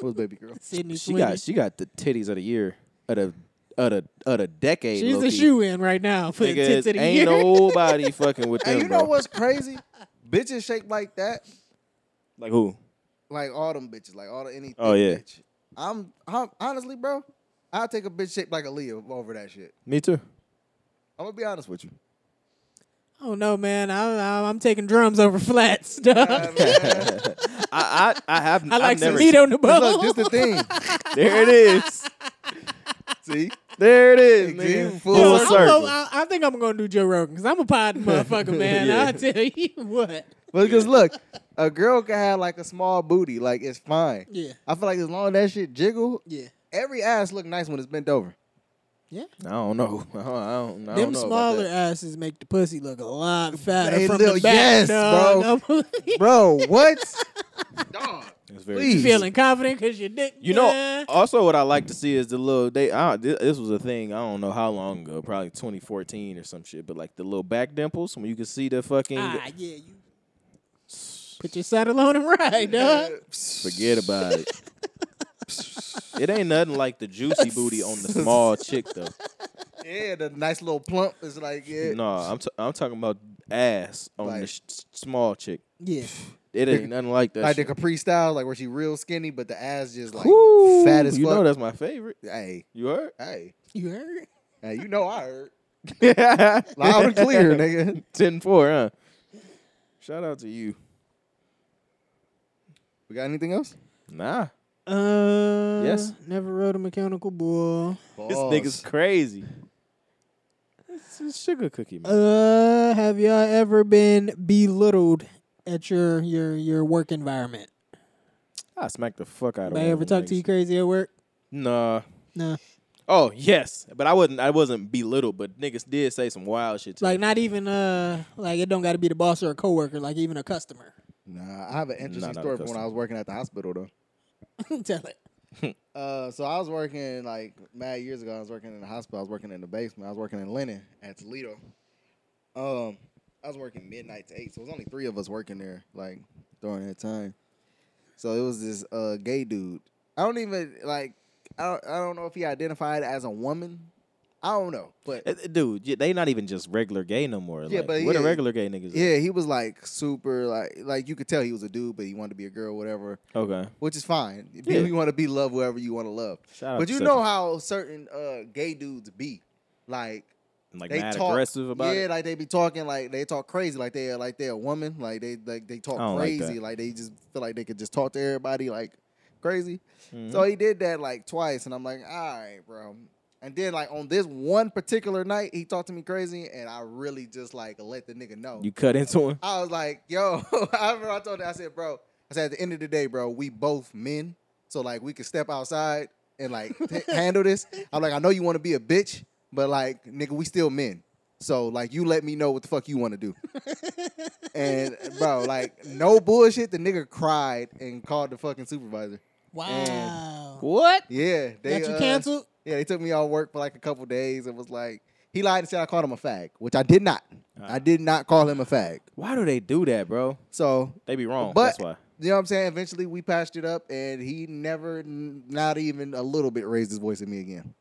C: What was baby girl?
A: Sydney
B: she
A: Sweeney.
B: got she got the titties of the year of the of the of the decade.
A: She's
B: low-key.
A: a shoe in right now for the
B: Niggas,
A: tits of the
B: ain't
A: year.
B: nobody fucking with them.
C: And you know
B: bro.
C: what's crazy? bitches shaped like that,
B: Like who?
C: like all them bitches, like all the anything.
B: Oh, yeah.
C: Bitch. I'm, I'm honestly, bro. I'll take a bitch shaped like a Leo over that shit.
B: Me too.
C: I'm gonna be honest with you.
A: I don't know, man. I, I, I'm taking drums over flats. dog.
B: I I, I have.
A: I like
B: I've never,
A: Toledo on the
C: Look,
A: boat.
C: this the thing.
B: There it is.
C: See,
B: There it is.
C: Exactly.
B: Nigga.
C: Full
B: Full
A: I'm
B: circle.
A: gonna- I, I think I'm gonna do Joe Rogan because I'm a pod motherfucker, man.
B: Yeah.
A: I'll tell you what.
C: because look, a girl can have like a small booty, like it's fine.
A: Yeah.
C: I feel like as long as that shit jiggle,
A: Yeah.
C: every ass look nice when it's bent over.
B: I don't know. I don't, I don't, I don't
A: Them
B: know
A: smaller
B: about
A: asses make the pussy look a lot fatter
C: Hey,
A: from
C: Lil,
A: the back.
C: yes,
A: dog.
C: bro. Bro, what? Dog.
B: It's very
A: You
C: Please.
A: feeling confident because your dick.
B: You know, uh,
A: done?
B: also what I like to see is the little they. I, thi- this was a thing. I don't know how long ago, probably 2014 or some shit. But like the little back dimples when you can see the fucking.
A: ah, yeah, you put your saddle on and ride, dog.
B: Forget about it. it ain't nothing like the juicy booty on the small chick though.
C: Yeah, the nice little plump is like yeah.
B: No, I'm t- I'm talking about ass on the
C: Like-
B: sh- small chick.
A: Yeah,
B: It ain't nothing like that.
C: Like the
B: shit.
C: Capri style, like where she real skinny, but the ass just like
B: Woo,
C: fat as
B: you
C: fuck.
B: know that's my favorite.
C: Hey,
B: You heard?
C: hey,
A: you heard?
C: hey, you know I heard loud and clear, nigga.
B: 10-4, huh? Shout out to you.
C: We got anything else?
B: Nah,
A: Uh,
B: Yes.
A: Never rode a mechanical bull.
B: this
C: Pause.
B: nigga's crazy. This is sugar cookie man.
A: Uh, have y'all ever been belittled at your your your work environment?
B: I smack the fuck out
A: Have
B: of.
A: I
B: one of
A: ever
B: them
A: talk to you
B: niggas.
A: crazy at work?
B: Nah.
A: No,
B: Oh yes, but I wasn't. I wasn't belittled, but niggas did say some wild shit. To
A: like
B: me.
A: not even uh, like it don't got to be the boss or a coworker, like even a customer.
C: Nah, I have an interesting
B: not a
C: story from when
B: customer.
C: I was working at the hospital though.
A: Tell it.
C: Uh, so I was working like mad years ago. I was working in the hospital. I was working in the basement. I was working in Lennon at Toledo. Um, I was working midnight to eight, so it was only three of us working there like during that time. So it was this uh gay dude. I don't even like. I don't, I don't know if he identified as a woman. I don't know, but
B: Uh, dude, yeah, they not even just regular gay no more.
C: Yeah,
B: like,
C: but
B: what are
C: yeah.
B: regular gay niggas?
C: yeah, he was like super like like you could tell he was a dude, but he wanted to be a girl, whatever.
B: Okay.
C: which is fine. Be
B: Yeah.
C: who you want to be, love whoever you want to love.
B: Shout out
C: but
B: to
C: you
B: Seth.
C: know how certain uh, gay dudes be, like
B: Like
C: they
B: mad
C: talk
B: aggressive about
C: yeah,
B: it.
C: like they be talking like they talk crazy, like they like they're a woman, like they like they
B: I don't
C: talk
B: like
C: crazy, like,
B: that.
C: they just feel like they could just talk to everybody like crazy.
B: Mhm.
C: So he did that like twice, and I'm like, all right, bro. And then like on this one particular night, he talked to me crazy, and I really just like let the nigga know.
B: Mm-hmm. you cut into him.
C: I was like, yo, I remember I told him, I said, bro, I said, at the end of the day, bro, we both men. So, like, we can step outside and, like, t- handle this. I'm like, I know you want to be a bitch, but, like, nigga, we still men. So, like, you let me know what the fuck you want to do. and, bro, like, no bullshit, the nigga cried and called the fucking supervisor.
A: Wow.
B: What?
C: Yeah. They,
A: Got you
C: uh,
A: canceled?
C: yeah, they took me off work for, like, a couple days and was like, he lied and said I called him a fag, which I did not. I did not call him a fag.
B: Why do they do that, bro?
C: So
B: They be wrong.
C: But-
B: That's why.
C: You know what I'm saying? Eventually, we patched it up, and he never, n- not even a little bit, raised his voice at me again.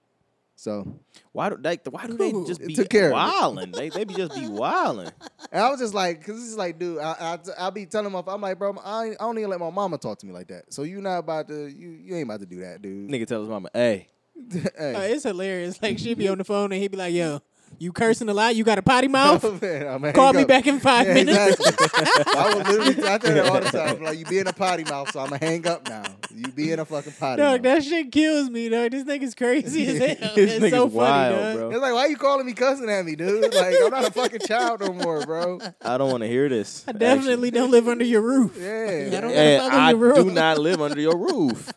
C: So,
B: Why do they? Why do they
A: Cool.
B: just be
C: took care of it.
B: wilding? They they be just be wilding.
C: and I was just like, because this is like, dude, I, I, I'll be telling my, I'm like, bro, I, ain't- I don't even let my mama talk to me like that. So you not about to, you, you ain't about to do that, dude.
B: Nigga tell his mama, hey,
C: Hey.
A: Uh, it's hilarious. Like she'd be on the phone and he'd be like, "Yo, you cursing a lot. You got a potty mouth.
C: Oh, man, oh, man,
A: Call
C: you
A: me
C: go-
A: back in five
C: Yeah,
A: minutes."
C: exactly. I was literally, I tell that all the time. Like, you being a potty mouth, so I'm going to hang up now. You being a fucking potty
A: Dog,
C: mouth.
A: that shit kills me, dog. This nigga's crazy as hell.
B: This
A: it's so funny,
B: nigga's wild,
A: dog.
B: bro.
C: It's like, why you calling me cussing at me, dude? Like, I'm not a fucking child no more, bro.
B: I don't want to hear this.
A: I definitely don't live under your roof.
C: Yeah.
A: I don't
B: Hey,
A: live under
B: I
A: your
B: do
A: roof.
B: not live under your roof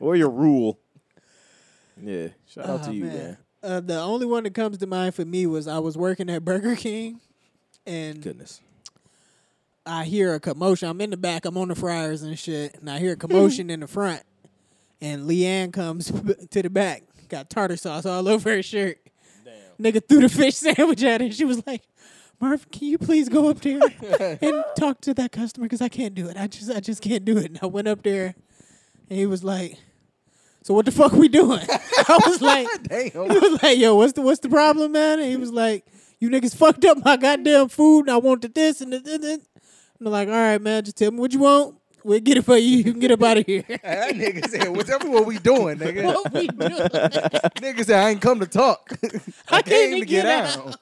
B: or your rule. Yeah. Shout out
A: Oh,
B: to you,
A: man.
B: man.
A: Uh, the only one that comes to mind for me was I was working at Burger King, and
B: Goodness.
A: I hear a commotion. I'm in the back. I'm on the fryers and shit, and I hear a commotion in the front. And Leanne comes to the back, got tartar sauce all over her shirt. Nigga threw the fish sandwich at her. She was like, "Murph, can you please go up there and talk to that customer? Cause I can't do it. I just, I just can't do it." And I went up there, and he was like, "So what the fuck we doing?" I was like,
C: Damn.
A: I was like, yo, what's the what's the problem, man? And he was like, you niggas fucked up my goddamn food, and I wanted this and this. And this. And I'm like, all right, man, just tell me what you want. We'll get it for you. You can get up out of here.
C: That nigga said, whatever what we doing, nigga.
A: what we doing?
C: nigga said, I ain't come to talk.
A: I came to get out.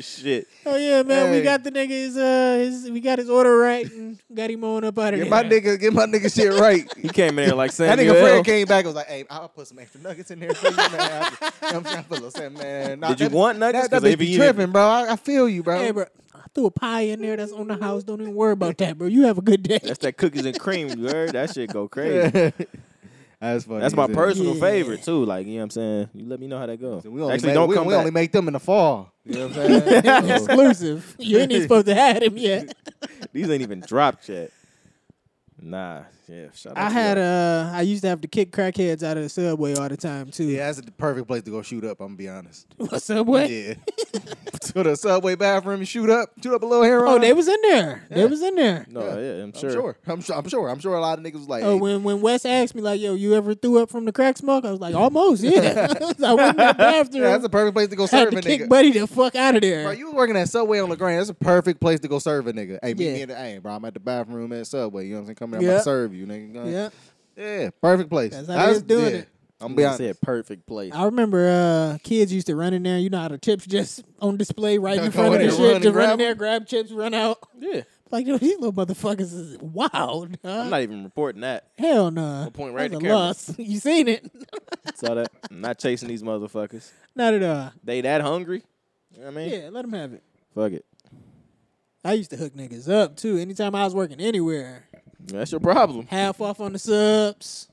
B: Shit.
A: Oh yeah, man, we
C: Hey.
A: got the nigga his, uh, his, we got his order right and got him on up out of
C: Get
A: here.
C: my nigga, get my nigga shit right.
B: He came in there like
C: That
B: Samuel.
C: nigga Fred came back and was like, hey, I'll put some extra nuggets in there for you, man. I'm trying to put a little something, man. Nah,
B: Did you
C: that-
B: want nuggets?
C: That, that
B: 'Cause if
C: bitch be
B: you didn't-
C: tripping, bro. I, I feel you, bro.
A: Hey, bro, I threw a pie in there that's on the house. Don't even worry about that, bro. You have a good day.
B: That's that cookies and cream, you heard? That shit go crazy.
C: That's funny.
B: That's my
C: as hell.
B: personal
A: Yeah.
B: favorite too. Like, you know what I'm saying? You let me know how that goes.
C: So we only
B: Actually,
C: make,
B: don't
C: we,
B: come
C: we
B: back.
C: only make them in the fall. You know what I'm saying?
A: Exclusive. You ain't even supposed to have him yet.
B: These ain't even dropped yet. Nah. Yeah, shout out
A: I
B: to
A: had
B: y'all.
A: uh I used to have to kick crackheads out of the subway all the time too.
C: Yeah, that's the perfect place to go shoot up. I'm gonna be honest.
A: subway.
C: Yeah, go to the subway bathroom and shoot up, shoot up a little heroin.
A: Oh, they was in there. They was in there.
B: No, yeah, I'm
C: I'm
B: sure.
C: sure. I'm sure. I'm sure. I'm sure a lot of niggas was like,
A: Oh,
C: hey,
A: when when Wes asked me like, "Yo, you ever threw up from the crack smoke?" I was like, "Almost, yeah." I went in that bathroom.
C: yeah, that's the perfect place to go
A: had
C: serve
A: to
C: a
A: kick
C: nigga.
A: Buddy the fuck out of there.
C: Bro, you was working at Subway on LeGrand. That's a perfect place to go serve a nigga. Hey, meet
A: Yeah.
C: me in the hey, bro. I'm at the bathroom at Subway. You know what I'm saying? Coming, I'm
A: Yeah.
C: gonna serve you, nigga.
A: yeah,
C: yeah, perfect place.
A: That's how they was doing it.
C: I'm be
B: Nigga
C: honest.
B: said perfect place.
A: I remember uh, kids used to run in there. You know how the chips just on display right in
C: Go
A: front of the
C: in there,
A: shit.
C: run
A: Just run in
C: and grab 'em.
A: there, grab chips, run out.
B: yeah,
A: Like yo, these little motherfuckers is wild. huh?
B: I'm not even reporting that.
A: Hell no. Nah.
B: point right
A: That's
B: at
A: a
B: the camera.
A: loss. You seen it?
B: Saw that. I'm not chasing these motherfuckers.
A: not at all.
B: They that hungry? You know what I mean,
A: Yeah, let them have it.
B: fuck it.
A: I used to hook niggas up too. Anytime I was working anywhere,
B: That's your problem.
A: half off on the subs.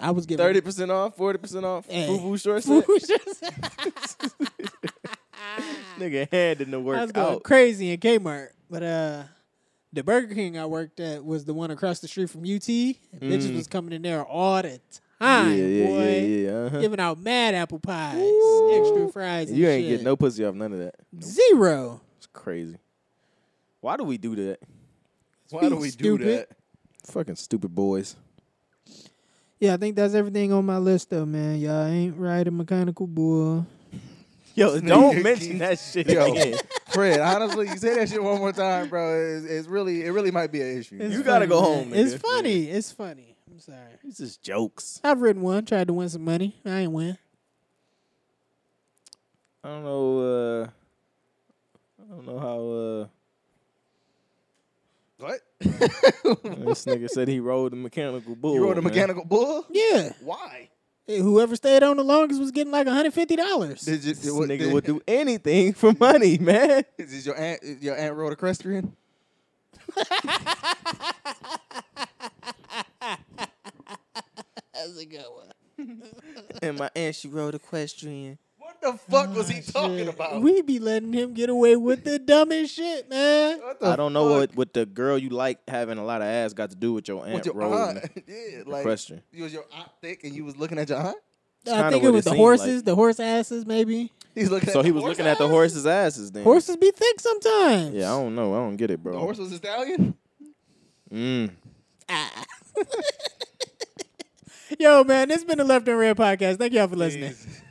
A: I was giving
B: Thirty percent off, forty percent off.
A: Hey.
B: Foo foo short set.
A: Food just-
B: Nigga hand in the
A: I was
B: work
A: going
B: out.
A: crazy in Kmart, but uh, the Burger King I worked at was the one across the street from UT. And Bitches was coming in there all the
B: Mm. yeah,
A: time,
B: yeah,
A: boy,
B: yeah, yeah. Uh-huh.
A: giving out mad apple pies, extra fries. And
B: You ain't
A: shit.
B: getting no pussy off none of that.
A: zero.
B: It's crazy. Why do we do that?
C: Why do we do
A: Stupid.
C: that?
B: Fucking stupid boys.
A: Yeah, I think that's everything on my list though, man. Y'all ain't riding mechanical bull.
B: Yo, don't mention that shit again.
C: Fred, honestly, you say that shit one more time, bro. It's, it's really, it really might be an issue.
A: It's
B: You gotta go
A: funny,
B: home,
A: man. It's
B: nigga.
A: funny. It's funny. I'm sorry.
B: It's just jokes.
A: I've written one, tried to win some money. I ain't win.
B: I don't know. Uh, I don't know how
C: what?
B: uh, this nigga said he rode a mechanical bull.
C: You rode a
B: man.
C: mechanical bull?
A: Yeah.
C: Why?
A: Hey, Whoever stayed on the longest was getting like $150.
C: Did you,
B: This
C: what-
B: nigga
C: did-
B: would do anything for money, man.
C: Is your aunt is your aunt rode a Crestrian?
A: That's a good one.
B: And my aunt, she rode equestrian.
C: What the fuck was he
B: Ah,
C: talking
A: Ah, Shit.
C: about?
A: We be letting him get away with the dumbest shit, man.
C: What the
B: I don't know
C: fuck?
B: what, what the girl you like having a lot of ass got to do with your aunt
C: With your
B: rolling.
C: aunt, yeah, like
B: Equestrian.
C: you was your aunt thick, and you was looking at your aunt.
A: I
B: kinda
A: think
B: what
A: it
B: it
A: was the
B: seemed
A: horses,
B: like.
A: the horse asses, maybe.
C: He's looking.
B: So
C: at
B: he
C: the
B: was
C: horse
B: looking at the
C: eyes?
B: horses' asses then.
A: Horses be thick sometimes.
B: Yeah, I don't know. I don't get it, bro.
C: The horse was a stallion.
B: Mm.
A: Ah. Yo, man, this has been the Left and Red podcast. Thank y'all for listening.
C: Jesus.